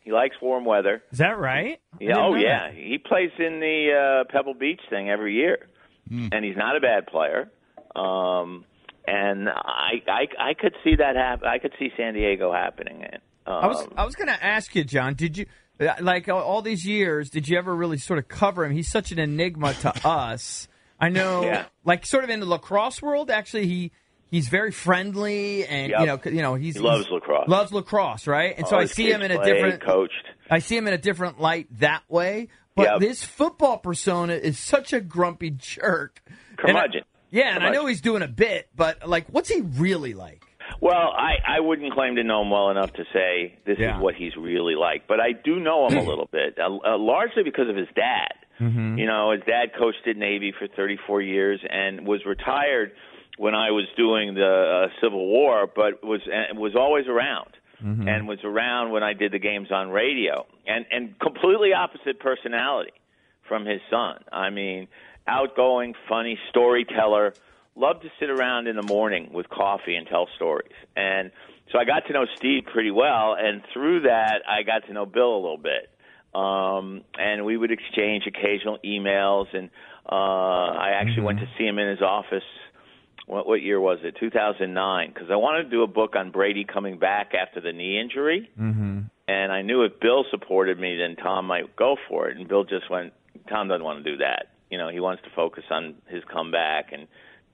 S15: He likes warm weather.
S5: Is that right?
S15: Yeah, oh yeah, he plays in the uh, Pebble Beach thing every year,
S5: Hmm.
S15: and he's not a bad player. Um, and I, I, I could see that happen. I could see San Diego happening. Um,
S5: I was I was going to ask you, John. Did you uh, like all- all these years? Did you ever really sort of cover him? He's such an enigma to us. I know,
S15: Yeah.
S5: like sort of in the lacrosse world, actually he. He's very friendly, and
S15: Yep.
S5: you know, c- you know, he's
S15: He loves
S5: he's-
S15: lacrosse.
S5: Loves lacrosse, right? And so
S15: all
S5: I
S15: his
S5: see
S15: kids
S5: him in a
S15: play,
S5: different
S15: coached.
S5: I see him in a different light that way. But
S15: Yep.
S5: this football persona is such a grumpy jerk. And I-
S15: Curmudgeon.
S5: yeah, and I
S15: Curmudgeon.
S5: know he's doing a bit, but like, what's he really like?
S15: Well, I, I wouldn't claim to know him well enough to say this
S5: Yeah.
S15: is what he's really like, but I do know him a little bit, uh, uh, largely because of his dad.
S2: Mm-hmm.
S16: Mm-hmm.
S15: You know, his dad coached at Navy for 34 years and was retired when I was doing the uh, Civil War, but was and was always around
S17: Mm-hmm.
S15: and was around when I did the games on radio, and and completely opposite personality from his son. I mean, outgoing, funny storyteller. Loved to sit around in the morning with coffee and tell stories. And so I got to know Steve pretty well, and through that, I got to know Bill a little bit. Um, and we would exchange occasional emails, and uh, I actually went to see him in his office. What, what year was it? 2009, because I wanted to do a book on Brady coming back after the knee injury
S13: Mm-hmm.
S15: and I knew if Bill supported me, then Tom might go for it. And Bill just went, Tom doesn't want to do that. You know, he wants to focus on his comeback and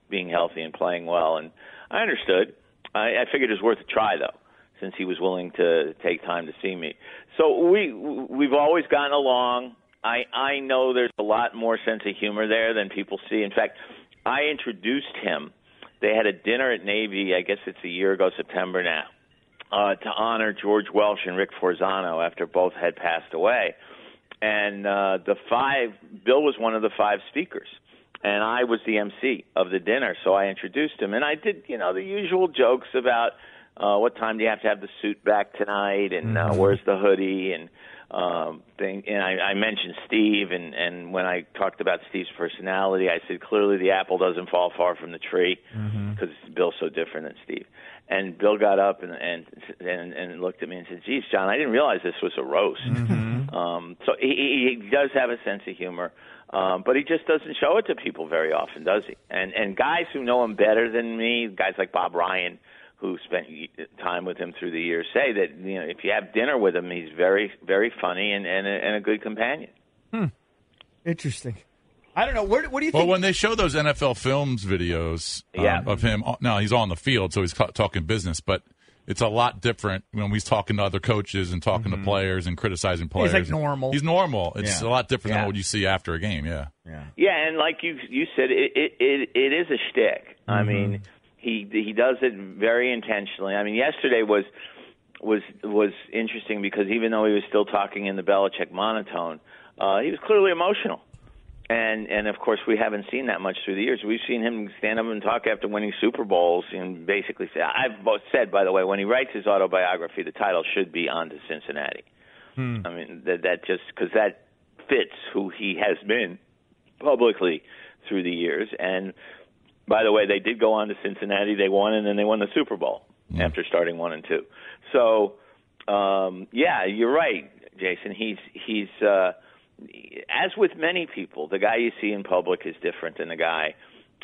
S15: being healthy and playing well. And I understood. I, I figured it was worth a try, though, since he was willing to take time to see me. So we we've always gotten along. I I know there's a lot more sense of humor there than people see. In fact, I introduced him. They had a dinner at Navy. I guess it's a year ago, September now uh, to honor George Welsh and Rick Forzano after both had passed away. And uh, the five, Bill was one of the five speakers, and I was the MC of the dinner, so I introduced him, and I did, you know, the usual jokes about uh, what time do you have to have the suit back tonight, and uh,
S13: Mhm.
S15: where's the hoodie, and um, thing. And I, I mentioned Steve, and and when I talked about Steve's personality, I said clearly the apple doesn't fall far from the tree
S2: Mm-hmm.
S15: because Bill's so different than Steve. And Bill got up and and and, and looked at me and said, "Geez, John, I didn't realize this was a roast."
S2: Mm-hmm.
S15: Um, so he- he, he does have a sense of humor, um, but he just doesn't show it to people very often, does he? And and guys who know him better than me, guys like Bob Ryan, who spent ye- time with him through the years say that you know if you have dinner with him, he's very very funny and and a, and a good companion.
S5: Interesting. I don't know. Where, what do you
S3: Well,
S5: think?
S3: when they show those NFL films videos um,
S5: Yeah.
S3: of him, now he's on the field, so he's ca- talking business, but it's a lot different when he's talking to other coaches and talking to players and criticizing
S15: Yeah, he's,
S3: players.
S15: like, normal.
S3: He's normal. It's
S15: Yeah.
S3: a lot different
S15: Yeah.
S3: than what you see after a game. Yeah.
S5: Yeah.
S15: Yeah, and like you you said, it it it, it is a shtick. I mean, he he does it very intentionally. I mean, yesterday was was was interesting because even though he was still talking in the Belichick monotone, uh, he was clearly emotional. And and of course we haven't seen that much through the years. We've seen him stand up and talk after winning Super Bowls and basically say, I've both said by the way, when he writes his autobiography, the title should be "On to Cincinnati."
S5: Mm.
S15: I mean that that just because that fits who he has been publicly through the years. And by the way, they did go on to Cincinnati. They won, and then they won the Super Bowl after starting one and two. So, um, yeah, you're right, Jason. He's he's uh, as with many people, the guy you see in public is different than the guy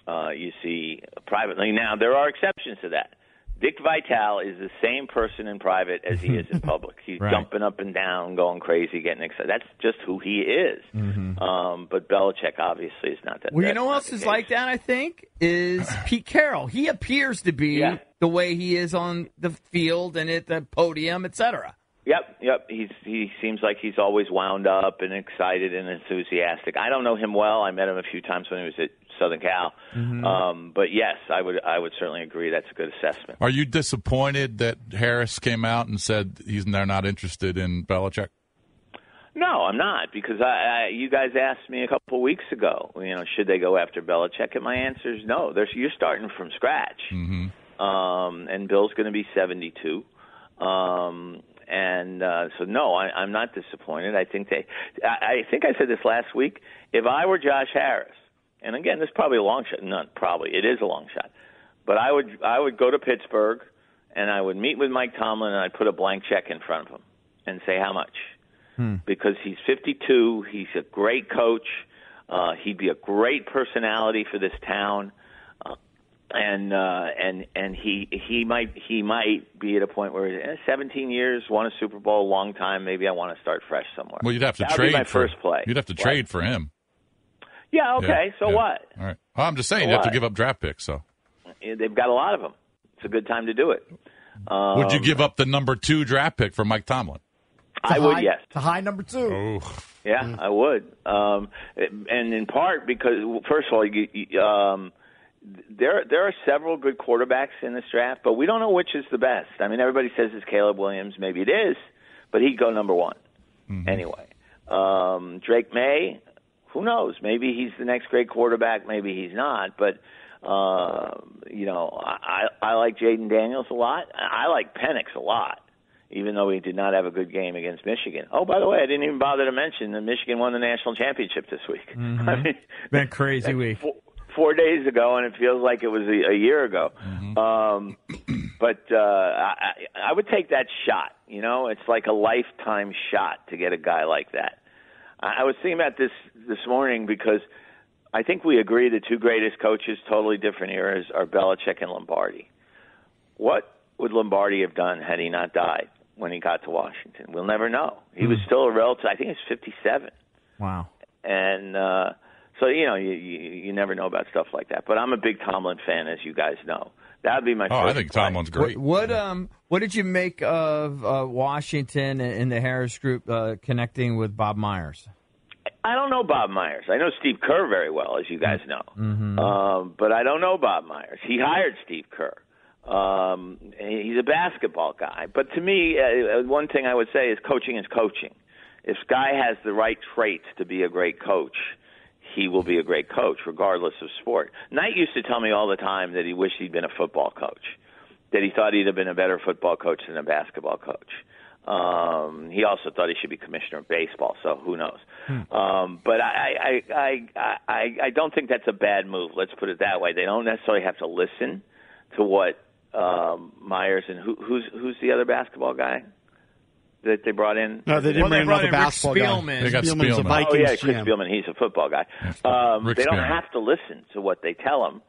S15: uh, you see privately. Now, there are exceptions to that. Dick Vitale is the same person in private as he is in public. He's
S16: Right.
S15: jumping up and down, going crazy, getting excited. That's just who he is. Um, but Belichick obviously is not that.
S5: Mm-hmm. Well, you
S15: that's
S5: know
S15: not
S5: who else
S15: the
S5: is
S15: case.
S5: like that, I think, is Pete Carroll. He appears to be
S15: Yeah.
S5: the way he is on the field and at the podium, etc.
S15: Yep, yep. He's he seems like he's always wound up and excited and enthusiastic. I don't know him well. I met him a few times when he was at Southern Cal.
S3: Mhm.
S15: Um, but yes, I would I would certainly agree. That's a good assessment.
S3: Are you disappointed that Harris came out and said he's they're not interested in Belichick?
S15: No, I'm not because I, I you guys asked me a couple weeks ago. You know, should they go after Belichick? And my answer is no. There's, you're starting from scratch.
S3: Mm-hmm.
S15: um, and Bill's going to be 72. Um, and uh, so, no, I, I'm not disappointed. I think they. I, I think I said this last week. If I were Josh Harris, and again, this is probably a long shot. Not probably. It is a long shot. But I would I would go to Pittsburgh, and I would meet with Mike Tomlin, and I'd put a blank check in front of him, and say how much
S3: Hmm.
S15: because he's 52. He's a great coach. Uh, he'd be a great personality for this town, uh, and uh, and and he he might he might be at a point where eh, 17 years, won a Super Bowl, a long time. Maybe I want to start fresh somewhere.
S3: Well, you'd have to
S15: That would
S3: trade
S15: Be my
S3: for,
S15: first play.
S3: You'd have to
S15: What?
S3: trade for him.
S15: Yeah. Okay.
S3: Yeah,
S15: so
S3: yeah.
S15: what?
S3: All right. Well, I'm just saying,
S15: So
S3: you have to
S15: what?
S3: give up draft picks. So,
S15: They've got a lot of them. It's a good time to do it. Um,
S3: would you give up the number two draft pick for Mike Tomlin? Oh.
S15: I would. Yes.
S4: To high number two.
S15: Yeah,
S3: Mm.
S15: I would. Um, and in part because, well, first of all, you, you, um, there there are several good quarterbacks in this draft, but we don't know which is the best. I mean, everybody says it's Caleb Williams. Maybe it is, but he'd go number one anyway. Um, Drake May, who knows? Maybe he's the next great quarterback. Maybe he's not. But uh, you know, I I I like Jaden Daniels a lot. I I like Penix a lot even though he did not have a good game against Michigan. Oh, by the way, I didn't even bother to mention that Michigan won the national championship this week. I mean,
S5: Mm-hmm. Been a crazy week.
S15: Four, four days ago, and it feels like it was a, a year ago. Um, but uh, I, I I would take that shot. You know, it's like a lifetime shot to get a guy like that. I, I was thinking about this this morning because I think we agree the two greatest coaches, totally different eras, are Belichick and Lombardi. What would Lombardi have done had he not died when he got to Washington? We'll never know. He was still a relative. I think he's 57
S4: Hmm.
S5: Wow.
S15: and uh, so you know you, you you never know about stuff like that. But I'm a big Tomlin fan, as you guys know. That would be
S5: Oh,
S15: my. first play.
S5: What, what, um what did you make of uh, Washington and, and the Harris group uh, connecting with Bob Myers?
S15: I don't know Bob Myers. I know Steve Kerr very well, as you guys know, um, but I don't know Bob Myers. He hired Steve Kerr. Um, he's a basketball guy, but to me, uh, one thing I would say is coaching is coaching. If guy has the right traits to be a great coach, he will be a great coach, regardless of sport. Knight used to tell me all the time that he wished he'd been a football coach, that he thought he'd have been a better football coach than a basketball coach. Um, he also thought he should be commissioner of baseball, so who knows? Um, but I, I, I, I, I, I don't think that's a bad move. Let's put it that way. They don't necessarily have to listen to what um, Myers and who, who's who's the other basketball guy? that they brought in?
S2: No, they didn't Well, they bring brought another in Rick basketball guy.
S15: Spielman.
S2: Spielman. They got Spielman's a Spielman.
S15: Oh, yeah,
S2: Vikings
S15: Chris
S2: GM.
S15: Spielman. He's a football guy. Um,
S2: Rick
S15: they don't
S2: Spielman. Mm-hmm.
S15: have to listen to what they tell them,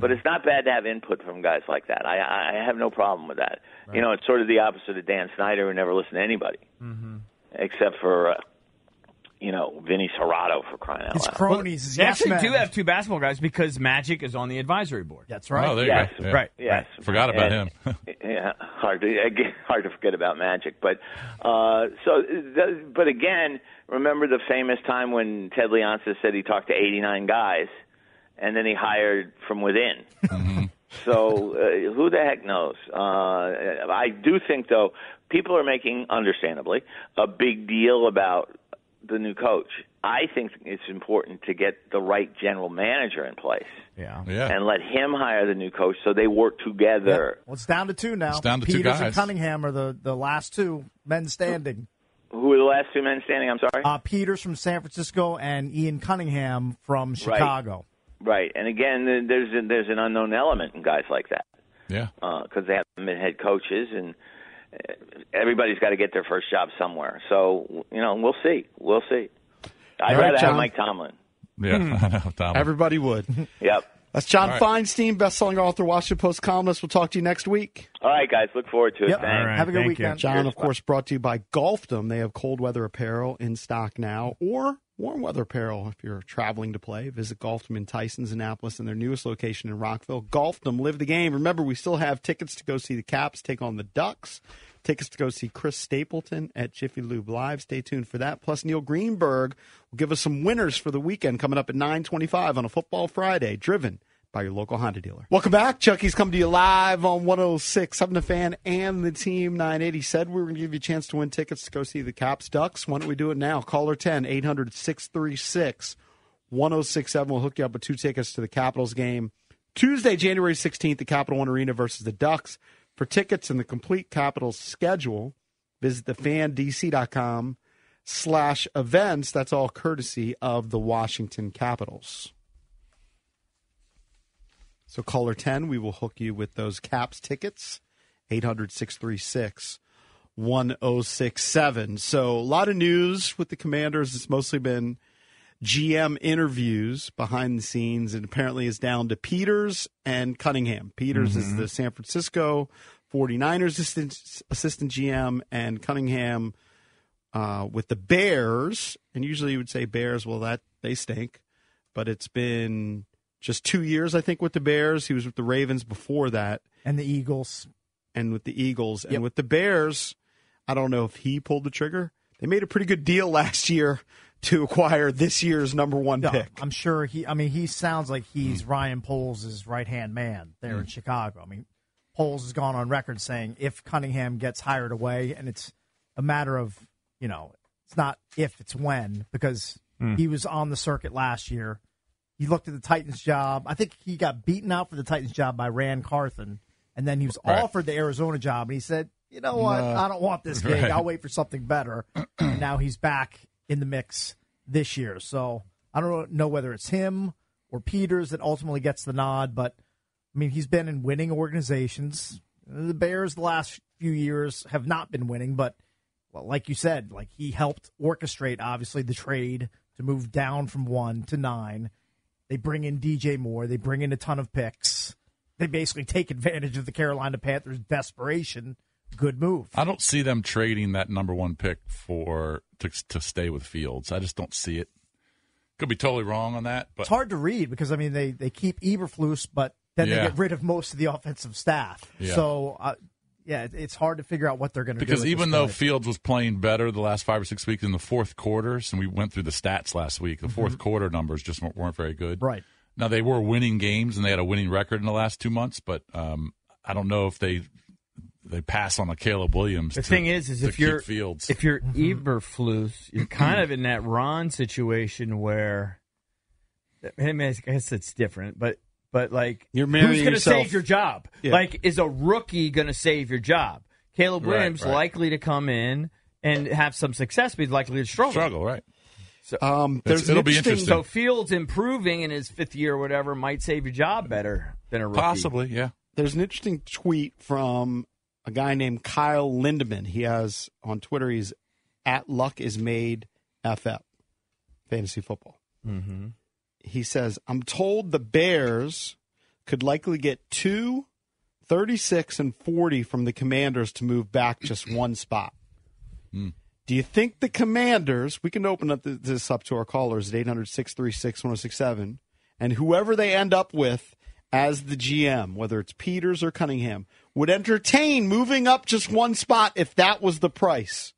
S15: but it's not bad to have input from guys like that. I, I- I have no problem with that. You know, it's sort of the opposite of Dan Snyder, who never listened to anybody except for, uh, you know, Vinny Serrato for crying out loud.
S5: They
S4: yes
S5: actually
S4: men.
S5: do have two basketball guys because Magic is on the advisory board.
S4: That's
S15: right.
S5: Oh, there
S15: yes,
S5: you go. Yeah. Right.
S15: Yes.
S5: Right. Forgot about
S15: And- yeah, hard to again, hard to forget about Magic, but uh, so th- but again, remember the famous time when Ted Leonsis said he talked to 89 guys, and then he hired from within.
S5: Mm-hmm.
S15: so uh, who the heck knows? Uh, I do think though, people are making, understandably, a big deal about the new coach. I think it's important to get the right general manager in place
S5: Yeah.
S15: and let him hire the new coach so they work together.
S4: Well, it's down to two now.
S15: It's down to two
S4: Peters and
S15: guys.
S4: Cunningham are the, the last two men standing.
S15: Who are the last two men standing? I'm sorry.
S4: Uh, Peters from San Francisco and Ian Cunningham from Chicago.
S15: Right. And again, th- there's a, there's an unknown element in guys like that.
S3: Yeah.
S15: Because they haven't been head coaches, and uh, everybody's got to get their first job somewhere. So you know, we'll see. We'll see. I'd
S2: All right,
S15: rather have
S2: John.
S15: Mike Tomlin.
S3: Yeah,
S15: Hmm.
S3: I know, Tom.
S2: Everybody would.
S15: Yep.
S2: That's John
S15: Um, All right.
S2: Feinstein, best-selling author, Washington Post columnist. We'll talk to you next week.
S15: All right, guys. Look forward to it.
S2: Yep.
S15: Thanks.
S2: Have a good weekend. John,
S15: Cheers.
S2: of course, brought to you by Golfdom. They have cold weather apparel in stock now or warm weather apparel if you're traveling to play. Visit Golfdom in Tysons, Annapolis, and their newest location in Rockville. Golfdom, live the game. Remember, we still have tickets to go see the Caps take on the Ducks. Tickets to go see Chris Stapleton at Jiffy Lube Live. Stay tuned for that. Plus, Neil Greenberg will give us some winners for the weekend coming up at 925 on a Football Friday, driven by your local Honda dealer. Welcome back. Chucky's coming to you live on 106. I'm the fan and the team 980 said we were going to give you a chance to win tickets to go see the Caps Ducks. Why don't we do it now? Caller 10 800 636 1067. We'll hook you up with two tickets to the Capitals game Tuesday, January 16th, the Capital One Arena versus the Ducks. For tickets and the complete Capitals schedule, visit thefandc.com slash events. That's all courtesy of the Washington Capitals. So caller 10, we will hook you with those caps tickets, 800-636-1067. So a lot of news with the commanders. It's mostly been GM interviews behind the scenes and apparently is down to Peters and Cunningham. Peters is
S18: Mhm.
S2: the San Francisco 49ers assistant, assistant GM and Cunningham uh, with the Bears. And usually you would say Bears, well, that they stink but it's been just two years, I think, with the Bears. He was with the Ravens before that,
S4: and the Eagles,
S2: and with the Eagles, and with the Bears. I don't know if he pulled the trigger. They made a pretty good deal last year to acquire this year's number one
S4: No,
S2: pick.
S4: I'm sure he. I mean, he sounds like he's Ryan Poles' right hand man there in
S2: Mm.
S4: Chicago. I mean, Poles has gone on record saying if Cunningham gets hired away, and it's a matter of you know, it's not if, it's when, because
S16: Mm.
S4: he was on the circuit last year. He looked at the Titans job. I think he got beaten out for the Titans job by Rand Carthen, and then he was
S16: Right.
S4: offered the Arizona job, and he said, "You know what?
S16: No.
S4: I don't want this gig.
S16: Right.
S4: I'll wait for something better." and now he's back in the mix this year. So I don't know whether it's him or Peters that ultimately gets the nod, but I mean, he's been in winning organizations. The Bears the last few years have not been winning, but well, like you said, like he helped orchestrate obviously the trade to move down from one to nine. They bring in DJ Moore. They bring in a ton of picks. They basically take advantage of the Carolina Panthers' desperation. Good move.
S3: I don't see them trading that number one pick for to to stay with Fields. I just don't see it. Could be totally wrong on that, but
S4: it's hard to read because I mean they they keep Eberflus, but then they
S3: Yeah.
S4: get rid of most of the offensive staff.
S3: Yeah.
S4: So uh, yeah, it- it's hard to figure out what they're going to do.
S3: Because
S4: at
S3: even
S4: this
S3: though
S4: point.
S3: Fields was playing better the last five or six weeks in the fourth quarters, and we went through the stats last week,
S5: Mm-hmm.
S3: the 4th
S4: Mhm.
S3: quarter numbers just weren't, weren't very good.
S4: Right.
S3: Now they were winning games and they had a winning record in the last two months, but um, I don't know if they they pass on a Caleb Williams.
S5: The
S3: to-
S5: thing is, is
S3: to
S5: if you're
S3: keep Fields,
S5: if you're
S2: Mm-hmm.
S5: Eberflus, you're kind of in that Ron situation where, I mean, I guess it's different, but but like you're
S2: marrying
S5: who's going to
S2: yourself-
S5: save your job?
S2: Yeah.
S5: Like, is a rookie going to save your job? Caleb
S2: Right,
S5: Williams
S2: right.
S5: likely to come in and have some success, but he's likely to struggle.
S3: Struggle, right?
S2: um, there's an
S5: So Fields improving in his fifth year, or whatever, might save your job better than a rookie.
S2: Possibly,
S3: yeah.
S2: There's an interesting tweet from a guy named Kyle Lindemann. He has on Twitter, he's at luck is made FF, fantasy football.
S5: Mm-hmm.
S2: He says, I'm told the Bears could likely get two, 36, and 40 from the Commanders to move back just one spot.
S3: Hmm.
S2: Do you think the Commanders, we can open up th- this up to our callers at 800 636 1067, and whoever they end up with as the GM, whether it's Peters or Cunningham, would entertain moving up just one spot if that was the price?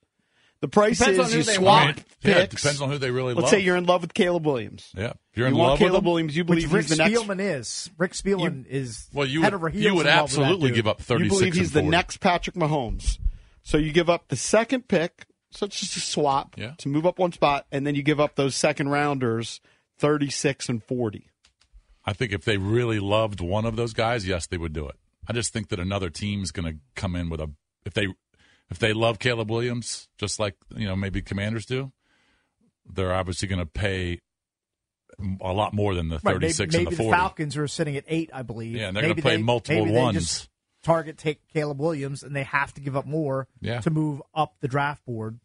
S2: The price
S3: Depends on
S2: is
S3: who
S2: you
S3: they
S2: swap
S3: want. Yeah, it
S2: picks.
S3: depends on who they really
S2: Let's
S3: love.
S2: say you're in love with Caleb Williams.
S3: Yeah, if you're
S2: You
S3: in
S2: want
S3: love with
S2: Caleb
S3: him,
S2: Williams, you
S4: Which
S2: believe
S4: Rick
S2: he's the next-
S4: Spielman is. Rick Spielman is
S3: Well, you
S4: head
S3: would-
S4: over heels
S3: you would
S4: in love with that
S3: absolutely
S4: dude.
S3: give up 36
S2: You believe he's
S3: and
S2: the
S3: 40.
S2: next Patrick Mahomes. So you give up the second pick. So it's just a swap
S3: Yeah.
S2: to move up one spot, and then you give up those second rounders, thirty-six and forty.
S3: I think if they really loved one of those guys, yes, they would do it. I just think that another team's going to come in with a if they if they love Caleb Williams, just like you know maybe Commanders do, they're obviously going to pay a lot more than the
S4: Right,
S3: thirty six
S4: maybe,
S3: and the
S4: maybe
S3: forty.
S4: Falcons are sitting at eight, I believe.
S3: Yeah, and they're gonna
S4: Maybe
S3: play
S4: they-
S3: multiple
S4: maybe they
S3: ones.
S4: just target take Caleb Williams, and they have to give up more
S3: Yeah.
S4: to move up the draft board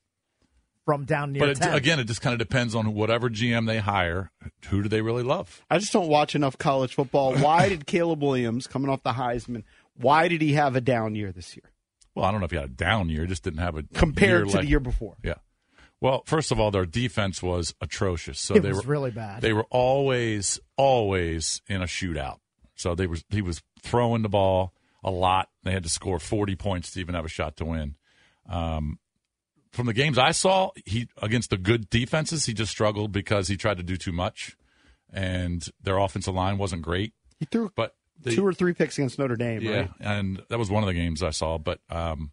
S4: from down near
S3: but it,
S4: 10.
S3: again, it just kind of depends on whatever GM they hire. Who do they really love?
S2: I just don't watch enough college football. Why did Caleb Williams, coming off the Heisman, why did he have a down year this year
S3: Well, I don't know if he had a down year, just didn't have a
S2: compared
S3: year
S2: to
S3: like-
S2: the year before?
S3: Yeah. Well, first of all, their defense was atrocious. So
S4: It
S3: they
S4: was
S3: were
S4: really bad.
S3: They were always, always in a shootout. So they was he was throwing the ball a lot. They had to score forty points to even have a shot to win. Um, from the games I saw, he against the good defenses, he just struggled because he tried to do too much, and their offensive line wasn't great.
S2: He threw
S3: but they-
S2: two or three picks against Notre Dame.
S3: yeah,
S2: right?
S3: and that was one of the games I saw. But um,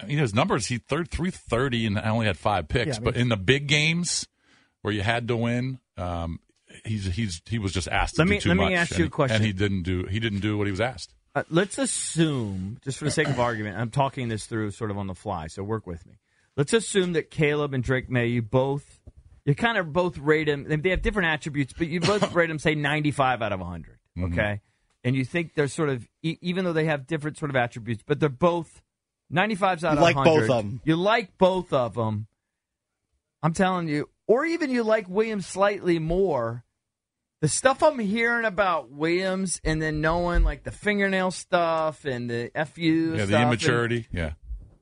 S3: I mean, his numbers he third three thirty, and I only had five picks.
S4: Yeah, I mean-
S3: but in the big games where you had to win, um, he's he's he was just asked to
S5: Let
S3: do
S5: me-
S3: too
S5: let me
S3: much.
S5: ask
S3: and
S5: you a
S3: he-
S5: question.
S3: and he didn't do he didn't do what he was asked.
S5: Uh, let's assume, just for the sake of argument, I'm talking this through sort of on the fly, so work with me. Let's assume that Caleb and Drake May, you both, you kind of both rate them. They have different attributes, but you both rate them, say, 95 out of 100.
S2: Mm-hmm.
S3: Mhm.
S5: Okay. And you think they're sort of, e- even though they have different sort of attributes, but they're both 95s out
S2: You
S5: of
S2: like
S5: 100.
S2: both of 'em.
S5: You like both of them. I'm telling you, or even you like Williams slightly more. The stuff I'm hearing about Williams, and then knowing like the fingernail stuff and the fu,
S3: Yeah,
S5: stuff,
S3: the
S5: and-
S3: immaturity. Yeah,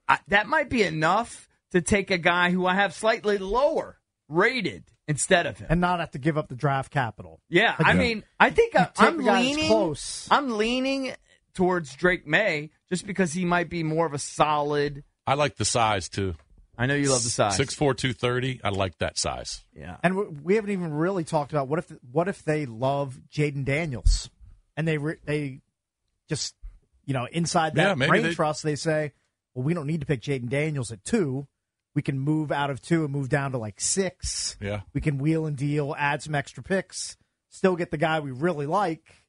S5: I, that might be enough to take a guy who I have slightly lower rated instead of him.
S4: and not have to give up the draft capital.
S5: Yeah, I
S4: Like,
S5: mean, I think I,
S4: take
S5: I'm
S4: the guy that's
S5: leaning
S4: close.
S5: I'm leaning towards Drake May just because he might be more of a solid.
S3: I like the size too.
S5: I know you love the size.
S3: Six four two thirty. I like that size.
S5: Yeah.
S4: And we- we haven't even really talked about what if what if they love Jaden Daniels and they re, they just you know inside
S3: Yeah,
S4: that
S3: maybe
S4: brain
S3: they-
S4: trust they say well we don't need to pick Jaden Daniels at two we can move out of two and move down to like six
S3: Yeah.
S4: we can wheel and deal add some extra picks still get the guy we really like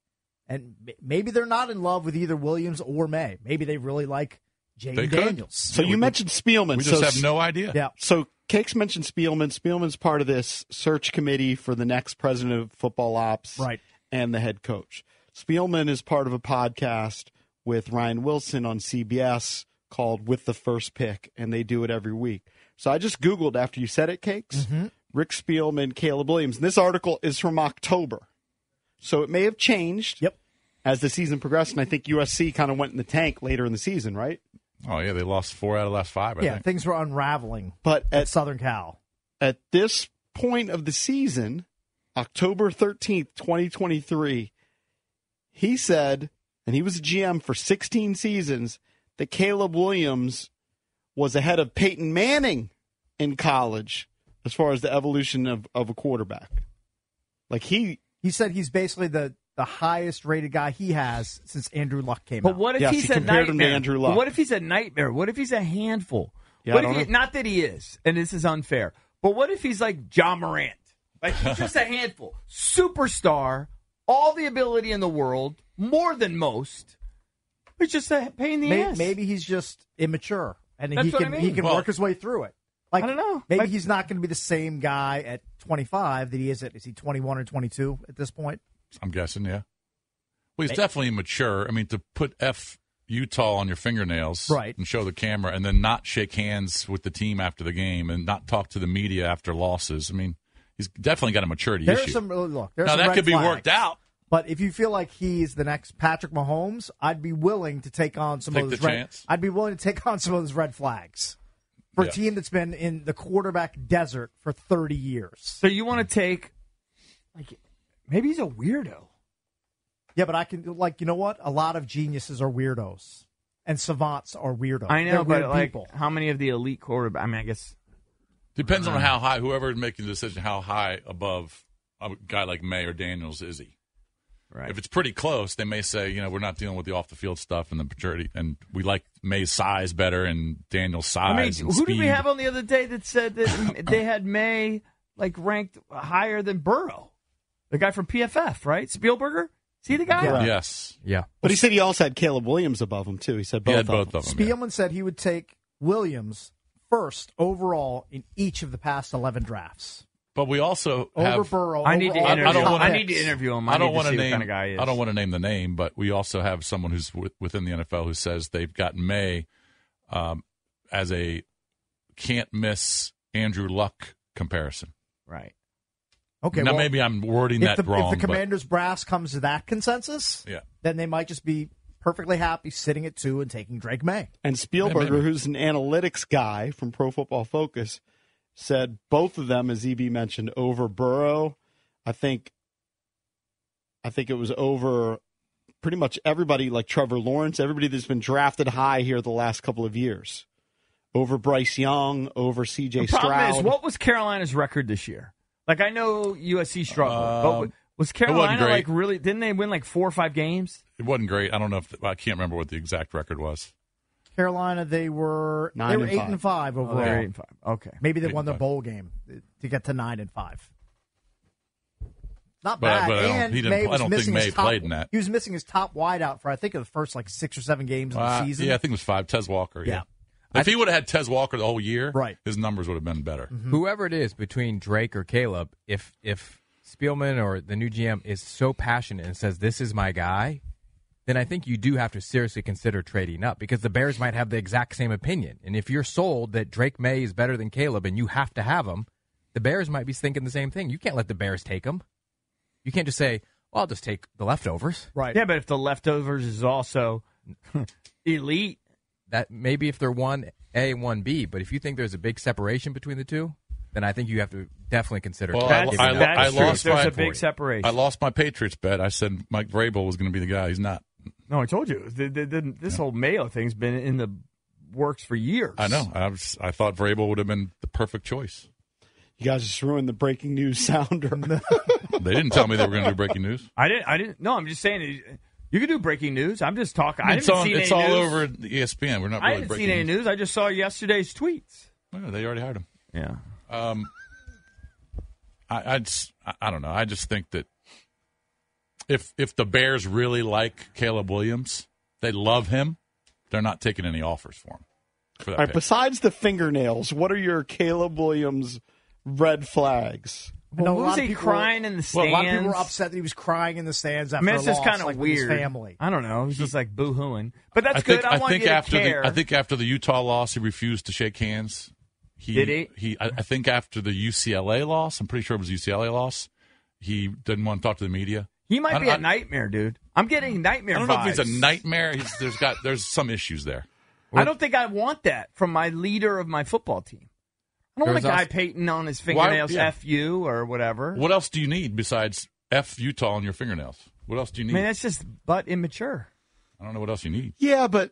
S4: and m- maybe they're not in love with either Williams or May maybe they really like
S3: They
S4: Jaden
S3: could.
S4: Daniels
S2: So you mentioned Spielman.
S3: We just
S2: so
S3: have no idea.
S4: yeah
S2: So Cakes mentioned Spielman. Spielman's part of this search committee for the next president of football ops
S4: right
S2: and the head coach. Spielman is part of a podcast with Ryan Wilson on CBS called With the First Pick, and they do it every week. So I just Googled after you said it, Cakes,
S4: Mm-hmm.
S2: Rick Spielman, Caleb Williams. And this article is from October. So it may have changed
S4: Yep.
S2: as the season progressed. And I think USC kind of went in the tank later in the season, right?
S3: Oh yeah, they lost four out of the last five. I
S4: yeah
S3: think.
S4: things were unraveling
S2: But
S4: at,
S2: at
S4: Southern Cal
S2: at this point of the season, October 13th, 2023, he said, and he was a GM for 16 seasons, that Caleb Williams was ahead of Peyton Manning in college as far as the evolution of, of a quarterback. Like he,
S4: He said he's basically the the highest rated guy he has since Andrew Luck came
S5: But
S4: out.
S5: what if
S2: Yes,
S5: he's
S2: he
S5: a
S2: compared
S5: nightmare?
S2: him to Andrew Luck.
S5: But What if he's a nightmare? What if he's a handful?
S2: Yeah,
S5: what
S2: I
S5: if
S2: don't
S5: he, not that he is, and this is unfair. But what if he's like John Morant? Like he's just a handful, superstar, all the ability in the world, more than most. It's just a pain in the
S4: May-
S5: ass.
S4: maybe he's just immature and
S5: That's
S4: he
S5: what
S4: can
S5: I mean.
S4: he can
S3: Well-
S4: work his way through it. Like
S5: I don't know.
S4: Maybe
S5: Like-
S4: he's not going to be the same guy at 25 that he is at is he 21 or 22 at this point?
S3: I'm guessing, yeah. Well, he's definitely immature. I mean, to put F Utah on your fingernails
S4: Right.
S3: and show the camera and then not shake hands with the team after the game and not talk to the media after losses. I mean, he's definitely got a maturity
S4: There's
S3: issue.
S4: some look. There's
S3: Now,
S4: some
S3: that
S4: red
S3: could be
S4: flags.
S3: worked out.
S4: But if you feel like he's the next Patrick Mahomes, I'd be willing to take on some
S3: Take
S4: of those
S3: the
S4: red.
S3: chance.
S4: I'd be willing to take on some of those red flags for
S5: Yeah.
S4: a team that's been in the quarterback desert for 30 years.
S5: So you want to take, like, maybe he's a weirdo.
S4: Yeah, but I can like you know what? A lot of geniuses are weirdos, and savants are weirdos.
S5: I
S4: They're
S5: know,
S4: weird
S5: but like,
S4: people.
S5: how many of the elite quarterback? I mean, I guess
S3: Depends
S5: Uh-huh.
S3: on how high, whoever is making the decision, how high above a guy like May or Daniels is he.
S5: Right.
S3: If it's pretty close, they may say, you know, we're not dealing with the off the field stuff and the maturity, and we like May's size better and Daniels' size.
S5: I mean,
S3: and
S5: who
S3: speed.
S5: did we have on the other day that said that they had May like ranked higher than Burrow? The guy from PFF, right? Spielberger. See the guy?
S3: Yes.
S8: Yeah.
S2: But he said he also had Caleb Williams above him, too. He said both,
S3: had
S2: of,
S3: both
S2: them.
S3: of
S4: Spielman said he would take Williams first overall in each of the past 11 drafts.
S3: But we also
S4: Over
S3: have,
S4: Burrow, I need to over all
S3: I,
S4: interview
S3: don't
S4: him.
S3: wanna,
S4: I need to interview him. I
S3: don't
S4: need to
S3: wanna
S4: see what
S3: name.
S4: kind of guy he is.
S3: I don't want to name the name, but we also have someone who's wi- within the NFL who says they've got May um, as a can't miss Andrew Luck comparison.
S5: Right.
S4: Okay,
S3: Now
S4: well,
S3: maybe I'm wording
S4: if
S3: that
S4: the,
S3: wrong.
S4: If the Commanders brass comes to that consensus,
S3: Yeah.
S4: then they might just be perfectly happy sitting at two and taking Drake May.
S2: And
S4: Yeah, maybe.
S2: Spielberger, who's an analytics guy from Pro Football Focus, said both of them, as EB mentioned, over Burrow. I think, I think it was over pretty much everybody like Trevor Lawrence, everybody that's been drafted high here the last couple of years, over Bryce Young, over
S5: The
S2: CJ
S5: problem
S2: Stroud.
S5: is, what was Carolina's record this year? Like, I know USC struggled, but w-
S3: Um,
S5: was
S3: it wasn't
S5: Carolina
S3: great.
S5: like really? Didn't they win like four or five games?
S3: But it wasn't great. I don't know if I can't remember what the exact record was.
S4: Carolina, they were
S3: Nine
S4: they were
S3: and
S4: eight
S3: five.
S4: and five
S3: Oh, they
S4: overall.
S3: were eight and five. Okay.
S4: maybe they
S3: Eight
S4: won
S3: and
S4: their
S3: five.
S4: bowl game to get to nine and five. Not
S3: But-
S4: bad.
S3: but I don't-
S4: and
S3: he didn't
S4: May
S3: pl- I
S4: was
S3: don't think
S4: missing
S3: May
S4: his top-
S3: played in that.
S4: He was missing his top wideout for I think the first like six or seven games of
S3: Uh,
S4: the season.
S3: Yeah, I think it was five. Tez Walker. Yeah.
S4: Yeah.
S3: If he would have had Tez Walker the whole year, right. Mm-hmm. his numbers would have been better.
S8: Whoever it is between Drake or Caleb, if if Spielman or the new GM is so passionate and says this is my guy, then I think you do have to seriously consider trading up because the Bears might have the exact same opinion. And if you're sold that Drake May is better than Caleb and you have to have him, the Bears might be thinking the same thing. You can't let the Bears take him. You can't just say, "Well, I'll just take the leftovers."
S4: Right.
S5: Yeah, but if the leftovers is also elite,
S8: that maybe if they're one A, one B, but if you think there's a big separation between the two, then I think you have to definitely consider.
S3: Well, I,
S8: giving
S3: I,
S8: up
S3: I
S8: Drake.
S3: lost my, I lost my Patriots bet. I said Mike Vrabel was going to be the guy. He's not.
S5: No, I told you the, the, the, this whole Mayo thing's been in the works for years.
S3: I know. I, was, I thought Vrabel would have been the perfect choice.
S2: you guys just ruined the breaking news sounder.
S3: They didn't tell me they were going to do breaking news.
S5: I didn't. I didn't. No, I'm just saying. it- You can do breaking news. I'm just talking. I,
S3: it's
S5: didn't
S3: on-
S5: see
S3: it's
S5: any
S3: all
S5: news.
S3: over E the ESPN. We're not
S5: I
S3: really
S5: didn't
S3: breaking
S5: see any
S3: news.
S5: news. I just saw yesterday's tweets.
S3: Yeah, they already hired him.
S5: Yeah.
S3: Um, I, I just, I- I don't know. I just think that if if the Bears really like Caleb Williams, they love him. They're not taking any offers for him. For that
S2: All right,
S3: pick.
S2: besides the fingernails, what are your Caleb Williams red flags?
S4: I know a lot of people were- Well, a lot of people were
S5: stands?
S4: upset that he was crying in the stands
S5: I
S4: after
S5: mean,
S4: a
S5: it's just
S4: loss,
S5: kind of
S4: like, with
S5: weird.
S4: His family.
S5: I don't know. He's just like boo hooing. But that's
S3: I think,
S5: good. I, want
S3: think
S5: you
S3: after
S5: to care.
S3: The, I think after the Utah loss, he refused to shake hands. He,
S5: Did he?
S3: I, I think after the UCLA loss, I'm pretty sure it was UCLA loss. He didn't want to talk to the media.
S5: he might
S3: I-
S5: be a
S3: I-
S5: nightmare, dude. I'm getting
S3: I
S5: nightmare.
S3: don't know if he's
S5: vibes.
S3: a nightmare. He's, there's got there's some issues there.
S5: I don't think I want that from my leader of my football team. I don't
S3: There
S5: want a
S3: was
S5: guy
S3: also-
S5: Peyton on his
S3: Why-
S5: fingernails
S3: yeah.
S5: F you or whatever.
S3: What else do you need besides F Utah on your fingernails? What else do
S5: I
S3: you need?
S5: mean, that's just butt immature.
S3: I don't know what else you need.
S2: Yeah, but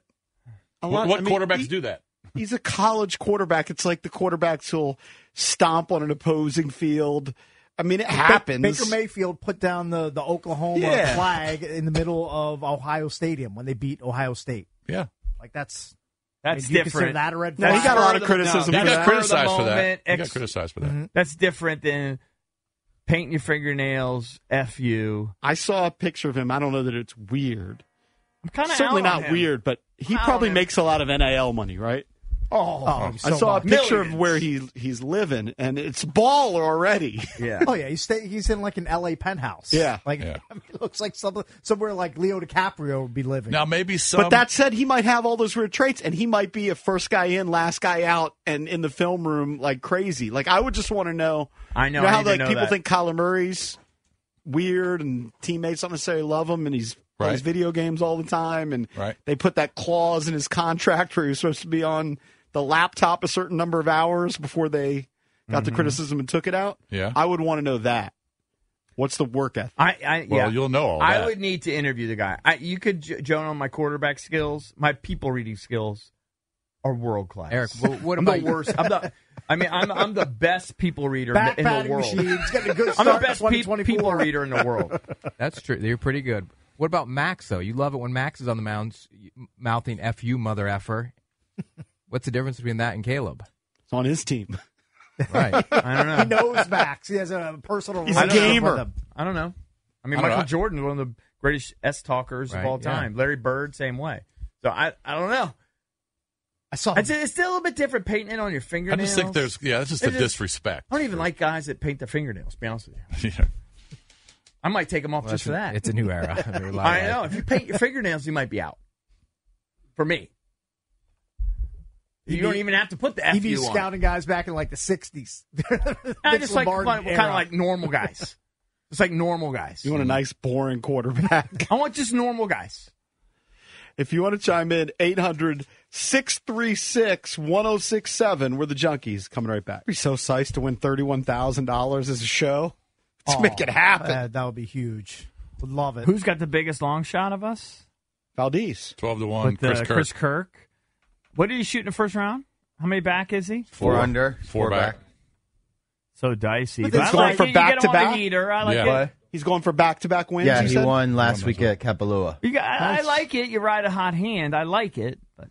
S2: a
S3: What,
S2: lot-
S3: what
S2: I mean,
S3: quarterbacks
S2: he-
S3: do that?
S2: He's a college quarterback. It's like the quarterbacks who'll stomp on an opposing field. I mean, it happens.
S4: Baker Mayfield put down the, the Oklahoma
S2: Yeah.
S4: flag in the middle of Ohio Stadium when they beat Ohio State.
S3: Yeah.
S4: Like that's
S5: That's
S4: I mean, do you
S5: different.
S4: Consider that a red
S5: No,
S4: flag?
S5: he got a lot of criticism
S3: He
S5: for
S3: got
S5: that.
S3: criticized
S5: For
S3: for
S5: the
S3: that.
S5: moment,
S3: He got
S5: ex-
S3: criticized for that.
S4: Mm-hmm.
S5: That's different than painting your fingernails F you.
S2: I saw a picture of him. I don't know that it's weird.
S5: I'm kinda
S2: certainly
S5: out on
S2: not
S5: him.
S2: weird, but he
S5: I'm out on
S2: probably
S5: him.
S2: makes a lot of NIL money, right? Oh,
S4: Oh, so
S2: I saw a
S4: much.
S2: picture of where he he's living, and it's baller already.
S4: Oh yeah, he's stay, he's in like an L.A. penthouse.
S2: Yeah.
S4: like
S2: Yeah.
S4: I mean, it looks like some, somewhere like Leo DiCaprio would be living.
S3: Now maybe some.
S2: But that said, he might have all those weird traits, and he might be a first guy in, last guy out, and in the film room like crazy. Like I would just want to know.
S5: I know,
S2: You know
S5: I
S2: how
S5: need to
S2: like
S5: know
S2: people
S5: that.
S2: think Kyler Murray's weird, and teammates don't necessarily love him, and he's
S3: Right.
S2: plays video games all the time, and
S3: Right.
S2: they put that clause in his contract where he was supposed to be on the laptop a certain number of hours before they got the
S3: Mhm.
S2: criticism and took it out.
S3: Yeah.
S2: I would want to know that. What's the work ethic?
S5: I, I yeah.
S3: Well, you'll know all
S5: I
S3: that.
S5: would need to interview the guy. I, you could j- Jonah on my quarterback skills, my people reading skills are world class.
S8: Eric, wh- what
S5: I'm
S8: about
S5: the
S8: you?
S5: worst? I'm the, I mean, I'm I'm the best people reader
S4: Back
S5: in the
S4: padding
S5: world.
S4: machine. It's getting a good
S5: I'm the
S4: start in
S5: best pe-
S4: 2024.
S5: people reader in the world.
S8: That's true. You're pretty good. What about Max though? You love it when Max is on the mounds m- mouthing "f you mother effer." What's the difference between that and Caleb?
S2: It's on his team.
S8: Right.
S5: I don't know.
S4: He knows Max. He has a personal.
S2: He's a
S4: relationship
S2: gamer.
S4: with him.
S5: I don't know. I mean,
S3: I don't
S5: Michael
S3: know.
S5: Jordan, one of the greatest S talkers
S8: Right,
S5: of all
S8: yeah.
S5: time. Larry Bird, same way. So I, I don't know.
S4: I saw.
S5: I'd say it's still a little bit different painting it on your
S3: I
S5: fingernails.
S3: just think there's yeah, that's just the
S5: It's just-
S3: disrespect.
S5: I don't even like guys that paint their fingernails. To be honest with you,
S3: Yeah.
S5: I might take them off just for
S8: That's-
S5: that.
S8: It's a new era. I mean, we're
S5: I
S8: like-
S5: know. If you paint your fingernails, you might be out. For me, you
S4: He'd
S5: don't
S4: be-
S5: even have to put the
S4: He'd be
S5: FU on.
S4: scouting guys back in like the '60s.
S5: I
S4: I
S5: just like kind of like normal guys. It's like normal guys.
S2: You want a nice, boring quarterback.
S5: I want just normal guys.
S2: If you want to chime in, 800 636 1067. We're the junkies. Coming right back. Be so psyched to win $31,000 as a show. Let's make it happen.
S4: that would be huge. Would love it.
S5: Who's got the biggest long shot of us?
S2: Valdez.
S3: Twelve to one.
S5: with uh,
S3: Chris Kirk.
S5: Chris Kirk. What did he shoot in the first round? How many back is he?
S6: Four, under,
S3: Four back.
S5: So dicey.
S2: But
S5: But
S2: he's
S5: I
S2: going
S5: like
S2: for
S5: it. You get him on the
S2: back-to-back?
S5: heater. I like
S3: Yeah.
S5: it.
S2: He's going for back to back wins.
S6: Yeah,
S2: you
S6: he
S2: said?
S6: won last week at Kapalua.
S5: You got, I I like it. You ride a hot hand. I like it. But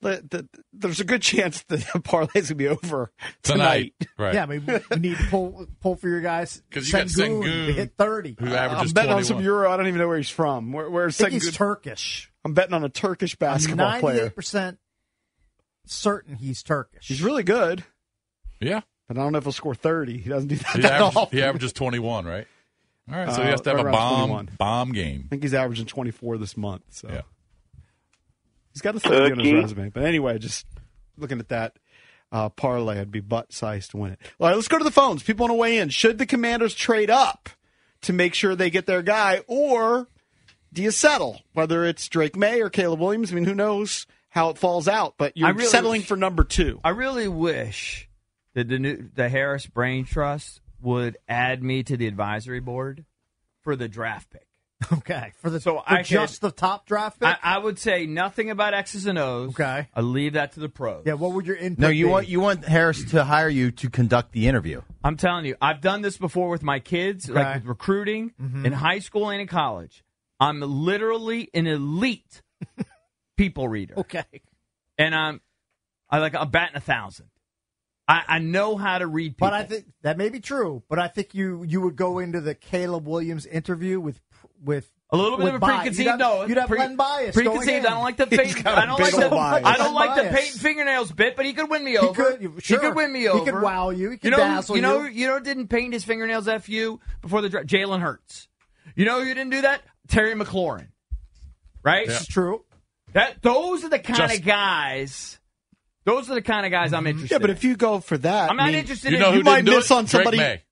S2: The- the- there's a good chance the parlay's going to be over tonight.
S3: tonight. Right.
S4: Yeah, I mean, we need to pull pull for your guys.
S3: 'Cause you got
S4: Sengun
S3: Sengun.
S4: to hit thirty.
S3: Who
S2: I'm
S3: averages
S2: betting on some
S3: 21.
S2: Euro. I don't even know where he's from. Where, where's
S4: I think he's
S2: Sengun-
S4: Turkish.
S2: I'm betting on a Turkish basketball player.
S4: Ninety-eight percent certain he's Turkish.
S2: He's really good,
S3: yeah.
S2: but I don't know if he'll score 30. He doesn't do that
S3: He,
S2: at
S3: averages,
S2: all.
S3: he averages 21, right? All right. So
S2: Uh,
S3: he has to have
S2: right
S3: a
S2: around
S3: bomb
S2: 21.
S3: bomb
S2: I
S3: game.
S2: think he's averaging 24 this month. So
S3: Yeah.
S2: he's got a 30 on his
S15: Turkey.
S2: resume. But anyway, just looking at that uh, parlay, I'd be butt sized to win it. All right, let's go to the phones. People want to weigh in. Should the Commanders trade up to make sure they get their guy, or do you settle? Whether it's Drake May or Caleb Williams, I mean, who knows how it falls out? But you're
S5: I really-
S2: settling for number two.
S5: I really wish that the new, the Harris Brain Trust would add me to the advisory board for the draft pick.
S4: okay for the
S5: So
S4: for
S5: I
S4: just the top draft pick.
S5: I, I would say nothing about X's and O's.
S4: Okay.
S5: I leave that to the pros.
S4: yeah, what would your input?
S6: No, you
S4: be?
S6: want you want Harris to hire you to conduct the interview.
S5: I'm telling you, I've done this before with my kids, like with recruiting
S4: Mm-hmm.
S5: in high school and in college. I'm literally an elite people reader,
S4: okay.
S5: and I'm I like I'm batting a thousand. I, I know how to read people.
S4: But I think that may be true. But I think you you would go into the Caleb Williams interview with with
S5: a little bit
S4: with
S5: of a
S4: bias.
S5: preconceived
S4: You'd have,
S5: no,
S4: you'd have
S5: pre-
S4: Len bias. going
S5: Preconceived.
S4: in.
S5: I don't like the
S2: He's
S5: paint.
S2: got a
S5: I don't
S2: big
S5: like the
S2: old bias.
S5: I don't like the
S4: Bias.
S5: paint fingernails bit, but he could win me
S4: He
S5: over.
S4: could, sure.
S5: win me
S4: He
S5: over.
S4: could wow you. He could
S5: know,
S4: dazzle
S5: you know,
S4: you.
S5: you know, didn't paint his fingernails f you before the draft. Jalen Hurts. You know, who didn't do that. Terry McLaurin. Right.
S4: It's true.
S5: That those are the kind
S3: Just-
S5: of guys. Those are the kind of guys
S4: Mm-hmm.
S5: I'm interested.
S2: yeah, but if you go for that,
S5: I'm
S2: I
S5: not
S2: mean,
S5: interested
S3: You
S5: in
S3: know who
S2: you might
S3: didn't do
S2: miss
S3: it?
S2: on somebody-
S3: Drake May.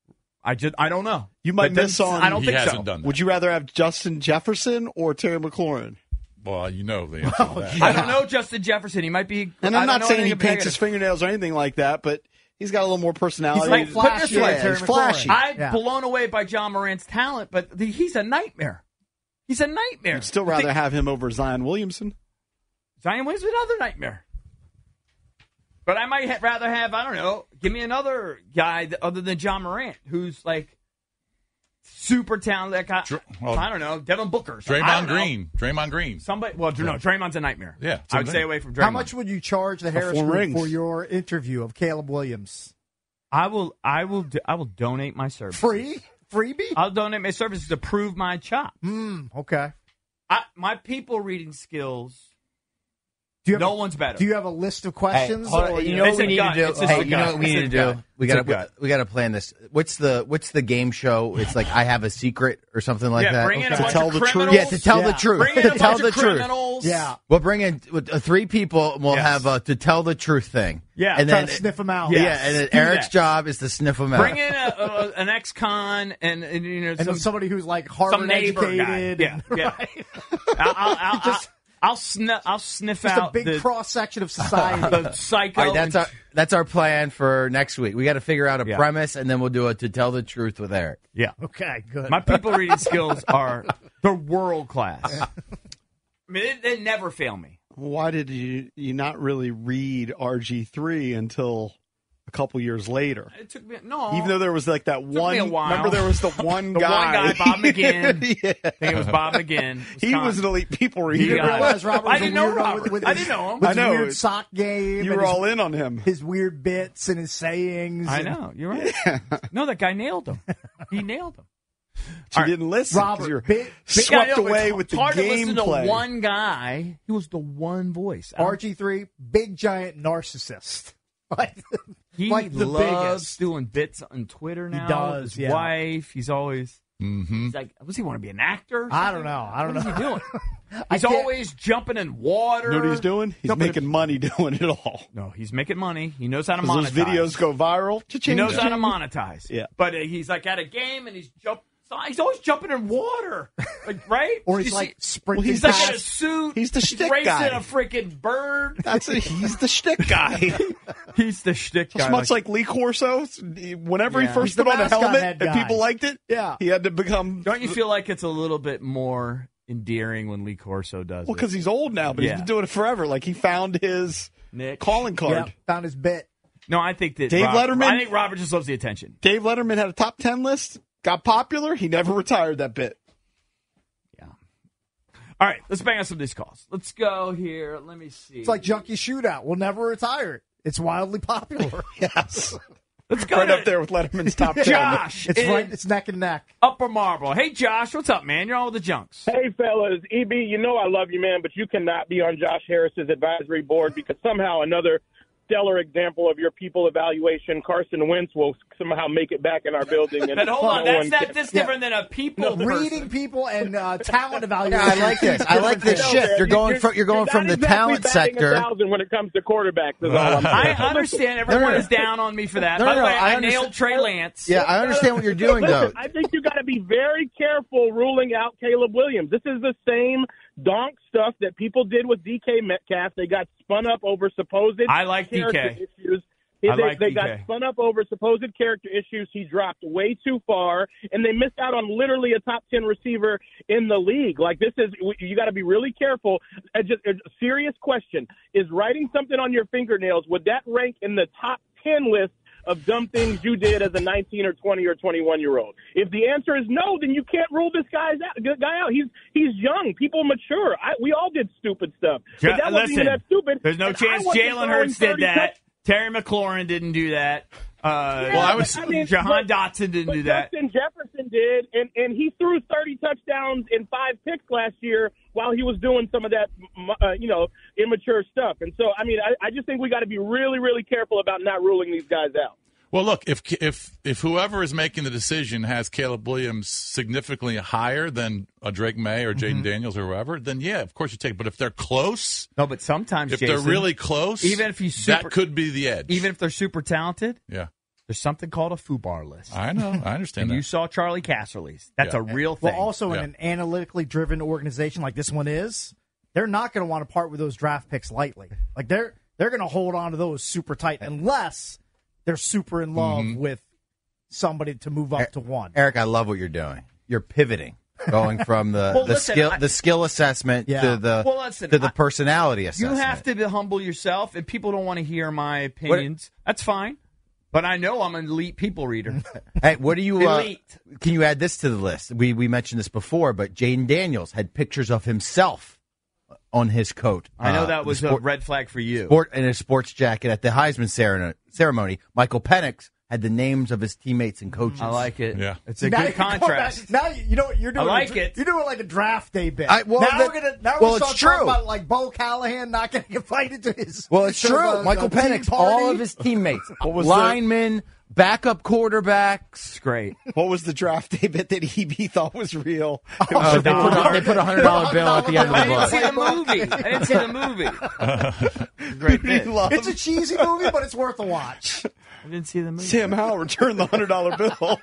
S5: I just I don't know.
S2: You might
S5: That doesn't-
S2: miss on-
S5: I don't
S3: He
S5: think
S3: hasn't
S5: so.
S3: done that.
S2: Would you rather have Justin Jefferson or Terry McLaurin?
S3: Well, you know the answer. to that.
S5: I don't know Justin Jefferson. He might be.
S2: And
S5: I
S2: I'm
S5: don't
S2: not
S5: know
S2: saying
S5: anything
S2: he
S5: about
S2: paints his
S5: negative.
S2: fingernails or anything like that, but he's got a little more personality.
S4: He's like
S5: Put it
S4: flashy.
S5: this way,
S4: like Terry
S2: he's flashy.
S4: McLaurin.
S5: I'm
S4: Yeah.
S5: blown away by John Morant's talent, but the, he's a nightmare. He's a nightmare.
S2: I'd still
S5: I
S2: rather
S5: think
S2: have him over Zion Williamson.
S5: Zion Williamson's another nightmare. But I might ha- rather have I don't know. Give me another guy th- other than John Morant who's like super talented. That guy,
S3: Dr- well,
S5: I don't know. Devin Booker. So I
S3: Draymond
S5: don't know.
S3: Green. Draymond Green.
S5: Somebody. Well, no, Draymond's a nightmare.
S3: Yeah, it's
S5: I would
S3: a
S5: stay
S3: nightmare.
S5: away from Draymond.
S4: How much would you charge the Harris
S2: four
S4: Group
S2: rings.
S4: for your interview of Caleb Williams?
S5: I will. I will. Do, I will donate my service.
S4: Free freebie?
S5: I'll donate my services to prove my chop.
S4: Hmm. okay.
S5: I, my people reading skills
S4: Do you have
S5: no
S4: a-
S5: one's better.
S4: Do you have a list of questions?
S6: hold on.
S4: or
S6: you know what
S5: It's
S6: we
S5: a
S6: need
S5: gut.
S6: to
S5: It's
S6: do?
S5: just
S6: Hey,
S5: a
S6: you
S5: gut.
S6: know what we
S5: It's a
S6: need to
S5: gut.
S6: do? We
S5: It's a
S6: got to
S5: gut.
S6: we got to plan this. What's the what's the game show? It's like I have a secret or something like
S5: Yeah,
S6: that.
S5: bring in a To bunch tell of the truth.
S6: Yeah, to tell the
S5: criminals.
S6: truth.
S5: Bring in
S6: to
S5: a
S6: tell
S5: bunch
S6: the
S5: of criminals.
S6: truth.
S5: Yeah.
S6: We'll bring in uh, three people. and We'll have a to tell the truth thing.
S5: Yeah.
S6: and
S5: Try
S6: then
S5: to sniff 'em out.
S6: Yeah,
S5: Yes.
S6: and then
S5: Do
S6: Eric's
S5: that.
S6: job is to sniff them out.
S5: Bring in a, a, an ex-con and, and you know
S4: And
S5: some,
S4: somebody who's like Harvard
S5: some neighbor
S4: educated.
S5: guy. Yeah, yeah. I'll, I'll, I'll, I'll, I'll, sniff, I'll sniff
S4: Just
S5: out
S4: a big
S5: the,
S4: cross section of society.
S5: the psycho.
S6: All right, that's our that's our plan for next week. We got to figure out a
S5: Yeah.
S6: premise, and then we'll do a to tell the truth with Eric.
S5: yeah.
S4: okay, good.
S5: My people reading skills are they're world class. I mean, they, they never fail me.
S2: Why did you you not really read RG three until a couple years later?
S5: It took me no.
S2: Even though there was like that
S5: me
S2: one.
S5: a while.
S2: Remember, there was the one
S5: The
S2: guy.
S5: one guy, Bob McGinn.
S2: Yeah.
S5: I think it was Bob McGinn.
S2: He was
S5: Wisconsin.
S2: an elite people
S5: He
S2: reader.
S5: got it. I didn't know Robert. I didn't know him.
S4: With his
S2: I know.
S4: weird sock game. and
S2: You were
S4: his-
S2: all in on him.
S4: His weird bits and his sayings.
S5: I
S4: and-
S5: know. You're right. No, that guy nailed him. He nailed him.
S2: But you didn't listen. 'cause
S4: Robert,
S2: you were
S4: big- big-
S2: swept
S5: Yeah, I know,
S2: away
S5: it's
S2: with the
S5: hard to listen to
S2: gameplay.
S5: one guy. He was the one voice. I don't-
S4: RG3, big giant narcissist. Like,
S5: He
S4: like the
S5: loves
S4: biggest.
S5: doing bits on Twitter
S4: He
S5: now.
S4: does,
S5: His
S4: yeah.
S5: wife. He's always.
S2: Mm-hmm.
S5: He's like, does he want to be an actor? or
S4: I don't
S5: something?
S4: know. I don't
S5: what
S4: know.
S5: Is he doing?
S4: I
S5: He's
S4: can't-
S5: always jumping in water.
S2: You know what he's doing? He's
S5: Jumping in-
S2: making money doing it all.
S5: No, he's making money. He knows how to monetize.
S2: 'Cause Those videos go viral.
S5: he
S2: Cha-ching,
S5: knows how to
S2: cha-ching.
S5: monetize.
S2: Yeah.
S5: but uh, he's like at a game and he's jump. so- He's always jumping in water, like, right?
S4: Or
S5: You
S4: he's
S5: see-
S4: like sprinting.
S2: Well,
S5: he's
S2: he's
S5: like in a
S4: past-
S5: suit.
S2: He's the shtick
S5: racing
S2: guy.
S5: a freaking bird.
S2: That's it. He's the shtick guy.
S5: He's the shtick guy.
S2: Just much like Lee Corso, whenever
S5: Yeah.
S2: he first
S4: He's the
S2: put on a
S4: mascot
S2: helmet
S4: head
S2: and
S4: guy.
S2: people liked it,
S4: Yeah.
S2: he had to become
S5: Don't you feel like it's a little bit more endearing when Lee Corso does
S2: well
S5: it?
S2: because he's old now, but
S5: Yeah.
S2: he's been doing it forever. Like he found his
S5: Nick.
S2: calling card.
S4: Yeah, found his bit.
S5: No, I think that
S2: Dave
S5: Rob-
S2: Letterman-
S5: I think Robert just loves the attention.
S2: Dave Letterman had a top ten list, got popular. He never retired that bit.
S5: All right, let's bang out some of these calls. Let's go here. Let me see.
S4: It's like Junkie Shootout. We'll never retire. It's wildly popular.
S2: Yes,
S5: let's go
S2: right
S5: to
S2: up there with Letterman's top ten.
S5: Josh.
S4: It's
S5: in
S4: right. It's neck and neck.
S5: Upper Marble. Hey, Josh, what's up, man? You're all with the junks.
S16: Hey, fellas, EB, you know I love you, man, but you cannot be on Josh Harris's advisory board because somehow another stellar example of your people evaluation, Carson Wentz, will somehow make it back in our building. And
S5: But hold
S16: no
S5: on, that's
S16: one
S5: not
S16: can-
S5: this different than a people
S4: Reading people and uh, talent
S6: Yeah,
S4: evaluation.
S6: I like this. I like this
S16: No,
S6: shift.
S16: man,
S6: You're going from you're going
S16: not
S6: from the
S16: exactly
S6: talent
S16: batting A
S6: sector.
S16: thousand when it comes to quarterbacks, is all I'm saying.
S5: I
S16: So listen,
S5: understand everyone
S6: no.
S5: is down on me for that.
S6: No,
S5: By
S6: no,
S5: the way,
S6: no,
S5: I,
S6: I
S5: nailed
S6: understand-
S5: Trey Lance.
S6: Yeah, I understand what you're doing though.
S16: Listen, I think you got to be very careful ruling out Caleb Williams. This is the same donk stuff that people did with DK Metcalf. They got spun up over supposed
S5: I like DK.
S16: character issues.
S5: I
S16: they,
S5: like
S16: they
S5: DK.
S16: got spun up over supposed character issues. He dropped way too far, and they missed out on literally a top ten receiver in the league. Like this is you got to be really careful. A, just, a serious question: Is writing something on your fingernails would that rank in the top ten list of dumb things you did as a 19 or 20 or 21 year old? If the answer is no, then you can't rule this guy's out, guy out. He's he's young. People mature. I, we all did stupid stuff. But
S5: Ja-
S16: that wasn't even
S5: listen,
S16: that stupid.
S5: there's no
S16: And I
S5: chance
S16: wasn't
S5: Jalen
S16: throwing
S5: Hurts did
S16: 30
S5: that.
S16: touch-
S5: Terry McLaurin didn't do that. Uh,
S16: Yeah,
S3: Well, I
S16: but
S3: would s-
S16: I mean,
S5: Jahan
S16: but-
S5: Dotson didn't
S16: but
S5: do that.
S16: Justin Jefferson did, and, and he threw 30 touchdowns and five picks last year while he was doing some of that, m- uh, you know, immature stuff. And so, I mean, I, I just think we got to be really, really careful about not ruling these guys out.
S3: Well, look, if if if whoever is making the decision has Caleb Williams significantly higher than a Drake May or
S5: Mm-hmm.
S3: Jaden Daniels or whoever, then yeah, of course you take. it. But if they're close,
S5: No, but sometimes
S3: if
S5: Jason,
S3: they're really close,
S5: even if you super-
S3: that could be the edge.
S5: even if they're super talented,
S3: yeah,
S5: there's something called a FUBAR list.
S3: I know, I understand
S5: and
S3: that.
S5: you saw Charlie Casserly's. That's
S3: Yeah.
S5: a real thing.
S4: Well, also
S3: Yeah.
S4: in an analytically driven organization like this one is, they're not going to want to part with those draft picks lightly. Like they're they're going to hold on to those super tight unless they're super in love
S6: Mm-hmm.
S4: with somebody to move
S6: Eh,
S4: up to one.
S6: Eric, I love what you're doing. You're pivoting, going from the,
S5: Well,
S6: the
S5: listen,
S6: skill
S5: I-
S6: the skill assessment
S4: Yeah.
S6: to the
S5: Well, listen,
S6: to the
S5: I-
S6: personality
S5: you
S6: assessment.
S5: have to be humble yourself. If people don't want to hear my opinions, that's fine. But I know I'm an elite people reader.
S6: Hey, what do you? Uh,
S5: Elite.
S6: can you add this to the list? We we mentioned this before, but Jaden Daniels had pictures of himself on his coat.
S5: I know
S6: uh,
S5: that
S6: the
S5: was a
S6: sport-
S5: red flag for you.
S6: sport in a sports jacket at the Heisman ceremony. ceremony. Michael Penix had had the names of his teammates and coaches. I like
S5: it.
S3: Yeah,
S5: it's
S4: Now you're going back- now you you know what you're doing.
S6: I like
S4: a, dr- You're doing like a draft day bit.
S6: I- well,
S4: now
S6: that-
S4: we're gonna now
S6: well,
S4: we're
S6: it's
S4: gonna talk
S6: true.
S4: about like Bo Callahan not getting invited to his.
S6: Well, it's
S4: to
S6: true.
S4: the-
S6: Michael
S4: the team
S6: Penix,
S4: party.
S6: all of his teammates,
S4: What was the-
S6: linemen, backup quarterbacks.
S5: Great.
S2: What was the draft day bit that EB thought was real? It
S6: Oh,
S2: was
S6: they put a- they put a $100 bill at the end of the book.
S5: movie. I didn't see the movie.
S2: Great
S4: It's a cheesy movie, but it's worth a watch.
S5: I didn't see the movie.
S2: Sam Howell returned the hundred dollar bill.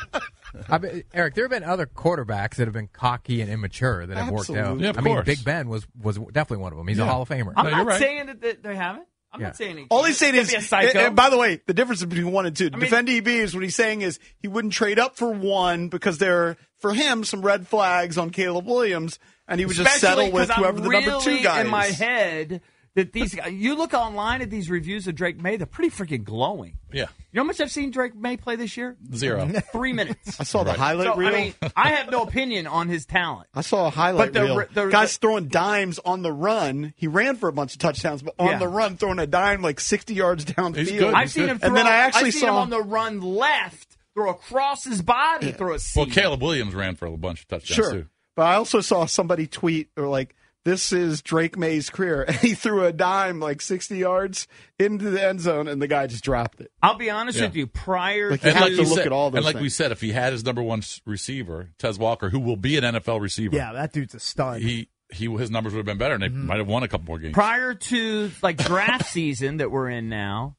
S8: I bet- Eric, there have been other quarterbacks that have been cocky and immature that have worked out.
S3: Absolutely. Yeah, of
S8: I mean,
S3: course.
S8: Big Ben was was definitely one of them. He's a
S3: Yeah.
S8: Hall of Famer.
S5: I'm not saying that they, they haven't. I'm
S8: Yeah.
S5: not saying he
S2: All he's saying
S5: Don't
S2: is,
S5: be a psycho.
S2: and- and by the way, the difference between one and two.
S5: mean-
S2: defend EB is what he's saying is he wouldn't trade up for one because there are, for him, some red flags on Caleb Williams, and he would just
S5: Especially
S2: settle with
S5: 'cause I'm
S2: whoever the number two
S5: really
S2: guy
S5: in my
S2: is.
S5: head that these guys, you look online at these reviews of Drake May, they're pretty freaking glowing.
S3: Yeah.
S5: You know how much I've seen Drake May play this year?
S3: Zero.
S5: Three minutes.
S2: I saw the highlight
S5: so,
S2: reel.
S5: I mean, I have no opinion on his talent.
S2: I saw a highlight
S5: But the-
S2: reel.
S5: the-
S2: Guys throwing dimes on the run. He ran for a bunch of touchdowns, but on
S5: Yeah.
S2: the run, throwing a dime like sixty yards downfield.
S5: I've seen him. Throw,
S2: and then I actually
S5: have seen him
S2: saw
S5: on the run left, throw across his body, throw a seam.
S3: Well, Caleb Williams ran for a bunch of touchdowns
S2: Sure.
S3: too.
S2: But I also saw somebody tweet or like, this is Drake May's career. And he threw a dime like 60 yards into the end zone and the guy just dropped it.
S5: I'll be honest
S3: Yeah.
S5: with you. Prior
S2: Like,
S5: to
S2: you have
S3: you
S2: to look
S3: said-
S2: at all those
S3: And like we
S2: things.
S3: said, if he had his number one s- receiver, Tez Walker, who will be an NFL receiver,
S4: Yeah, that dude's a stud. Mm-hmm.
S3: he he his numbers would have been better, and they might have won a couple more games.
S5: prior to like draft season that we're in now.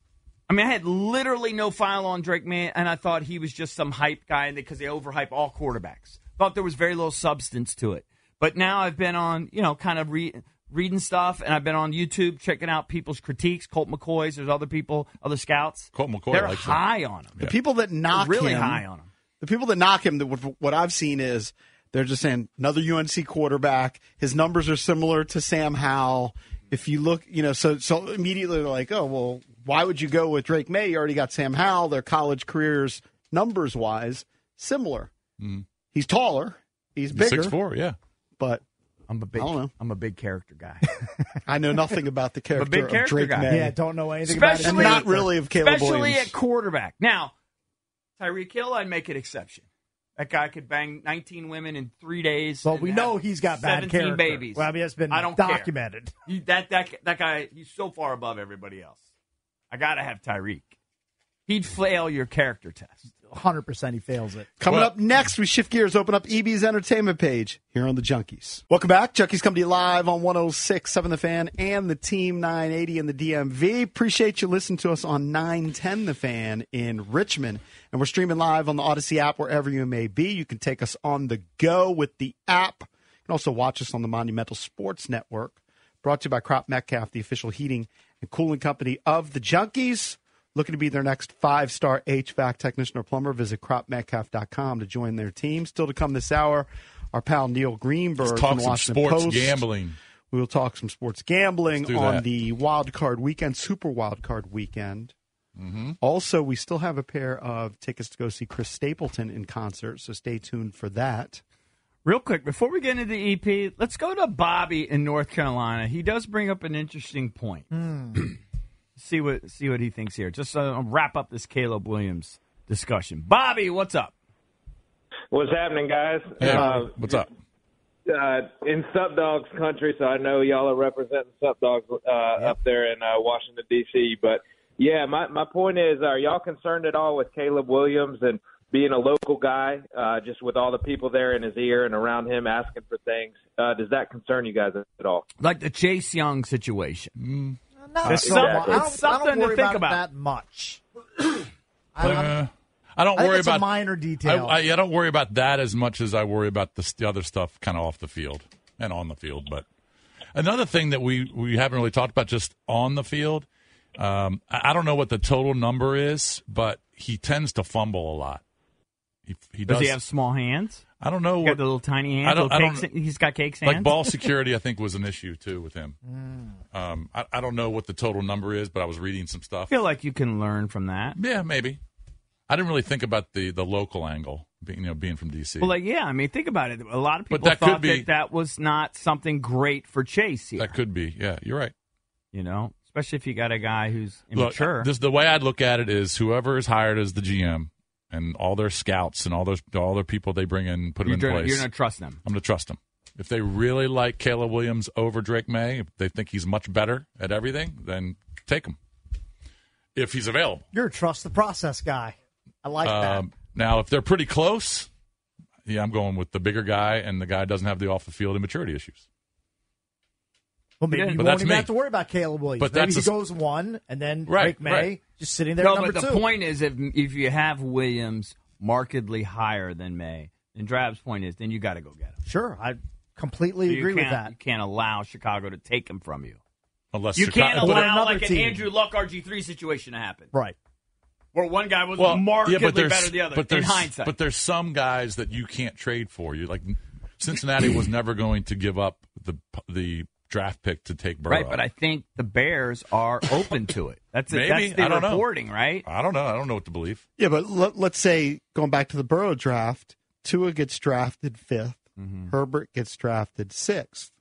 S5: I mean, I had literally no file on Drake May, and I thought he was just some hype guy because they overhype all quarterbacks. Thought there was very little substance to it. But now I've been on, you know, kind of re- reading stuff, and I've been on YouTube checking out people's critiques. Colt McCoy's, there's other people, other scouts.
S3: Colt McCoy
S5: They're
S3: likes him.
S5: high on him.
S2: The people that knock
S5: really
S2: him,
S5: high on him.
S2: the people that knock him, that what- what I've seen is they're just saying another UNC quarterback. His numbers are similar to Sam Howell. If you look, you know, so so immediately they're like, oh well, why would you go with Drake May? You already got Sam Howell. Their college careers, numbers wise, similar. He's taller. He's bigger.
S3: Mm-hmm. six four, yeah.
S2: But
S5: I'm a big,
S2: I don't know.
S5: I'm a big character guy.
S2: I know nothing about the character
S5: big
S2: of
S5: character
S2: Drake
S5: guy.
S2: May.
S4: yeah, don't know anything about
S5: especially
S4: it.
S2: Not really of Caleb
S5: especially
S2: Williams.
S5: at quarterback. Now, Tyreek Hill, I'd make an exception. That guy could bang 19 women in three days.
S4: But
S5: and
S4: we
S5: have
S4: know he's got bad
S5: 17
S4: character.
S5: babies.
S4: Well, I mean, it's been
S5: I don't care.
S4: documented.
S5: You- that that that guy, he's so far above everybody else. I gotta have Tyreek. He'd fail your character test.
S4: 100% he fails it.
S2: Coming
S3: Well-
S2: up next, we shift gears, open up EB's entertainment page here on the Junkies. Welcome back. Junkies come to you live on 106, 7 The Fan and the Team 980 in the DMV. Appreciate you listening to us on 910 The Fan in Richmond. And we're streaming live on the Odyssey app wherever you may be. You can take us on the go with the app. You can also watch us on the Monumental Sports Network. Brought to you by Crop Metcalf, the official heating and cooling company of the Junkies. Looking to be their next five star HVAC technician or plumber? Visit cropmetcalf.com to join their team. Still to come this hour, our pal Neil Greenberg from
S3: Let's talk
S2: the
S3: some
S2: Washington
S3: sports
S2: Post.
S3: gambling.
S2: We will talk some sports gambling
S3: Let's do
S2: on
S3: that.
S2: the wild card weekend, super wild card weekend.
S3: Mm-hmm.
S2: Also, we still have a pair of tickets to go see Chris Stapleton in concert, so stay tuned for that.
S5: Real quick, before we get into the EP, let's go to Bobby in North Carolina. He does bring up an interesting point. see what see what he thinks here. Just uh, wrap up this Caleb Williams discussion. Bobby, what's up?
S19: What's happening, guys?
S3: Hey,
S19: Uh,
S3: what's up?
S19: uh, in Sup Dogs country, so I know y'all are representing Sup Dogs uh, up there in uh, Washington D.C. But yeah, my my point is, are y'all concerned at all with Caleb Williams and being a local guy, uh, just with all the people there in his ear and around him asking for things? Uh, does that concern you guys at all?
S5: Like the Chase Young situation.
S4: No,
S5: There's
S4: I don't-
S5: some-
S4: I don't-
S5: it's something
S4: I don't
S5: to
S4: worry
S5: think about.
S4: about, that much. I, don't-
S3: Uh, I don't
S4: I think
S3: worry
S4: it's a
S3: about
S4: minor
S3: I,
S4: detail.
S3: I, I don't worry about that as much as I worry about the, the other stuff kind of off the field and on the field. But another thing that we, we haven't really talked about just on the field, um, I, I don't know what the total number is, but he tends to fumble a lot. He, he does.
S5: Does he have small hands?
S3: I don't know.
S5: He
S3: What,
S5: got the little tiny hands.
S3: I don't-
S5: little
S3: I
S5: cakes-
S3: don't-
S5: he's got cakes hands.
S3: like ball security, I think was an issue too with him. Um, I, I don't know what the total number is, but I was reading some
S5: I
S3: stuff.
S5: feel like you can learn from that.
S3: Yeah, maybe. I didn't really think about the, the local angle, being, you know, being from DC.
S5: Well, like yeah, I mean, think about it. A lot of
S3: But
S5: people
S3: that could
S5: thought
S3: be-
S5: that that was not something great for Chase here.
S3: That could be. Yeah, you're right.
S5: you know, especially if you got a guy who's
S3: Look,
S5: immature.
S3: this the way I'd look at it is whoever is hired as the GM and all their scouts and all those all their people they bring in put
S5: You're
S3: them in
S5: gonna-
S3: place.
S5: you're gonna trust them.
S3: I'm going to trust them. If they really like Caleb Williams over Drake May, if they think he's much better at everything, then take him. If he's available.
S4: You're a trust the process guy. I like that.
S3: Um, now, if they're pretty close, yeah, I'm going with the bigger guy, and the guy doesn't have the off the field immaturity issues.
S4: Well, maybe
S3: yeah,
S4: you
S3: but
S4: won't
S3: that's
S4: even
S3: me.
S4: have to worry about Caleb Williams.
S3: But
S4: maybe
S3: that's
S4: he
S3: a-
S4: goes one, and then
S3: Right,
S4: Drake May
S3: right.
S4: just sitting there.
S5: no,
S4: at number
S5: but the
S4: two.
S5: point is, if if you have Williams markedly higher than May, and Drab's point is, then you got to go get him.
S4: Sure, I completely
S5: You
S4: agree with
S5: can't-
S4: that.
S5: You can't allow Chicago to take him from you.
S3: Unless
S5: you
S3: Chicago-
S5: can't
S3: but-
S5: allow
S3: another
S5: like an
S3: team.
S5: Andrew Luck RG three situation to happen,
S4: right?
S5: Where one guy was
S3: Well,
S5: markedly
S3: yeah, but there's,
S5: better than the other.
S3: But
S5: in
S3: there's-
S5: hindsight,
S3: but there's some guys that you can't trade for. You like Cincinnati was never going to give up the the draft pick to take Burrow.
S5: right? But I think the Bears are open to it. That's it.
S3: Maybe.
S5: That's the
S3: I don't know.
S5: reporting, right?
S3: I don't know. I don't know what to believe.
S2: Yeah, but let, let's say going back to the Burrow draft, Tua gets drafted 5th
S5: Mm-hmm.
S2: Herbert gets drafted 6th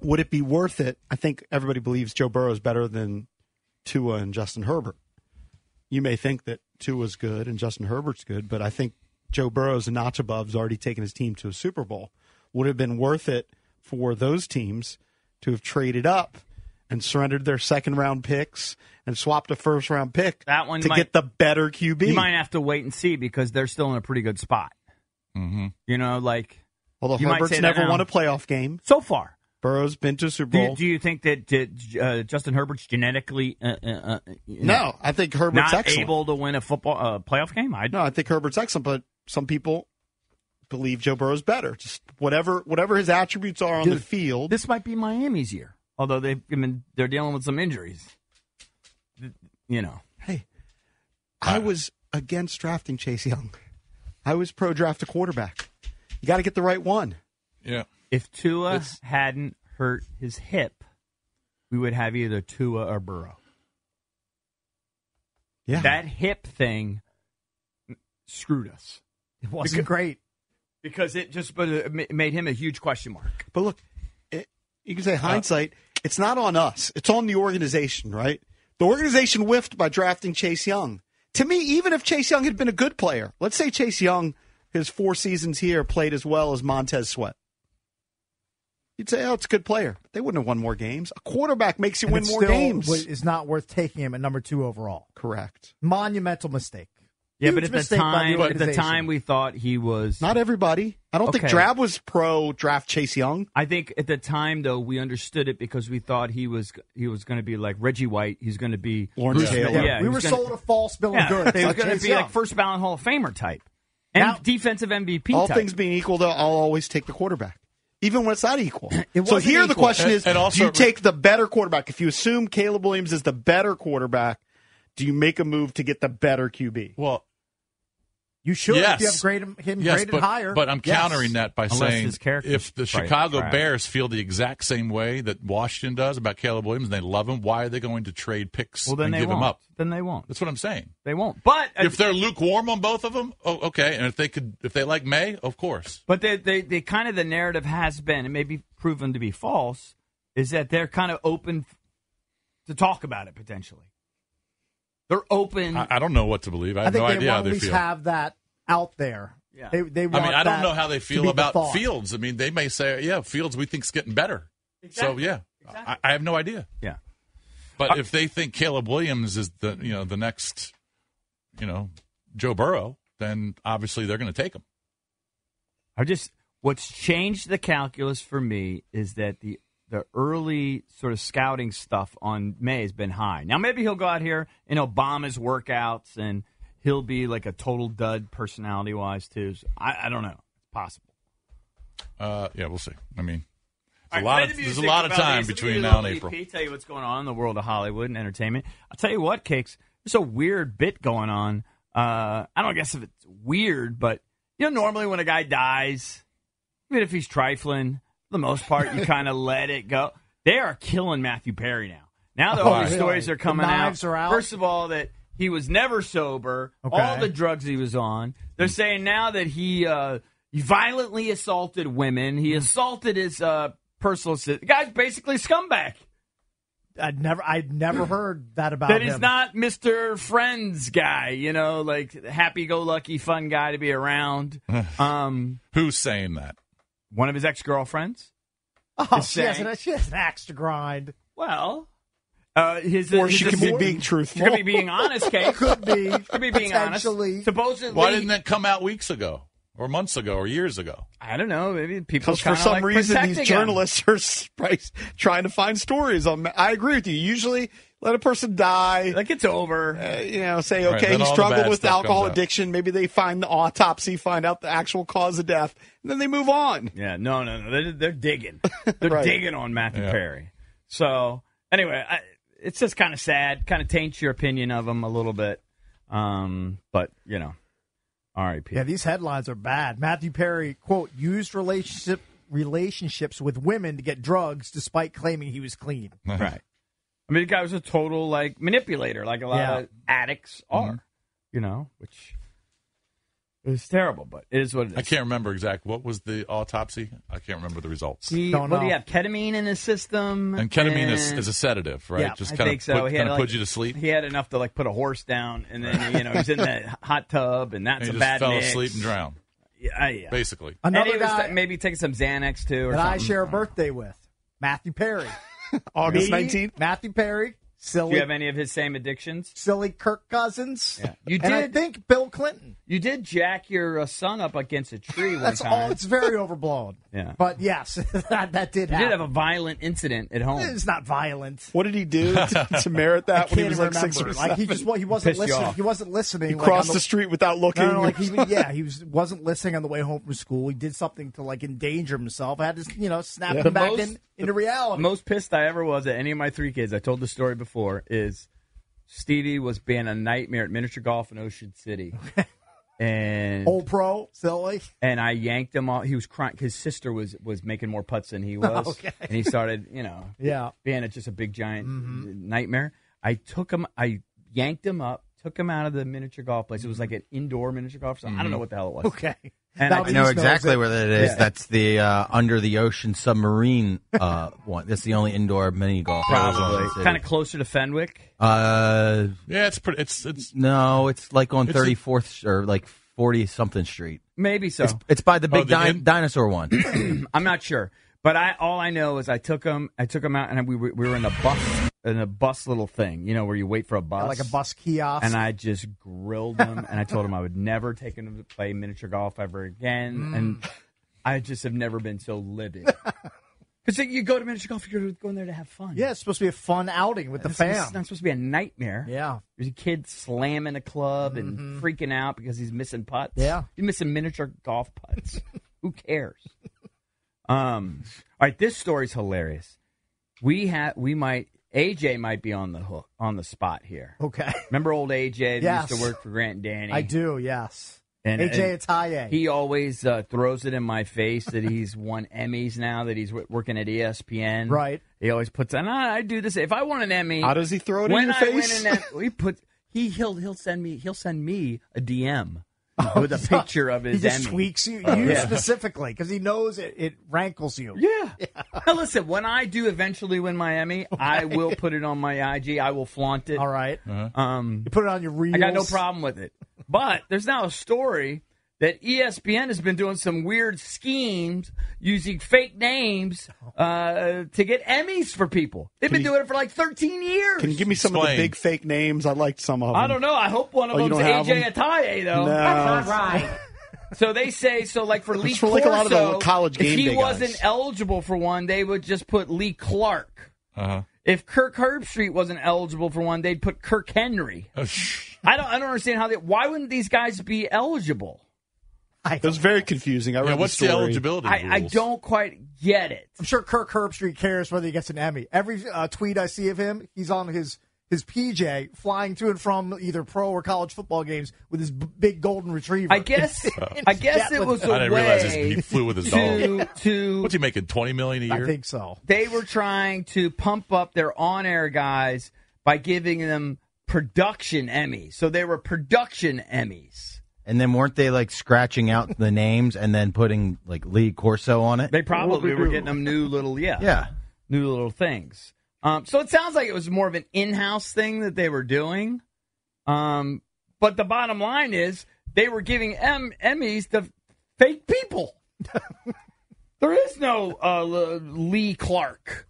S2: Would it be worth it? I think everybody believes Joe Burrow is better than Tua and Justin Herbert. You may think that Tua's good and Justin Herbert's good, but I think Joe Burrow's a notch above has already taken his team to a Super Bowl. Would it have been worth it for those teams to have traded up and surrendered their second round picks and swapped a first round pick
S5: That one
S2: to
S5: might-
S2: get the better QB?
S5: You might have to wait and see because they're still in a pretty good spot.
S3: Mm-hmm.
S5: You know, like
S2: Although
S5: you might
S2: Herbert's
S5: say that
S2: never
S5: now.
S2: won a playoff game
S5: so far.
S2: Burrow's been to a Super
S5: Do,
S2: Bowl.
S5: you- do you think that uh, uh, Justin Herbert's genetically uh, uh, uh, you
S2: No,
S5: know,
S2: I think Herbert's
S5: not
S2: excellent.
S5: able to win a football uh, playoff game? I
S2: no, I think Herbert's excellent, but some people believe Joe Burrow's better. Just whatever whatever his attributes are on
S5: Dude,
S2: the field.
S5: This might be Miami's year, although they've I mean, they're dealing with some injuries. You know, Uh,
S2: I was against drafting Chase Young. I was pro draft a quarterback. You got to get the right one.
S3: Yeah.
S5: If Tua hadn't hurt his hip, we would have either Tua or Burrow.
S2: Yeah.
S5: That hip thing screwed us.
S4: It wasn't great.
S5: Because it just but it ma- made him a huge question mark.
S2: But look, it, you can say hindsight. it's not on us. It's on the organization, right? The organization whiffed by drafting Chase Young. To me, even if Chase Young had been a good player, let's say Chase Young, his four seasons here, played as well as Montez Sweat. You'd say, oh, it's a good player. They wouldn't have won more games. A quarterback makes you
S4: And
S2: win
S4: it
S2: more
S4: still
S2: games.
S4: wa- Is not worth taking him at number two overall.
S2: Correct.
S4: Monumental mistake.
S5: Yeah,
S4: Huge
S5: but at the
S4: mistake by
S5: time,
S4: the
S5: at the
S4: organization.
S5: time we thought he was.
S2: Not everybody. I don't think
S5: Okay.
S2: Drab was pro draft Chase Young.
S5: I think at the time though we understood it because we thought he was he was going to be like Reggie White. He's going to be
S2: Lawrence
S5: Bruce
S2: Taylor.
S5: Ma-
S2: Yeah,
S5: he
S4: we were
S5: was gonna-
S4: sold a false bill
S5: yeah,
S4: of goods.
S5: They were
S4: Like
S5: going
S4: Chase
S5: to be
S4: Young.
S5: like first ballot Hall of Famer type and
S4: Now-
S5: defensive MVP.
S2: All
S5: type.
S2: things being equal, though, I'll always take the quarterback, even when it's not equal. so
S4: wasn't
S2: here the
S4: equal.
S2: question
S3: And-
S2: is:
S3: and
S2: Do
S3: also-
S2: you take the better quarterback? If you assume Caleb Williams is the better quarterback, do you make a move to get the better QB?
S3: Well,
S4: you should if you
S3: Yes.
S4: upgrade him, him
S3: yes,
S4: graded
S3: but,
S4: higher.
S3: but I'm
S4: Yes.
S3: countering that by
S5: Unless
S3: saying
S5: his character's
S3: if the
S5: right,
S3: Chicago
S5: right.
S3: Bears feel the exact same way that Washington does about Caleb Williams and they love him, why are they going to trade picks
S5: well, then
S3: and
S5: they
S3: give
S5: won't.
S3: him up?
S5: Then they won't.
S3: That's what I'm saying.
S5: They won't. But
S3: If they're lukewarm on both of them, oh, okay. And if they could, if they like May, of course.
S5: But they, they, they kind of the narrative has been, and maybe proven to be false, is that they're kind of open f- to talk about it potentially. They're open.
S3: I, I don't know what to believe. I
S4: I
S3: have
S4: think
S3: no
S4: they
S3: idea how
S4: want to at
S3: they
S4: least
S3: feel.
S4: have that out there.
S5: Yeah.
S4: They, they
S3: I
S4: want
S3: mean, I don't
S4: that
S3: know how they
S4: to be
S3: feel
S4: the
S3: about
S4: thought.
S3: Fields. I mean, they may say, yeah, Fields we think's getting better. So
S5: Exactly.
S3: yeah,
S5: Exactly.
S3: I, I have no idea.
S5: yeah.
S3: But if they think Caleb Williams is the you know the next, you know, Joe Burrow, then obviously they're going to take him.
S5: I just what's changed the calculus for me is that the the early sort of scouting stuff on May has been high. Now maybe he'll go out here in Obama's workouts and he'll be like a total dud personality wise too. So I, I don't know. It's possible.
S3: Uh, yeah, we'll see. I mean,
S5: All
S3: there's
S5: right,
S3: a lot
S5: play
S3: of
S5: the
S3: there's a
S5: music
S3: lot of
S5: about
S3: time
S5: these. Let me
S3: between
S5: do
S3: now and
S5: the
S3: April.
S5: LVP, Tell you what's going on in the world of Hollywood and entertainment. I'll tell you what, cakes. There's a weird bit going on. Uh, I don't guess if it's weird, but you know, normally when a guy dies, even if he's trifling, for the most part, you kind of let it go. They are killing Matthew Perry now. Now that
S4: Oh,
S5: all these
S4: really?
S5: stories are
S4: The
S5: coming out.
S4: knives are out?
S5: First of all, that he was never sober.
S4: Okay.
S5: All the drugs he was on.
S2: Mm.
S5: They're saying now that he uh, he violently assaulted
S2: Mm.
S5: women. He assaulted his uh, personal. assi- The guy's basically a scumbag.
S4: I'd never, I'd never heard that about
S5: that
S4: him.
S5: he's not Mr. Friends guy, you know, like happy go lucky, fun guy to be around. Um,
S3: Who's saying that?
S5: One of his ex girlfriends.
S4: Oh, she has, an, she has an axe to grind.
S5: Well, Uh, his,
S2: Or
S5: his-
S2: she
S5: his-
S2: could be being truthful.
S5: She could be being honest, Kate.
S4: Could be.
S5: Could be being honest.
S4: Potentially.
S5: Supposedly.
S3: Why didn't that come out weeks ago, or months ago, or years ago?
S5: I don't know. Maybe people
S2: Because for some reason, these
S5: journalists.
S2: journalists are spri- trying to find stories on. Ma- I agree with you. Usually, let a person die. Uh,
S5: Like it's over.
S2: you know, say
S3: Right,
S2: okay,
S3: then
S2: he
S3: all the
S2: struggled
S3: bad
S2: with
S3: stuff
S2: alcohol
S3: comes out.
S2: addiction. Maybe they find the autopsy, find out the actual cause of death, and then they move on.
S5: Yeah, no, no, no. They're, they're digging. They're
S2: Right.
S5: digging on Matthew
S2: Yeah.
S5: Perry. So anyway, I, it's just kind of sad. Kind of taints your opinion of him a little bit. Um, but you know, R.I.P.
S4: Yeah, these headlines are bad. Matthew Perry quote used relationship relationships with women to get drugs, despite claiming he was clean.
S5: right. I mean, the guy was a total like manipulator, like a lot
S4: Yeah.
S5: of addicts
S3: Mm-hmm.
S5: are. You know, which is terrible, but it is what it is.
S3: I can't remember exact what was the autopsy. I can't remember the results.
S5: He, what do you have? Ketamine in his system,
S3: And ketamine is,
S5: and-
S3: is a sedative, right?
S5: Yeah,
S3: Just
S5: I
S3: kind
S5: think
S3: of
S5: so.
S3: put,
S5: He had
S3: kind of
S5: like-
S3: put you to sleep.
S5: He had enough to like put a horse down, and then you know he's in that hot tub, and that's
S3: And he
S5: a
S3: just
S5: bad
S3: fell
S5: mix.
S3: asleep and drowned.
S5: Yeah, yeah.
S3: Basically.
S5: and he
S4: Another
S5: was
S4: guy-
S5: th- maybe taking some Xanax too, or
S4: That I
S5: something.
S4: share a birthday with Matthew Perry,
S2: August
S4: Me,
S2: 19th?
S4: Matthew Perry,
S5: Do
S4: silly,
S5: you have any of his same addictions?
S4: silly Kirk Cousins.
S5: You
S4: And I
S5: did.
S4: think Bill Clinton.
S5: You did jack your uh, son up against a tree one
S4: That's
S5: time.
S4: all. It's very overblown.
S5: Yeah.
S4: But yes, that that did
S5: you did
S4: happen.
S5: have a violent incident at home.
S4: It's not violent.
S2: What did he do to, to merit
S4: I
S2: that
S4: can't
S2: when he was like
S4: remember.
S2: six or
S4: like he
S2: seven?
S4: just wa- he wasn't
S2: Pissed you
S4: listening.
S2: off.
S4: He wasn't listening.
S2: He
S4: like,
S2: crossed
S4: on
S2: the street without looking.
S4: No, no, like he, yeah, he was wasn't listening on the way home from school. He did something to like endanger himself. I had to you know snap
S5: Yeah.
S4: him
S5: The
S4: back
S5: most-
S4: in, into reality.
S5: most pissed I ever was at any of my three kids. I told the story before. Is Stevie was being a nightmare at miniature golf in Ocean City, and
S4: Old pro, silly.
S5: and I yanked him off. He was crying. His sister was was making more putts than he was,
S4: Okay.
S5: and he started, you know,
S4: Yeah. Mm-hmm.
S5: being a, just a big giant nightmare. I took him. I yanked him up. Took him out of the miniature golf place. It was like an indoor miniature golf. So I don't know what the hell it was.
S4: Mm-hmm. Okay.
S5: And
S4: Now
S5: I
S6: I
S4: he
S6: know
S4: knows
S6: exactly where that is.
S5: Yeah.
S6: That's the uh, under the ocean submarine uh, one. That's the only indoor mini golf.
S5: Probably kind of closer to Fenwick.
S6: Uh,
S3: Yeah, it's pretty. It's it's
S6: no, it's like on
S3: It's a-
S6: thirty fourth or like forty something street.
S5: Maybe so.
S6: It's, it's by the big
S3: Oh, the
S6: di-
S3: in-
S6: dinosaur one.
S5: I'm not sure, but I all I know is I took him. I took him out, and we were, we were in a bus in a bus little thing, you know, where you wait for a bus,
S4: Like a bus kiosk.
S5: And I just grilled him, and I told him I would never take him to play miniature golf ever again, and
S4: Mm.
S5: I just have never been so livid. Because you go to miniature golf, you're going there to have fun.
S4: yeah, it's supposed to be a fun outing with the
S5: It's- it's
S4: fam.
S5: not supposed to be a nightmare.
S4: Yeah. Mm-hmm.
S5: There's a kid slamming a club and freaking out because he's missing putts.
S4: Yeah.
S5: He's missing miniature golf putts. Who cares? Um, all right, this story's hilarious. We have we might AJ might be on the hook on the spot here.
S4: Okay.
S5: Remember old AJ that
S4: Yes.
S5: used to work for Grant and Danny?
S4: I do. Yes.
S5: And-
S4: AJ
S5: and-
S4: Ataye.
S5: He always uh, throws it in my face that he's won Emmys now that he's w- working at E ESPN.
S4: Right.
S5: He always puts and I, I do this if I want an Emmy.
S2: How does he throw it in
S5: when
S2: your
S5: I
S2: face?
S5: Win an Emmy, he put he he'll he'll send me he'll send me a DM with a picture of his
S4: Oh, he just
S5: Emmy. Oh,
S4: tweaks you, you
S5: yeah.
S4: specifically because he knows it, it rankles you.
S5: Yeah. now listen, when I do eventually win my Emmy, I will put it on my IG. I will flaunt it.
S4: All right.
S5: Um,
S4: You put it on your reels.
S5: I got no problem with it. But there's now a story that E ESPN has been doing some weird schemes using fake names
S4: Oh.
S5: uh, to get Emmys for people. They've been doing it for like 13 years.
S2: Can you give me some of
S3: Explain.
S2: the big fake names? I liked some of them.
S5: I don't know. I hope one of
S2: Oh, you
S5: them's
S2: don't
S5: AJ
S2: have
S5: Ataye, though.
S2: No. That's not
S5: right. So they say so, like for Lee
S2: for, like, a lot of the
S5: Corso,
S2: college game
S5: if he
S2: day guys.
S5: wasn't eligible for one, they would just put Lee Clark.
S3: Uh-huh.
S5: If Kirk Herbstreit wasn't eligible for one, they'd put Kirk Henry.
S3: Uh,
S5: I don't, I don't understand how they. Why wouldn't these guys be eligible?
S4: I
S2: It was very confusing. I read
S3: yeah, what's the,
S2: the story.
S3: eligibility?
S5: I, I
S3: rules?
S5: don't quite get it.
S4: I'm sure Kirk Herbstreit cares whether he gets an Emmy. Every uh, tweet I see of him, he's on his his PJ flying to and from either pro or college football games with his b- big golden retriever.
S5: I guess. I guess it was a
S3: I didn't
S5: way
S3: realize this, he flew with his dog.
S5: to to
S3: What's he making? Twenty million a
S4: I
S3: year?
S4: think so.
S5: they were trying to pump up their on-air guys by giving them production Emmys. So they were production Emmys.
S6: and then weren't they like scratching out the names and then putting like Lee Corso on it?
S5: They probably were getting them new little yeah,
S6: yeah.
S5: new little things. Um, so it sounds like it was more of an in-house thing that they were doing. Um, but the bottom line is they were giving M- Emmys to fake people. there is no uh, L- Lee Clark.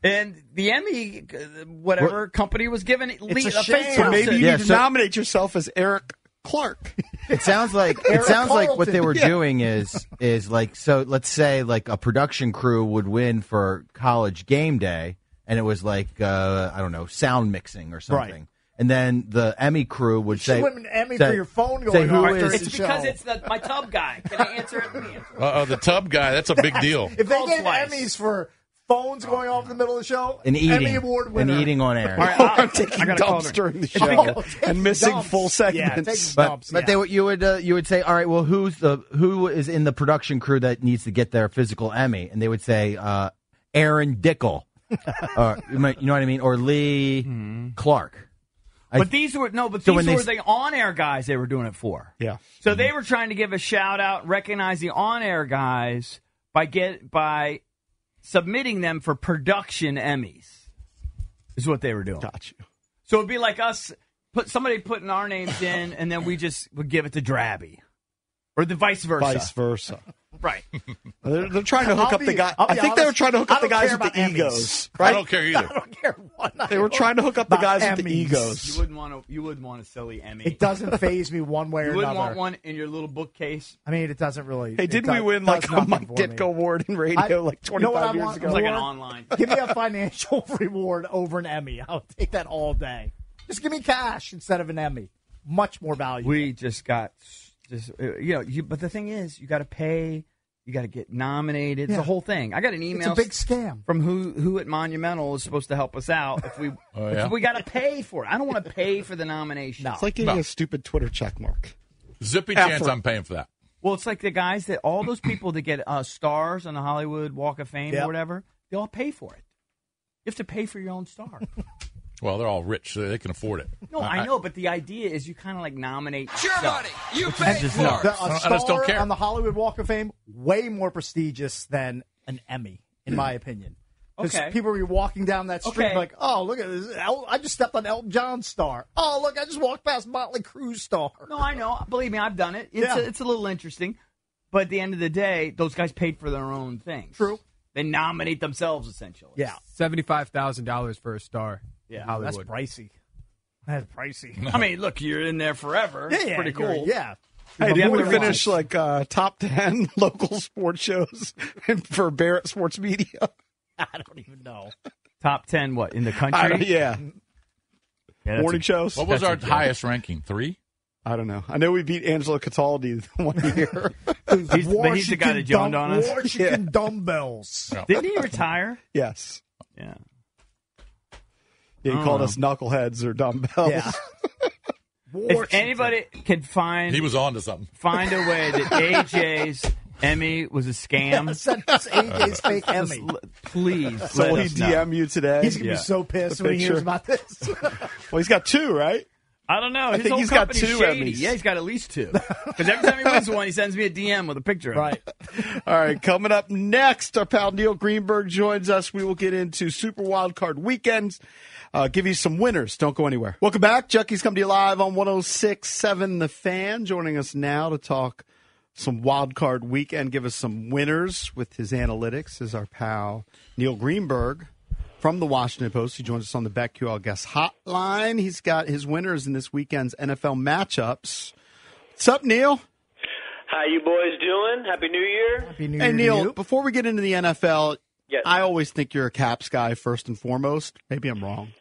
S5: And the Emmy, uh, whatever company was given Lee
S2: It's a
S5: fake
S2: shame. So maybe you
S5: person.
S2: need to nominate yourself as Eric Clark.
S6: It sounds like it
S2: Eric
S6: sounds like what they
S2: Carlton.
S6: were
S2: Yeah.
S6: doing is is like so let's say like a production crew would win for college game day and it was like uh, I don't know sound mixing or something. And then the Emmy crew would
S4: should
S6: say
S4: win an Emmy
S6: say-
S4: for your phone
S6: say
S4: going
S6: who
S4: off
S6: is-
S4: during the show.
S5: It's the, my tub guy. Can I answer it?
S3: Uh oh, the tub guy. That's a big deal.
S4: If they gave Emmys for phones going off in the middle of the show,
S3: And
S4: Emmy
S3: eating.
S4: Award
S3: And
S4: winner,
S3: eating on air.
S2: All right, I- I'm taking
S6: I gotta call
S2: dumps
S6: her.
S2: during the
S6: Oh,
S2: show
S6: yeah.
S2: and missing
S6: Dumps.
S2: full
S6: Yeah,
S2: segments.
S6: take but, but they would you would uh, you would say, all right, well, who's the who is in the production crew that needs to get their physical Emmy? And they would say, uh, Aaron Dickel, or you, might, you know what I mean, or Lee
S4: Hmm.
S6: Clark. I-
S5: But these were no, but
S6: So
S5: these
S6: when they
S5: were
S6: s-
S5: the on-air guys. They were doing it for.
S2: Yeah.
S5: So they were trying to give a shout out, recognize the on-air guys by get by submitting them for production Emmys. Is what they were doing.
S2: Got you.
S5: So it'd be like us put somebody putting our names in, and then we just would give it to Drabby, or the vice versa.
S2: Vice versa.
S5: Right.
S2: They're, they're trying to hook
S5: I'll
S2: up
S5: be-
S2: the guy.
S5: I'll
S2: I
S5: be
S2: think they were
S5: honest,
S2: trying to hook
S5: I
S2: up the
S5: don't
S2: guys
S5: care
S2: with the
S5: about Emmys.
S2: egos. Right?
S3: I don't care either.
S2: They were trying to hook up the guys with the
S5: You
S2: egos.
S5: wouldn't want to. You wouldn't want a silly Emmy.
S4: it doesn't phase me one way
S5: You
S4: or
S5: wouldn't
S4: another.
S5: want one in your little bookcase.
S4: I mean, it doesn't really.
S2: Hey,
S4: it
S2: didn't we
S4: do-
S2: win
S4: does
S2: like a
S4: nothing
S2: Mike
S4: for me.
S2: Ditko award in radio
S4: I-
S2: like
S4: you know
S2: 25
S4: what I
S2: years
S4: want
S2: ago?
S4: more?
S5: online.
S4: give me a financial reward over an Emmy. I'll take that all day. Just give me cash instead of an Emmy. Much more valuable.
S5: We just got just uh, you know you. But the thing is, you got to pay. You got to get nominated. It's
S4: Yeah.
S5: the whole thing. I got an email.
S4: it's a big scam.
S5: from who who at Monumental is supposed to help us out if we
S3: Oh,
S5: if
S3: yeah?
S5: we got to pay for it. I don't want to pay for the nomination.
S2: It's like getting a stupid Twitter check mark.
S3: Zippy chance
S2: Effort.
S3: I'm paying for that.
S5: Well, it's like the guys that all those people that get uh, stars on the Hollywood Walk of Fame
S4: Yep.
S5: or whatever, they all pay for it. You have to pay for your own star.
S3: Well, they're all rich. So they can afford it.
S5: No, I, know, but the idea is you kind of like nominate.
S13: your
S5: yourself.
S13: money. You
S5: Which is
S13: pay
S5: just
S13: for
S5: no.
S13: it.
S4: The,
S3: I don't-
S4: a
S3: I
S4: star
S3: just don't care.
S4: on the Hollywood Walk of Fame way more prestigious than an Emmy, in my
S5: Hmm.
S4: opinion. 'Cause
S5: Okay.
S4: people were walking down that street
S5: Okay.
S4: like, oh, look at this. El- I just stepped on Elton John's star. Oh, look, I just walked past Motley Crue's star.
S5: No, I know. Believe me, I've done it. It's,
S4: Yeah.
S5: a, it's a little interesting. But at the end of the day, those guys paid for their own things.
S4: True.
S5: They nominate themselves, essentially.
S4: Yeah.
S7: Seventy-five thousand dollars for a star.
S5: Yeah.
S7: in Hollywood.
S4: That's pricey. That's pricey.
S5: I mean, look, you're in there forever.
S4: Yeah,
S5: it's
S4: yeah,
S5: pretty
S4: you're-
S5: cool.
S4: Yeah.
S2: Hey,
S5: You're
S2: did we
S5: borderline.
S2: finish like uh, top 10 local sports shows for Barrett Sports Media?
S4: I don't even know.
S5: Top 10, what, in the
S2: I
S5: country?
S2: don't- yeah.
S5: that's
S2: Morning
S5: a-
S2: shows.
S3: What was
S5: That's
S3: our
S5: a joke.
S3: highest ranking? Three?
S2: I don't know. I know we beat Angela Cataldi one year.
S5: He's, but he's the guy that jumped on us.
S4: Washington dumbbells.
S5: Didn't he retire?
S2: yes.
S5: Yeah.
S2: Yeah, he
S5: I don't
S2: called
S5: know.
S2: us knuckleheads or dumbbells.
S4: Yeah.
S5: If anybody can find
S3: He was on to something.
S5: find a way that AJ's Emmy was a scam,
S4: Send us AJ's fake Emmy.
S5: l- please
S2: So
S5: let
S2: will he
S5: us know.
S2: DM you today?
S4: He's gonna
S5: Yeah.
S4: be so pissed
S2: The
S4: when he
S2: picture.
S4: hears about this.
S2: well, he's got two, right?
S5: I don't know. His
S2: think
S5: whole
S2: he's got
S5: company's
S2: two
S5: shady.
S2: Emmys.
S5: Yeah, he's got at least two. Because every time he wins one, he sends me a DM with a picture of it.
S4: right.
S2: All right, coming up next, our pal Neil Greenberg joins us. We will get into Super Wild Card Weekends, uh, give you some winners. Don't go anywhere. Welcome back. Junkies come to you live on 106.7 The Fan. Joining us now to talk some Wild Card Weekend, give us some winners with his analytics is our pal Neil Greenberg from the Washington Post. He joins us on the BetQL Guest Hotline. He's got his winners in this weekend's NFL matchups. What's up, Neil?
S11: How you boys doing? Happy New Year.
S2: Hey Neil, before we get into the NFL,
S11: Yes.
S2: I always think you're a Caps guy first and foremost. Maybe I'm wrong.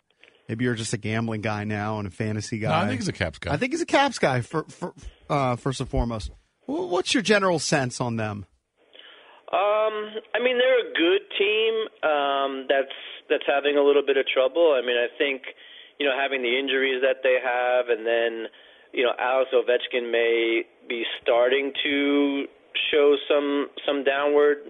S2: Maybe you're just a gambling guy now and a fantasy guy.
S3: No, I think he's a Caps guy.
S2: I think he's a Caps guy for, for uh, first and foremost. Wh- What's your general sense on them?
S11: Um, I mean, they're a good team um, that's that's having a little bit of trouble. I mean, I think you know having the injuries that they have, and then you know Alex Ovechkin may be starting to show some some downward,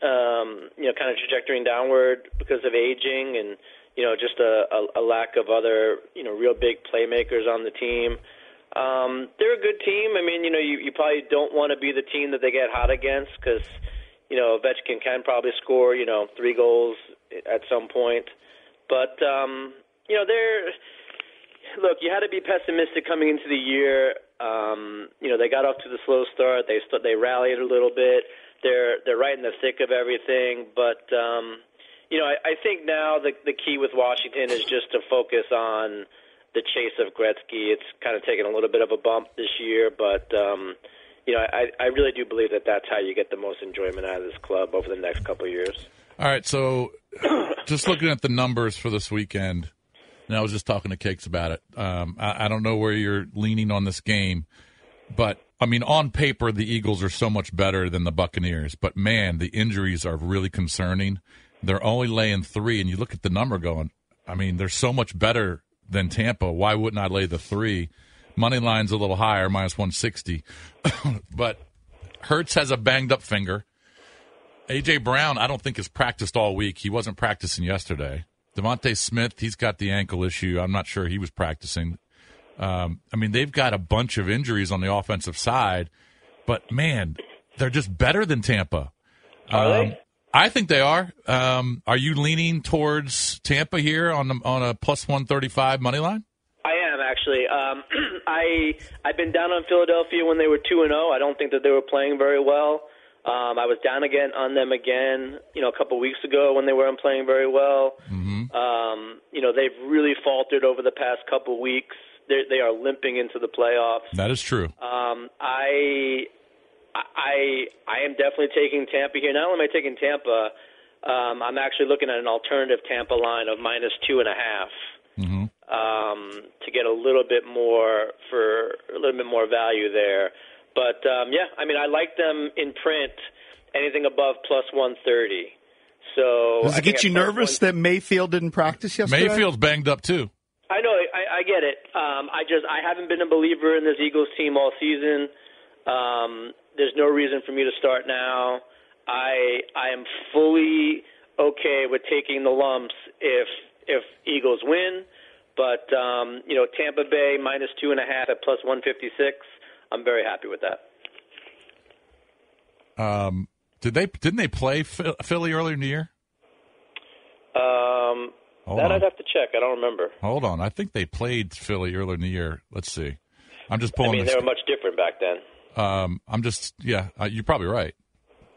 S11: um, you know, kind of trajectory downward because of aging and you know just a, a, a lack of other you know real big playmakers on the team. Um, they're a good team. I mean, you know, you, you probably don't want to be the team that they get hot against because, you know, Ovechkin can probably score, you know, three goals
S20: at some point. But um, you know, they're look. You had to be pessimistic coming into the year. Um, you know, they got off to the slow start. They st- they rallied a little bit. They're they're right in the thick of everything. But um, you know, I, I think now the the key with Washington is just to focus on the chase of Gretzky. It's kind of taken a little bit of a bump this year, but um, you know, I, I really do believe that that's how you get the most enjoyment out of this club over the next couple of years.
S3: All right, so just looking at the numbers for this weekend, and I was just talking to Cakes about it. Um, I, I don't know where you're leaning on this game, but I mean, on paper, the Eagles are so much better than the Buccaneers, but man, the injuries are really concerning. They're only laying three, and you look at the number going, I mean, they're so much better than Tampa. Why wouldn't I lay the three? Money line's a little higher, minus 160. but Hertz has a banged up finger. AJ Brown, I don't think has practiced all week. He wasn't practicing yesterday. Devontae Smith, he's got the ankle issue. I'm not sure he was practicing. Um, I mean, they've got a bunch of injuries on the offensive side, but man, they're just better than Tampa.
S20: Are they?
S3: Um, I think they are. Um, are you leaning towards Tampa here on the, on a plus one thirty five money line?
S20: I am actually. Um, I I've been down on Philadelphia when they were two and zero. I don't think that they were playing very well. Um, I was down again on them again, you know, a couple weeks ago when they weren't playing very well. Um, you know, they've really faltered over the past couple weeks. They're, they are limping into the playoffs.
S3: That is true.
S20: Um, I, I, I am definitely taking Tampa here. Not only am I taking Tampa, um, I'm actually looking at an alternative Tampa line of minus two and a half um, to get a little bit more for a little bit more value there. But um, yeah, I mean, I like them in print. Anything above plus one thirty. So
S2: Does
S20: I
S2: it get
S20: think
S2: you
S20: at plus
S2: nervous that Mayfield didn't practice yesterday?
S3: Mayfield's banged up too.
S20: I know. I, I get it. Um, I just I haven't been a believer in this Eagles team all season. Um, there's no reason for me to start now. I I am fully okay with taking the lumps if if Eagles win, but um, you know Tampa Bay minus two and a half at plus one fifty six. I'm very happy with that.
S3: Um, did they didn't they play Phil- Philly earlier in the year?
S20: Um,
S3: Hold
S20: that
S3: on.
S20: I'd have to check. I don't remember.
S3: Hold on, I think they played Philly earlier in the year. Let's see. I'm just
S20: I
S3: pulling.
S20: mean,
S3: this.
S20: they were much different back then.
S3: um, I'm just yeah. Uh, you're probably right.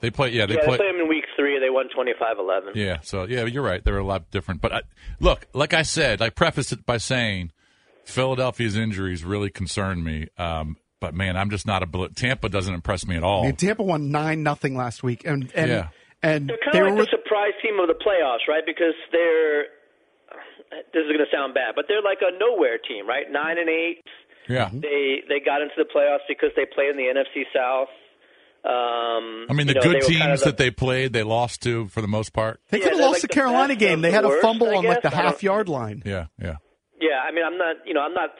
S3: They play. Yeah, they
S20: yeah,
S3: play.
S20: they played them in week three. They won 25-11.
S3: Yeah, so yeah, you're right. They're a lot different. But I, look, like I said, I prefaced it by saying Philadelphia's injuries really concern me. Um, but man, I'm just not a bullet. Tampa doesn't impress me at all.
S2: I mean, Tampa won nine nothing last week, and and
S3: Yeah.
S2: and
S20: They're kind
S2: they
S20: of
S2: were
S20: like the surprise team of the playoffs, right? Because they're this is going to sound bad, but they're like a nowhere team, right? Nine and eight.
S3: Yeah.
S2: Mm-hmm.
S20: They they got into the playoffs because they play in the NFC South. Um,
S3: I mean,
S20: you
S3: the
S20: know,
S3: good
S20: they were
S3: teams
S20: kind of
S3: that they played, they lost to for the most part.
S2: They could have lost the Carolina game. They had a fumble on like the half yard line.
S3: Yeah, yeah.
S20: Yeah, I mean, I'm not, you know, I'm not.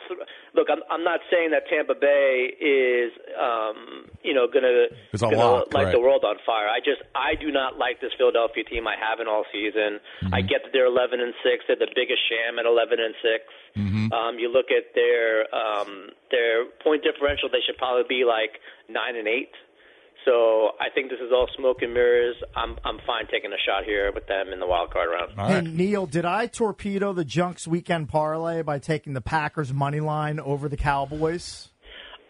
S20: Look, I'm, I'm not saying that Tampa Bay is, um, you know, gonna,
S3: It's a
S20: gonna
S3: lock,
S20: light
S3: right.
S20: the world on fire. I just, I do not like this Philadelphia team. I haven't all season. I get that they're 11 and six. They're the biggest sham at 11 and 6 Um, you look at their um, their point differential; they should probably be like nine and eight. So I think this is all smoke and mirrors. I'm I'm fine taking a shot here with them in the wild card round.
S4: Hey, Neil, did I torpedo the Junks weekend parlay by taking the Packers money line over the Cowboys?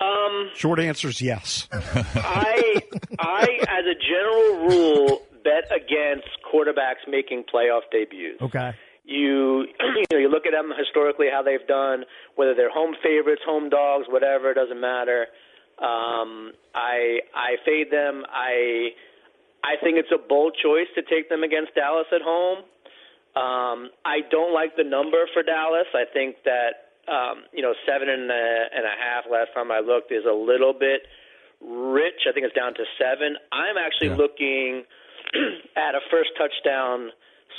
S20: Um,
S2: Short answer is yes.
S20: I, I, as a general rule, bet against quarterbacks making playoff debuts.
S4: Okay.
S20: You, you know, you look at them historically how they've done, whether they're home favorites, home dogs, whatever, it doesn't matter. Um, I, I fade them. I, I think it's a bold choice to take them against Dallas at home. Um, I don't like the number for Dallas. I think that um, you know seven and a, and a half last time I looked is a little bit rich. I think it's down to seven. I'm actually looking at a first touchdown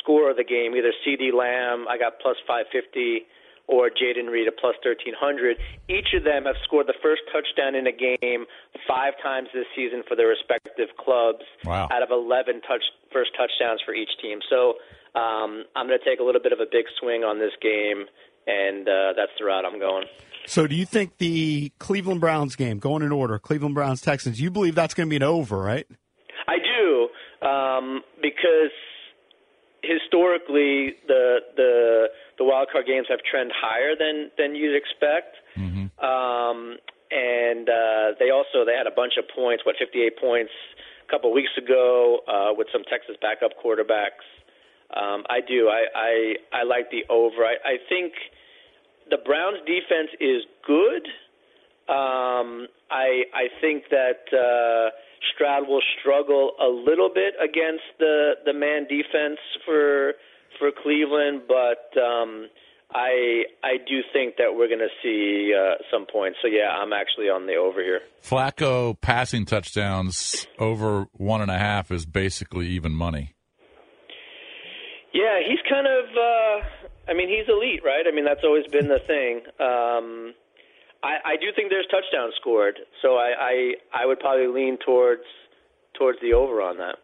S20: score of the game, either C.D. Lamb. I got plus 550. Or Jaden Reed at plus 1300. Each of them have scored the first touchdown in a game five times this season for their respective clubs
S3: Wow.
S20: out of 11 touch first touchdowns for each team. So um, I'm going to take a little bit of a big swing on this game, and uh, that's the route I'm going.
S2: So, do you think the Cleveland Browns game going in order, Cleveland Browns Texans? You believe that's going to be an over, right?
S20: I do um, because historically the the the wild card games have trend higher than than you'd expect. Um, and uh, they also they had a bunch of points, what 58 points a couple weeks ago uh, with some Texas backup quarterbacks. Um, I do. I, I I like the over. I, I think the Browns defense is good. Um, I I think that uh, Stroud will struggle a little bit against the the man defense for for Cleveland, but um, I I do think that we're going to see uh, some points. So yeah, I'm actually on the over here.
S3: Flacco passing touchdowns over one and a half is basically even money.
S20: Yeah, he's kind of. Uh, I mean, he's elite, right? I mean, that's always been the thing. Um, I, I do think there's touchdowns scored, so I, I I would probably lean towards towards the over on that.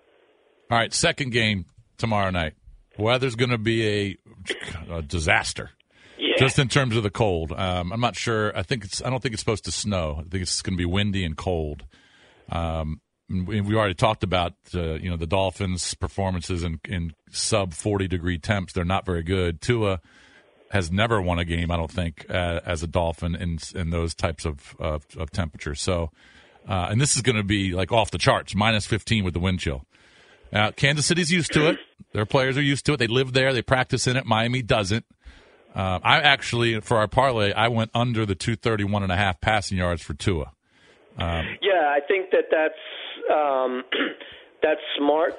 S3: All right, second game tomorrow night. Weather's going to be a, a disaster.
S20: Yeah.
S3: Just in terms of the cold, um, I'm not sure. I think it's. I don't think it's supposed to snow. I think it's going to be windy and cold. Um, we, we already talked about uh, you know the Dolphins' performances in, in sub 40 degree temps. They're not very good. Tua has never won a game, I don't think, uh, as a Dolphin in in those types of of, of temperatures. So, uh, and this is going to be like off the charts, minus 15 with the wind chill. Now, Uh, Kansas City's used to it. Their players are used to it. They live there. They practice in it. Miami doesn't. Uh, I actually, for our parlay, I went under the 231 and a half passing yards for Tua. Um,
S20: Yeah, I think that that's um, that's smart.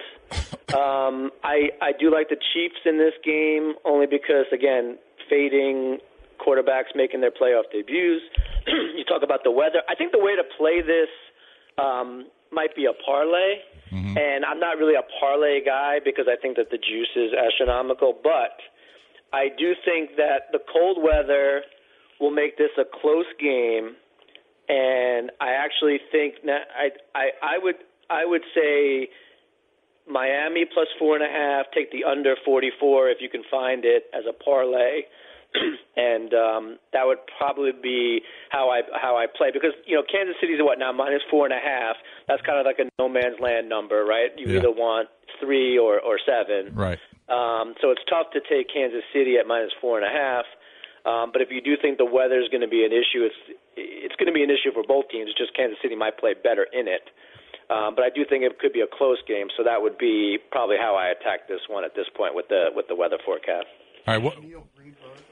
S20: Um, I I do like the Chiefs in this game only because again fading quarterbacks making their playoff debuts. you talk about the weather. I think the way to play this um, might be a parlay, and I'm not really a parlay guy because I think that the juice is astronomical. But I do think that the cold weather will make this a close game and I actually think that I I, I would I would say Miami plus four and a half. Take the under forty four if you can find it as a parlay, and um, that would probably be how I how I play because you know Kansas City's what now minus four and a half. That's kind of like a no man's land number, right? You
S3: Yeah.
S20: either want three or or seven.
S3: right.
S20: Um, so it's tough to take Kansas City at minus four and a half. Um, but if you do think the weather is going to be an issue, it's it's going to be an issue for both teams. It's just Kansas City might play better in it. Um, but I do think it could be a close game. So that would be probably how I attack this one at this point with the with the weather forecast.
S3: All right. What, all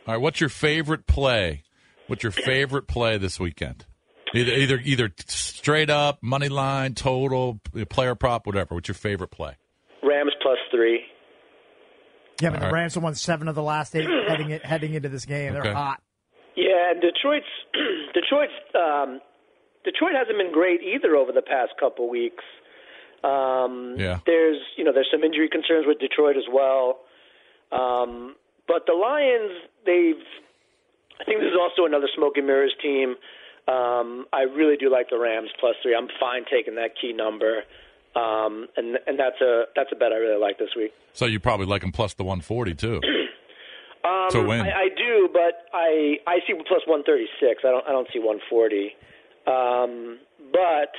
S3: right. What's your favorite play? What's your favorite play this weekend? Either either either straight up money line total player prop whatever. What's your favorite play?
S20: Rams plus three.
S4: Yeah, but
S3: All
S4: the
S3: right.
S4: Rams have won seven of the last eight heading it, heading into this game. They're
S3: Okay.
S4: hot.
S20: Yeah, and Detroit's Detroit's um, Detroit hasn't been great either over the past couple weeks. Um,
S9: Yeah.
S20: There's you know there's some injury concerns with Detroit as well, um, but the Lions they've I think this is also another smoke and mirrors team. Um, I really do like the Rams plus three. I'm fine taking that key number, um, and and that's a that's a bet I really like this week.
S3: So you probably like them plus the 140 too.
S20: Um,
S3: To win.
S20: I, I do, but I I see plus one thirty six. I don't I don't see one forty. Um, but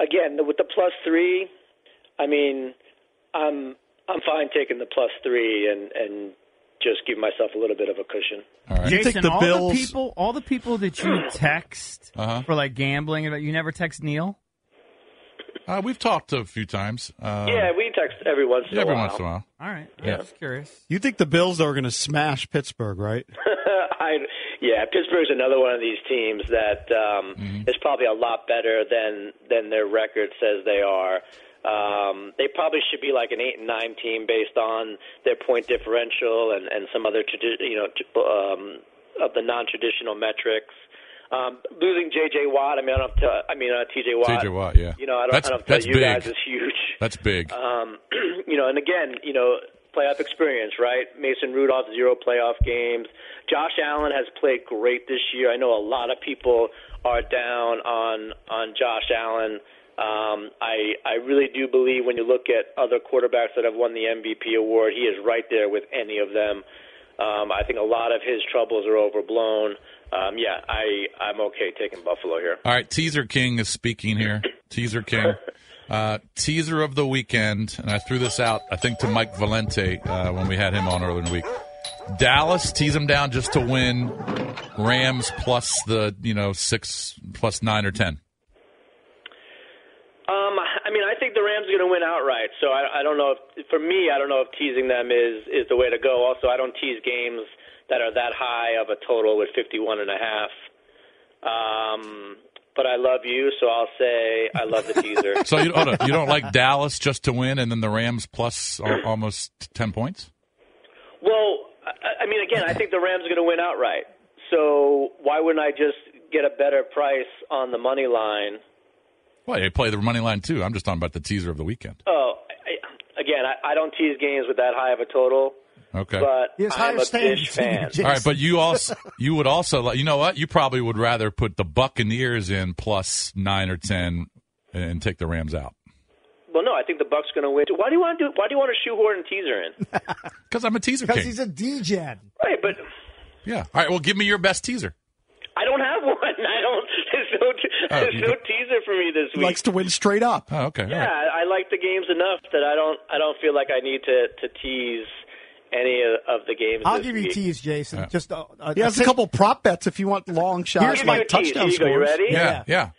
S20: again, with the plus three, I mean, I'm I'm fine taking the plus three and and just give myself a little bit of a cushion.
S5: Jason,
S2: take the
S5: all
S2: Bills.
S5: the people, all the people that you text
S3: Uh-huh.
S5: for like gambling, about you never text Neil.
S3: Uh, we've talked a few times. Uh,
S20: yeah, we text every once in
S3: every
S20: a while.
S3: once in a while.
S5: All right,
S2: Yeah.
S5: I'm just curious.
S2: You think the Bills are going to smash Pittsburgh, right?
S20: I yeah, Pittsburgh's another one of these teams that um,
S3: Mm-hmm.
S20: is probably a lot better than than their record says they are. Um, they probably should be like an eight and nine team based on their point differential and and some other tradi- you know t- um, of the non traditional metrics. Um, losing J.J. Watt, I mean, I don't have to, I mean, uh, T.J. Watt.
S3: T.J. Watt, yeah.
S20: You know, I don't,
S3: That's-
S20: I don't tell
S3: that's
S20: you
S3: big.
S20: guys is huge.
S3: That's big.
S20: Um, you know, and again, you know, playoff experience, right? Mason Rudolph zero playoff games. Josh Allen has played great this year. I know a lot of people are down on on Josh Allen. Um, I I really do believe when you look at other quarterbacks that have won the MVP award, he is right there with any of them. Um, I think a lot of his troubles are overblown. Um, yeah, I I'm okay taking Buffalo here.
S3: All right, Teaser King is speaking here. Teaser King. Uh, teaser of the weekend, and I threw this out, I think, to Mike Valente uh, when we had him on earlier in the week. Dallas tease them down just to win. Rams plus the you know six plus nine or ten.
S20: Um, I mean, I think the Rams are going to win outright. So I, I don't know if, for me, I don't know if teasing them is is the way to go. Also, I don't tease games that are that high of a total with fifty one and a half. Um, but I love you, so I'll say I love the teaser.
S3: So you, hold on, you don't like Dallas just to win, and then the Rams plus al- almost ten points.
S20: Well, I, I mean, again, I think the Rams are going to win outright. So why wouldn't I just get a better price on the money line?
S3: Well, you play the money line too. I'm just talking about the teaser of the weekend.
S20: Oh, I, again, I, I don't tease games with that high of a total.
S3: Okay.
S20: But I'm a Fish fan.
S3: All right, but you also you would also like you know what you probably would rather put the Buccaneers in plus nine or ten and take the Rams out
S20: Well, no, I think the Bucks going to win. Why do you want to do? Why do you want to shoehorn a teaser in?
S3: because I'm a teaser
S20: Because
S3: king.
S20: he's
S4: a DJ.
S20: Right, but
S3: yeah. All right. Well, give me your best teaser.
S20: I don't have one. I don't. There's no. There's
S3: Oh, you
S20: no teaser for me this
S2: He
S20: week.
S2: likes to win straight up.
S3: Oh, okay.
S20: yeah, I I like the games enough that I don't. I don't feel like I need to to tease any of, of the games.
S4: I'll
S20: this
S4: give you
S20: week.
S4: tease, Jason. Just uh, uh,
S2: He has a
S4: pick-
S2: couple prop bets if you want long shots
S20: Here's my
S2: like
S20: tease.
S2: touchdown
S20: Here you go. You
S2: scores.
S20: ready? Yeah,
S3: yeah.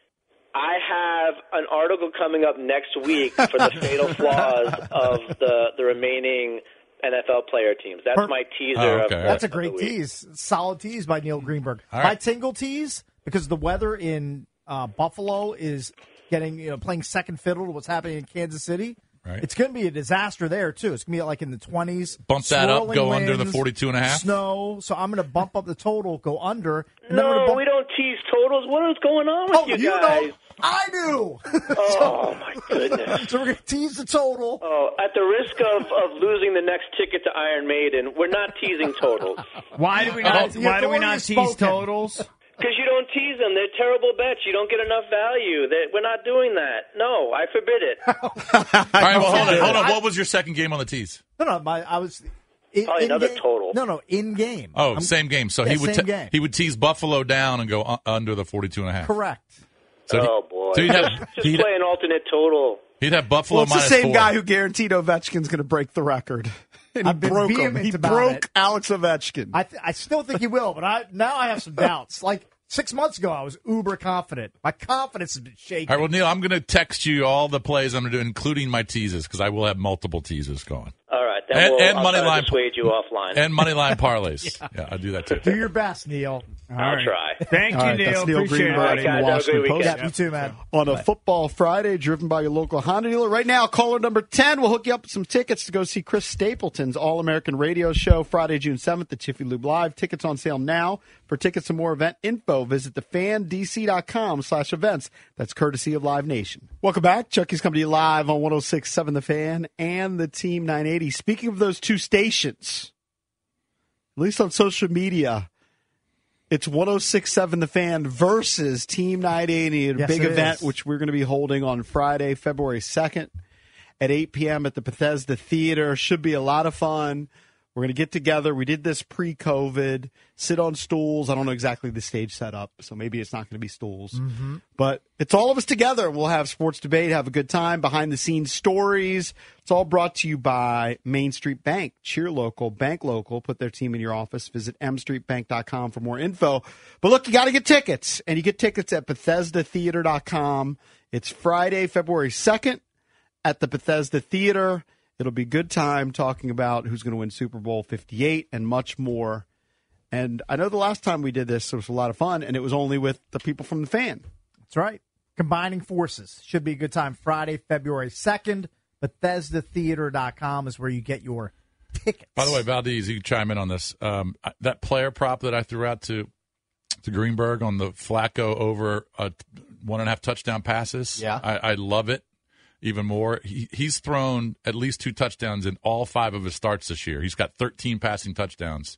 S20: I have an article coming up next week for the fatal flaws of the the remaining NFL player teams. That's my teaser.
S4: Oh,
S20: of the-
S4: That's a
S20: of the
S4: great
S20: week.
S4: tease. Solid tease by Neil Greenberg.
S20: All
S4: My
S20: right.
S4: tingle tease because the weather in uh, Buffalo is getting you know playing second fiddle to what's happening in Kansas City.
S3: Right.
S4: It's going to be a disaster there too. It's going to be like in the twenties.
S3: Bump that up, go under the 42 and a half?
S4: Snow. So I'm going to bump up the total, go under. and then I'm
S20: No,
S4: gonna bump-
S20: we don't tease totals. What is going on with
S4: Oh,
S20: you
S4: you
S20: guys?
S4: don't. I do.
S20: Oh my goodness!
S4: so we're gonna tease the total.
S20: Oh, at the risk of, of losing the next ticket to Iron Maiden, we're not teasing totals.
S5: Why do we not? why do we not tease totals?
S20: Because you don't tease them. They're terrible bets. You don't get enough value. They, we're not doing that. No, I forbid it.
S3: All right. Well, hold on. Hold on. What was your second game on the tease?
S4: No, no. My, I was. In,
S20: Probably another
S4: in-game-
S20: total.
S4: No, no. In game.
S3: Oh, same game. So he
S4: yeah,
S3: would
S4: same
S3: te-
S4: game.
S3: he would tease Buffalo down and go u- under the 42 and a half.
S4: Correct.
S3: So he-
S20: oh boy!
S3: So he'd
S20: just
S3: have,
S20: just
S3: he'd,
S20: play an alternate total.
S3: he'd have Buffalo
S2: Well, it's the
S3: minus
S2: same
S3: four.
S2: guy who guaranteed Ovechkin's going to break the record, and he
S4: been
S2: broke him.
S4: vehement
S2: He
S4: about
S2: broke
S4: it.
S2: Alex Ovechkin.
S4: I, th- I still think he will, but I now I have some doubts. Like six months ago, I was uber confident. My confidence has been shaken.
S3: All right. Well, Neil, I'm going to text you all the plays I'm going to do, including my teases, because I will have multiple teases going.
S20: All right, then
S3: And,
S20: we'll
S3: and
S20: I'll
S3: money
S20: try to
S3: line
S20: dissuade you offline.
S3: and money line parlays. yeah. I do that too.
S4: Do your best, Neil.
S20: I'll try.
S5: Thank
S2: All right, that's Neil Greenberg in the Washington Post.
S4: Yeah, you too, man.
S2: On a football Friday, driven by your local Honda dealer. Right now, caller number 10 will hook you up with some tickets to go see Chris Stapleton's All American Radio Show Friday, June 7th at Tiffy Lube Live. Tickets on sale now. For tickets and more event info, visit thefandc.com slash events. That's courtesy of Live Nation. Welcome back. Chucky's coming to you live on 1067 The Fan and the Team 980. Speaking of those two stations, at least on social media, it's 1067 The Fan versus Team 980 at a
S4: Yes,
S2: big
S4: it
S2: event,
S4: is.
S2: which we're going to be holding on Friday, February 2nd at 8 p.m. at the Bethesda Theater. Should be a lot of fun. We're going to get together. We did this pre COVID, sit on stools. I don't know exactly the stage setup, so maybe it's not going to be stools. But it's all of us together. We'll have sports debate, have a good time, behind the scenes stories. It's all brought to you by Main Street Bank. Cheer local, bank local. Put their team in your office. Visit mstreetbank.com for more info. But look, you got to get tickets, and you get tickets at BethesdaTheater.com. It's Friday, February 2nd at the Bethesda Theater. It'll be a good time talking about who's going to win Super Bowl 58 and much more. And I know the last time we did this, it was a lot of fun, and it was only with the people from the fan.
S4: That's right. Combining forces should be a good time. Friday, February second. BethesdaTheater.com is where you get your tickets.
S3: By the way, Valdez, you chime in on this. Um, I- that player prop that I threw out to to Greenberg on the Flacco over uh, t- one and a half touchdown passes.
S6: Yeah.
S3: I, I love it even more. He, he's thrown at least two touchdowns in all five of his starts this year. He's got 13 passing touchdowns.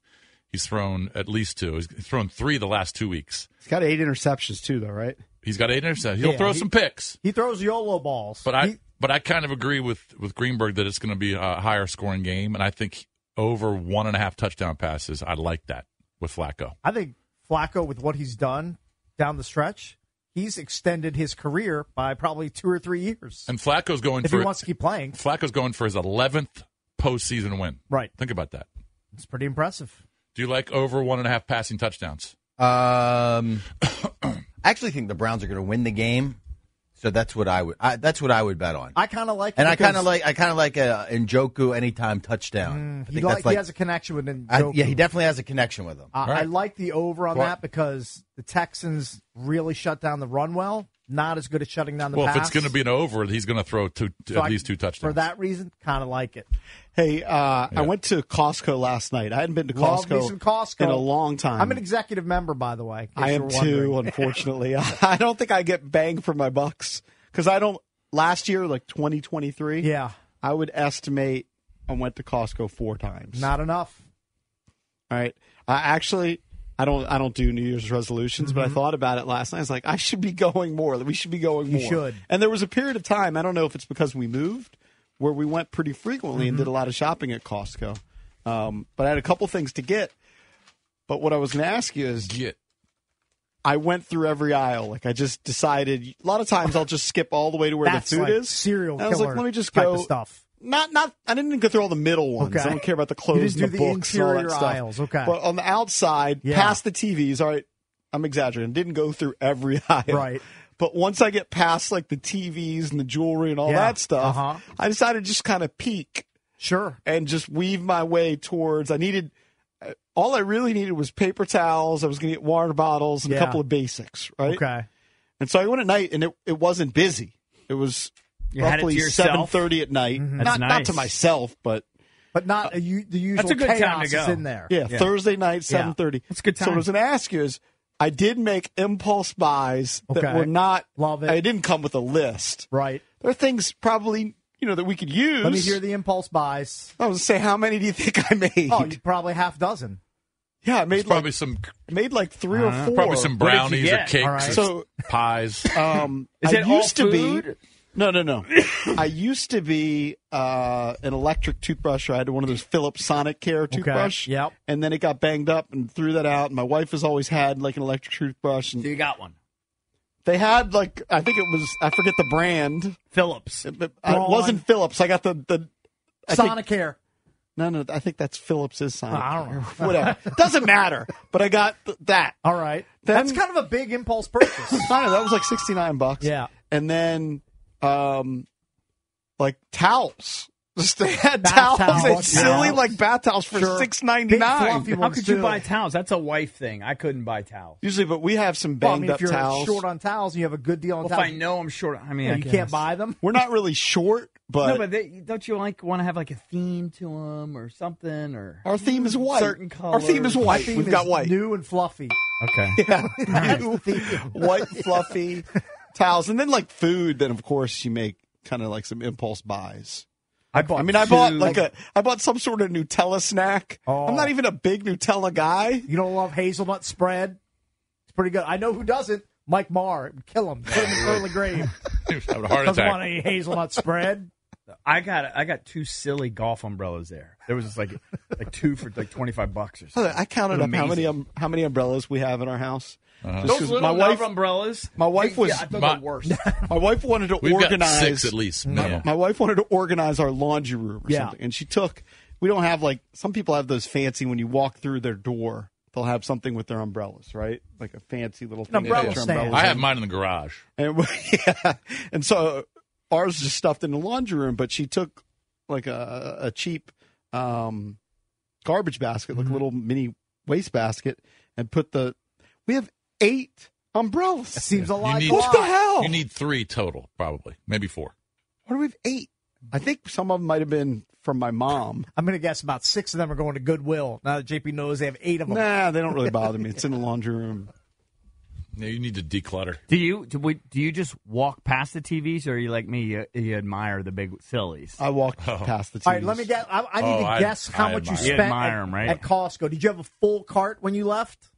S3: He's thrown at least two. He's thrown three the last two weeks.
S2: He's got eight interceptions, too, though, right?
S3: He's got eight interceptions. He'll
S4: Yeah,
S3: throw
S4: he-
S3: some picks.
S4: He throws YOLO balls.
S3: But I
S4: He-
S3: but I kind of agree with with Greenberg that it's going to be a higher scoring game, and I think over one and a half touchdown passes. I like that with Flacco.
S4: I think Flacco, with what he's done down the stretch, he's extended his career by probably two or three years.
S3: And Flacco's going
S4: If
S3: for
S4: he wants to keep playing,
S3: Flacco's going for his eleventh postseason win.
S4: Right.
S3: Think about that.
S4: it's pretty impressive.
S3: Do you like over one and a half passing touchdowns?
S6: Um, I actually think the Browns are going to win the game, so that's what I would. I, that's what I would bet on.
S4: I kind of like, it
S6: and I
S4: because Mm,
S6: kind of like. I kind of like a Njoku anytime touchdown. I
S4: He,
S6: think
S4: like,
S6: that's like.
S4: he has a connection with Njoku.
S6: I- yeah, he definitely has a connection with them.
S4: Uh, I like the over on
S6: Well-
S4: that because the Texans really shut down the run well. Not as good at shutting down the
S3: well,
S4: pass.
S3: if it's going to be an over, he's going to throw two,
S4: So
S3: at
S4: I-
S3: least two
S4: for
S3: touchdowns.
S4: that reason, kind of like it.
S2: Hey, uh, I went to Costco last night. I hadn't been to
S4: Love
S2: Costco,
S4: me some Costco.
S2: in a long time.
S4: I'm an executive member, by the way. in case
S2: I
S4: you
S2: am
S4: were
S2: too,
S4: wondering.
S2: unfortunately. I don't think I get bang for my bucks because I don't. Last year, like 2023,
S4: yeah,
S2: I would estimate I went to Costco four times.
S4: Not enough.
S2: All right. I actually, I don't. I don't do New Year's resolutions,
S4: Mm-hmm.
S2: but I thought about it last night. I was like, I should be going more. We should be going
S4: You
S2: more.
S4: should.
S2: And there was a period of time. I don't know if it's because we moved, where we went pretty frequently and did
S4: Mm-hmm.
S2: a lot of shopping at Costco. Um, but I had a couple things to get. But what I was going to ask you is, I went through every aisle. Like I just decided. A lot of times I'll just skip all the way to where
S4: That's
S2: the food
S4: like
S2: is.
S4: serial
S2: And I was like,
S4: killer
S2: let me just
S4: type
S2: go
S4: of stuff.
S2: Not, not. I didn't go through all the middle ones.
S4: Okay.
S2: I don't care about the
S4: You didn't
S2: clothes
S4: do
S2: and
S4: the
S2: the, books and all
S4: interior
S2: that stuff.
S4: aisles, okay.
S2: But on the outside,
S4: Yeah.
S2: past the TVs. All right, I'm exaggerating. Didn't go through every aisle.
S4: Right.
S2: But once I get past like the TVs and the jewelry and all
S4: Yeah.
S2: that stuff,
S4: Uh-huh.
S2: I decided to just kind of peek
S4: Sure.
S2: and just weave my way towards. I needed uh, all I really needed was paper towels. I was going to get water bottles and
S4: Yeah.
S2: a couple of basics, right?
S4: Okay.
S2: And so I went at night, and it, it wasn't busy. It was
S4: You had it to
S2: roughly
S4: yourself?
S2: seven thirty at night.
S4: Mhm.
S2: Not
S4: That's
S2: not to
S4: nice.
S2: myself, but
S4: But not a, u- the usual
S5: That's a good time
S4: chaos
S5: to go.
S4: is in there.
S2: yeah, Thursday night seven thirty.
S5: That's a good
S2: So
S5: time.
S2: what I was going to ask you is, I did make impulse buys that
S4: Okay.
S2: were not.
S4: Love it.
S2: I didn't come with a list.
S4: Right.
S2: There are things probably you know that we could use.
S4: Let me hear the impulse buys.
S2: I was going to say, how many do you think I made?
S4: Oh, you probably half dozen.
S2: yeah, I
S3: There's
S2: made like,
S3: probably some Uh-huh.
S2: I made like three or four.
S3: probably some brownies or
S4: get?
S3: cakes
S4: All right.
S3: or
S2: So-
S3: pies.
S2: Um,
S5: Is
S2: I
S5: it all
S2: used to be.
S5: food?
S2: No, no, no. I used to be uh, an electric toothbrush. I had one of those Philips Sonic Care toothbrush.
S4: Yep.
S2: And then it got banged up and threw that out. And my wife has always had like an electric toothbrush. And
S5: you got one.
S2: they had like I think it was I forget the brand.
S5: Phillips.
S2: It, it- it
S4: Braun.
S2: wasn't Philips. I got the the. I think-
S4: Sonicare.
S2: no, no. I think that's Philips's Sonic.
S4: I don't know.
S2: Whatever. Doesn't matter. But I got th- that.
S4: All right.
S2: Then-
S4: That's kind of a big impulse purchase.
S2: I don't know. That was like sixty nine bucks.
S4: yeah.
S2: and then um like towels. Just they had
S4: Bath
S2: towels,
S4: towels.
S2: and silly
S4: Towels.
S2: like bath towels for
S4: Sure.
S2: six
S4: Big
S2: ninety
S4: fluffy
S2: nine.
S5: How
S4: ones,
S5: could you
S4: too.
S5: buy towels? That's a wife thing. I couldn't buy towels.
S2: Usually, but we have some
S4: Well, I
S2: banged
S4: mean, if you're
S2: up towels.
S4: short on towels and you have a good deal on
S5: Well, if I
S4: towels,
S5: know I'm short, I mean,
S4: yeah,
S5: I
S4: you
S5: guess.
S4: can't buy them.
S2: We're not really short, but,
S5: No, but they, don't you like want to have like a theme to them or something or?
S2: our theme is white.
S5: Certain
S2: Our theme is
S5: colors.
S2: white.
S4: Theme
S2: We've
S4: is
S2: got white,
S4: new and fluffy.
S5: Okay.
S4: That's the theme.
S2: white fluffy towels, and then like food. Then of course you make kind of like some impulse buys.
S5: I bought.
S2: I mean, I bought
S5: two-
S2: like a I bought some sort of Nutella snack.
S4: Oh.
S2: I'm not even a big Nutella guy.
S4: You don't love hazelnut spread? It's pretty good. I know who doesn't. Mike Marr. It would Kill him. Put him in the early grave.
S3: He was having a heart
S4: Doesn't want
S3: attack.
S4: any hazelnut spread.
S5: I got I got two silly golf umbrellas there. There was just like like two for like twenty five bucks or something.
S2: I counted up how many
S5: Amazing. Uh-huh.
S2: um, how many umbrellas we have in our house. Just
S5: Those
S2: 'cause
S5: little
S2: my wife,
S5: umbrellas.
S2: my wife was-
S5: Yeah, I thought
S3: Uh-huh. My-
S5: the worst.
S2: my wife wanted to
S3: We've
S2: organize
S3: got six at least. minimum.
S2: My wife wanted to organize our laundry room or
S4: Yeah.
S2: something, and she took. We don't have like some people have those fancy when you walk through their door, they'll have something with their umbrellas, right? Like a fancy little thing. they
S4: umbrella
S2: put your
S4: stand.
S2: umbrellas
S3: I
S2: in.
S3: have mine in the garage.
S2: And we, yeah. and so ours is stuffed in the laundry room, but she took like a, a cheap um, garbage basket,
S4: Mm-hmm.
S2: like a little mini waste basket, and put the. We have eight
S4: That
S2: umbrellas.
S4: seems a lot.
S3: need-
S2: What the hell?
S3: You need three total, probably maybe four.
S2: What do we have eight? I think some of them might have been from my mom.
S4: I'm going to guess about six of them are going to Goodwill. Now that JP knows they have eight of them.
S2: Nah, they don't really bother me. It's in the laundry room.
S3: No, you need to declutter.
S5: Do you do, we, do you just walk past the TVs, or are you like me? You, you admire the big sillies.
S2: I walked past the TV.
S4: All right, let me guess. I, I need
S3: Oh,
S4: to
S3: I-
S4: guess how
S3: I
S4: much you
S3: admire.
S5: You
S4: spent
S5: admire
S4: at,
S5: 'em, right?
S4: at Costco. Did you have a full cart when you left?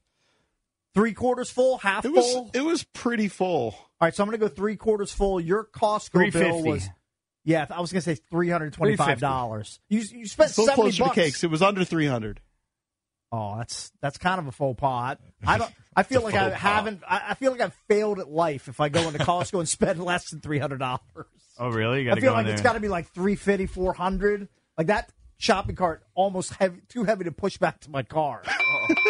S4: Three quarters full, half
S2: It
S4: full.
S2: was it was pretty full.
S4: All right, so I'm going to go three quarters full. Your Costco bill
S5: 350.
S4: was, yeah, I was going to say three hundred twenty-five dollars. You you spent
S2: So
S4: seventy
S2: close to the
S4: bucks.
S2: cakes. It was under three hundred.
S4: Oh, that's that's kind of a faux pas. I don't. I feel
S2: It's a
S4: like I
S2: faux pas.
S4: haven't. I, I feel like I've failed at life if I go into Costco and spend less than three hundred dollars.
S9: Oh, really? You
S4: I
S9: gotta
S4: feel
S9: go
S4: like
S9: in
S4: it's
S9: there.
S4: got to be like 350, 400. Like that shopping cart almost heavy, too heavy to push back to my car.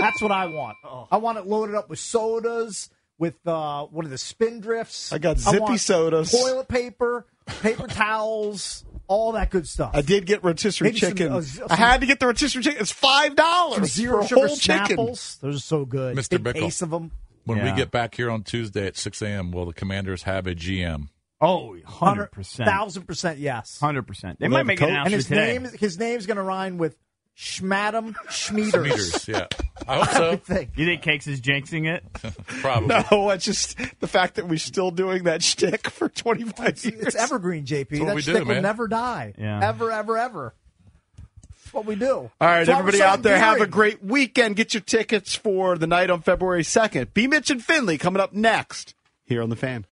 S4: That's what I want. I want it loaded up with sodas, with uh, one of the spindrifts.
S2: I got zippy
S4: want
S2: sodas.
S4: toilet paper, paper towels, all that good stuff.
S2: I did get rotisserie
S4: Maybe some-
S2: chicken.
S4: uh, z-
S2: I had to get the rotisserie chicken. It's five
S4: Some
S2: dollars
S4: zero
S2: for a
S4: sugar
S2: whole chicken.
S4: Snapples. Those are so good.
S3: Mr.
S4: Big
S3: Bickle.
S4: case of them.
S3: When
S4: Yeah.
S3: we get back here on Tuesday at 6 a.m., will the Commanders have a GM?
S9: Oh, 100%.
S4: Thousand percent, yes.
S9: Hundred percent. They
S3: Will
S9: might
S3: they have a
S9: make an
S3: coach?
S9: announcement
S4: and his
S9: today.
S4: name his name's going to rhyme with Schmadam Schmieders.
S3: Meters, yeah. I hope so.
S9: You think Cakes is jinxing it?
S3: Probably.
S2: No, it's just the fact that we're still doing that shtick for 25 years.
S4: It's evergreen, JP.
S2: That's what
S4: that
S2: we do,
S4: shtick will
S2: man.
S4: never die.
S2: Yeah.
S4: Ever, ever, ever. That's what we do. All
S2: All right, everybody out there, have a great weekend. Get your tickets for the night on February 2nd. B. Mitch and Finley coming up next here on The Fan.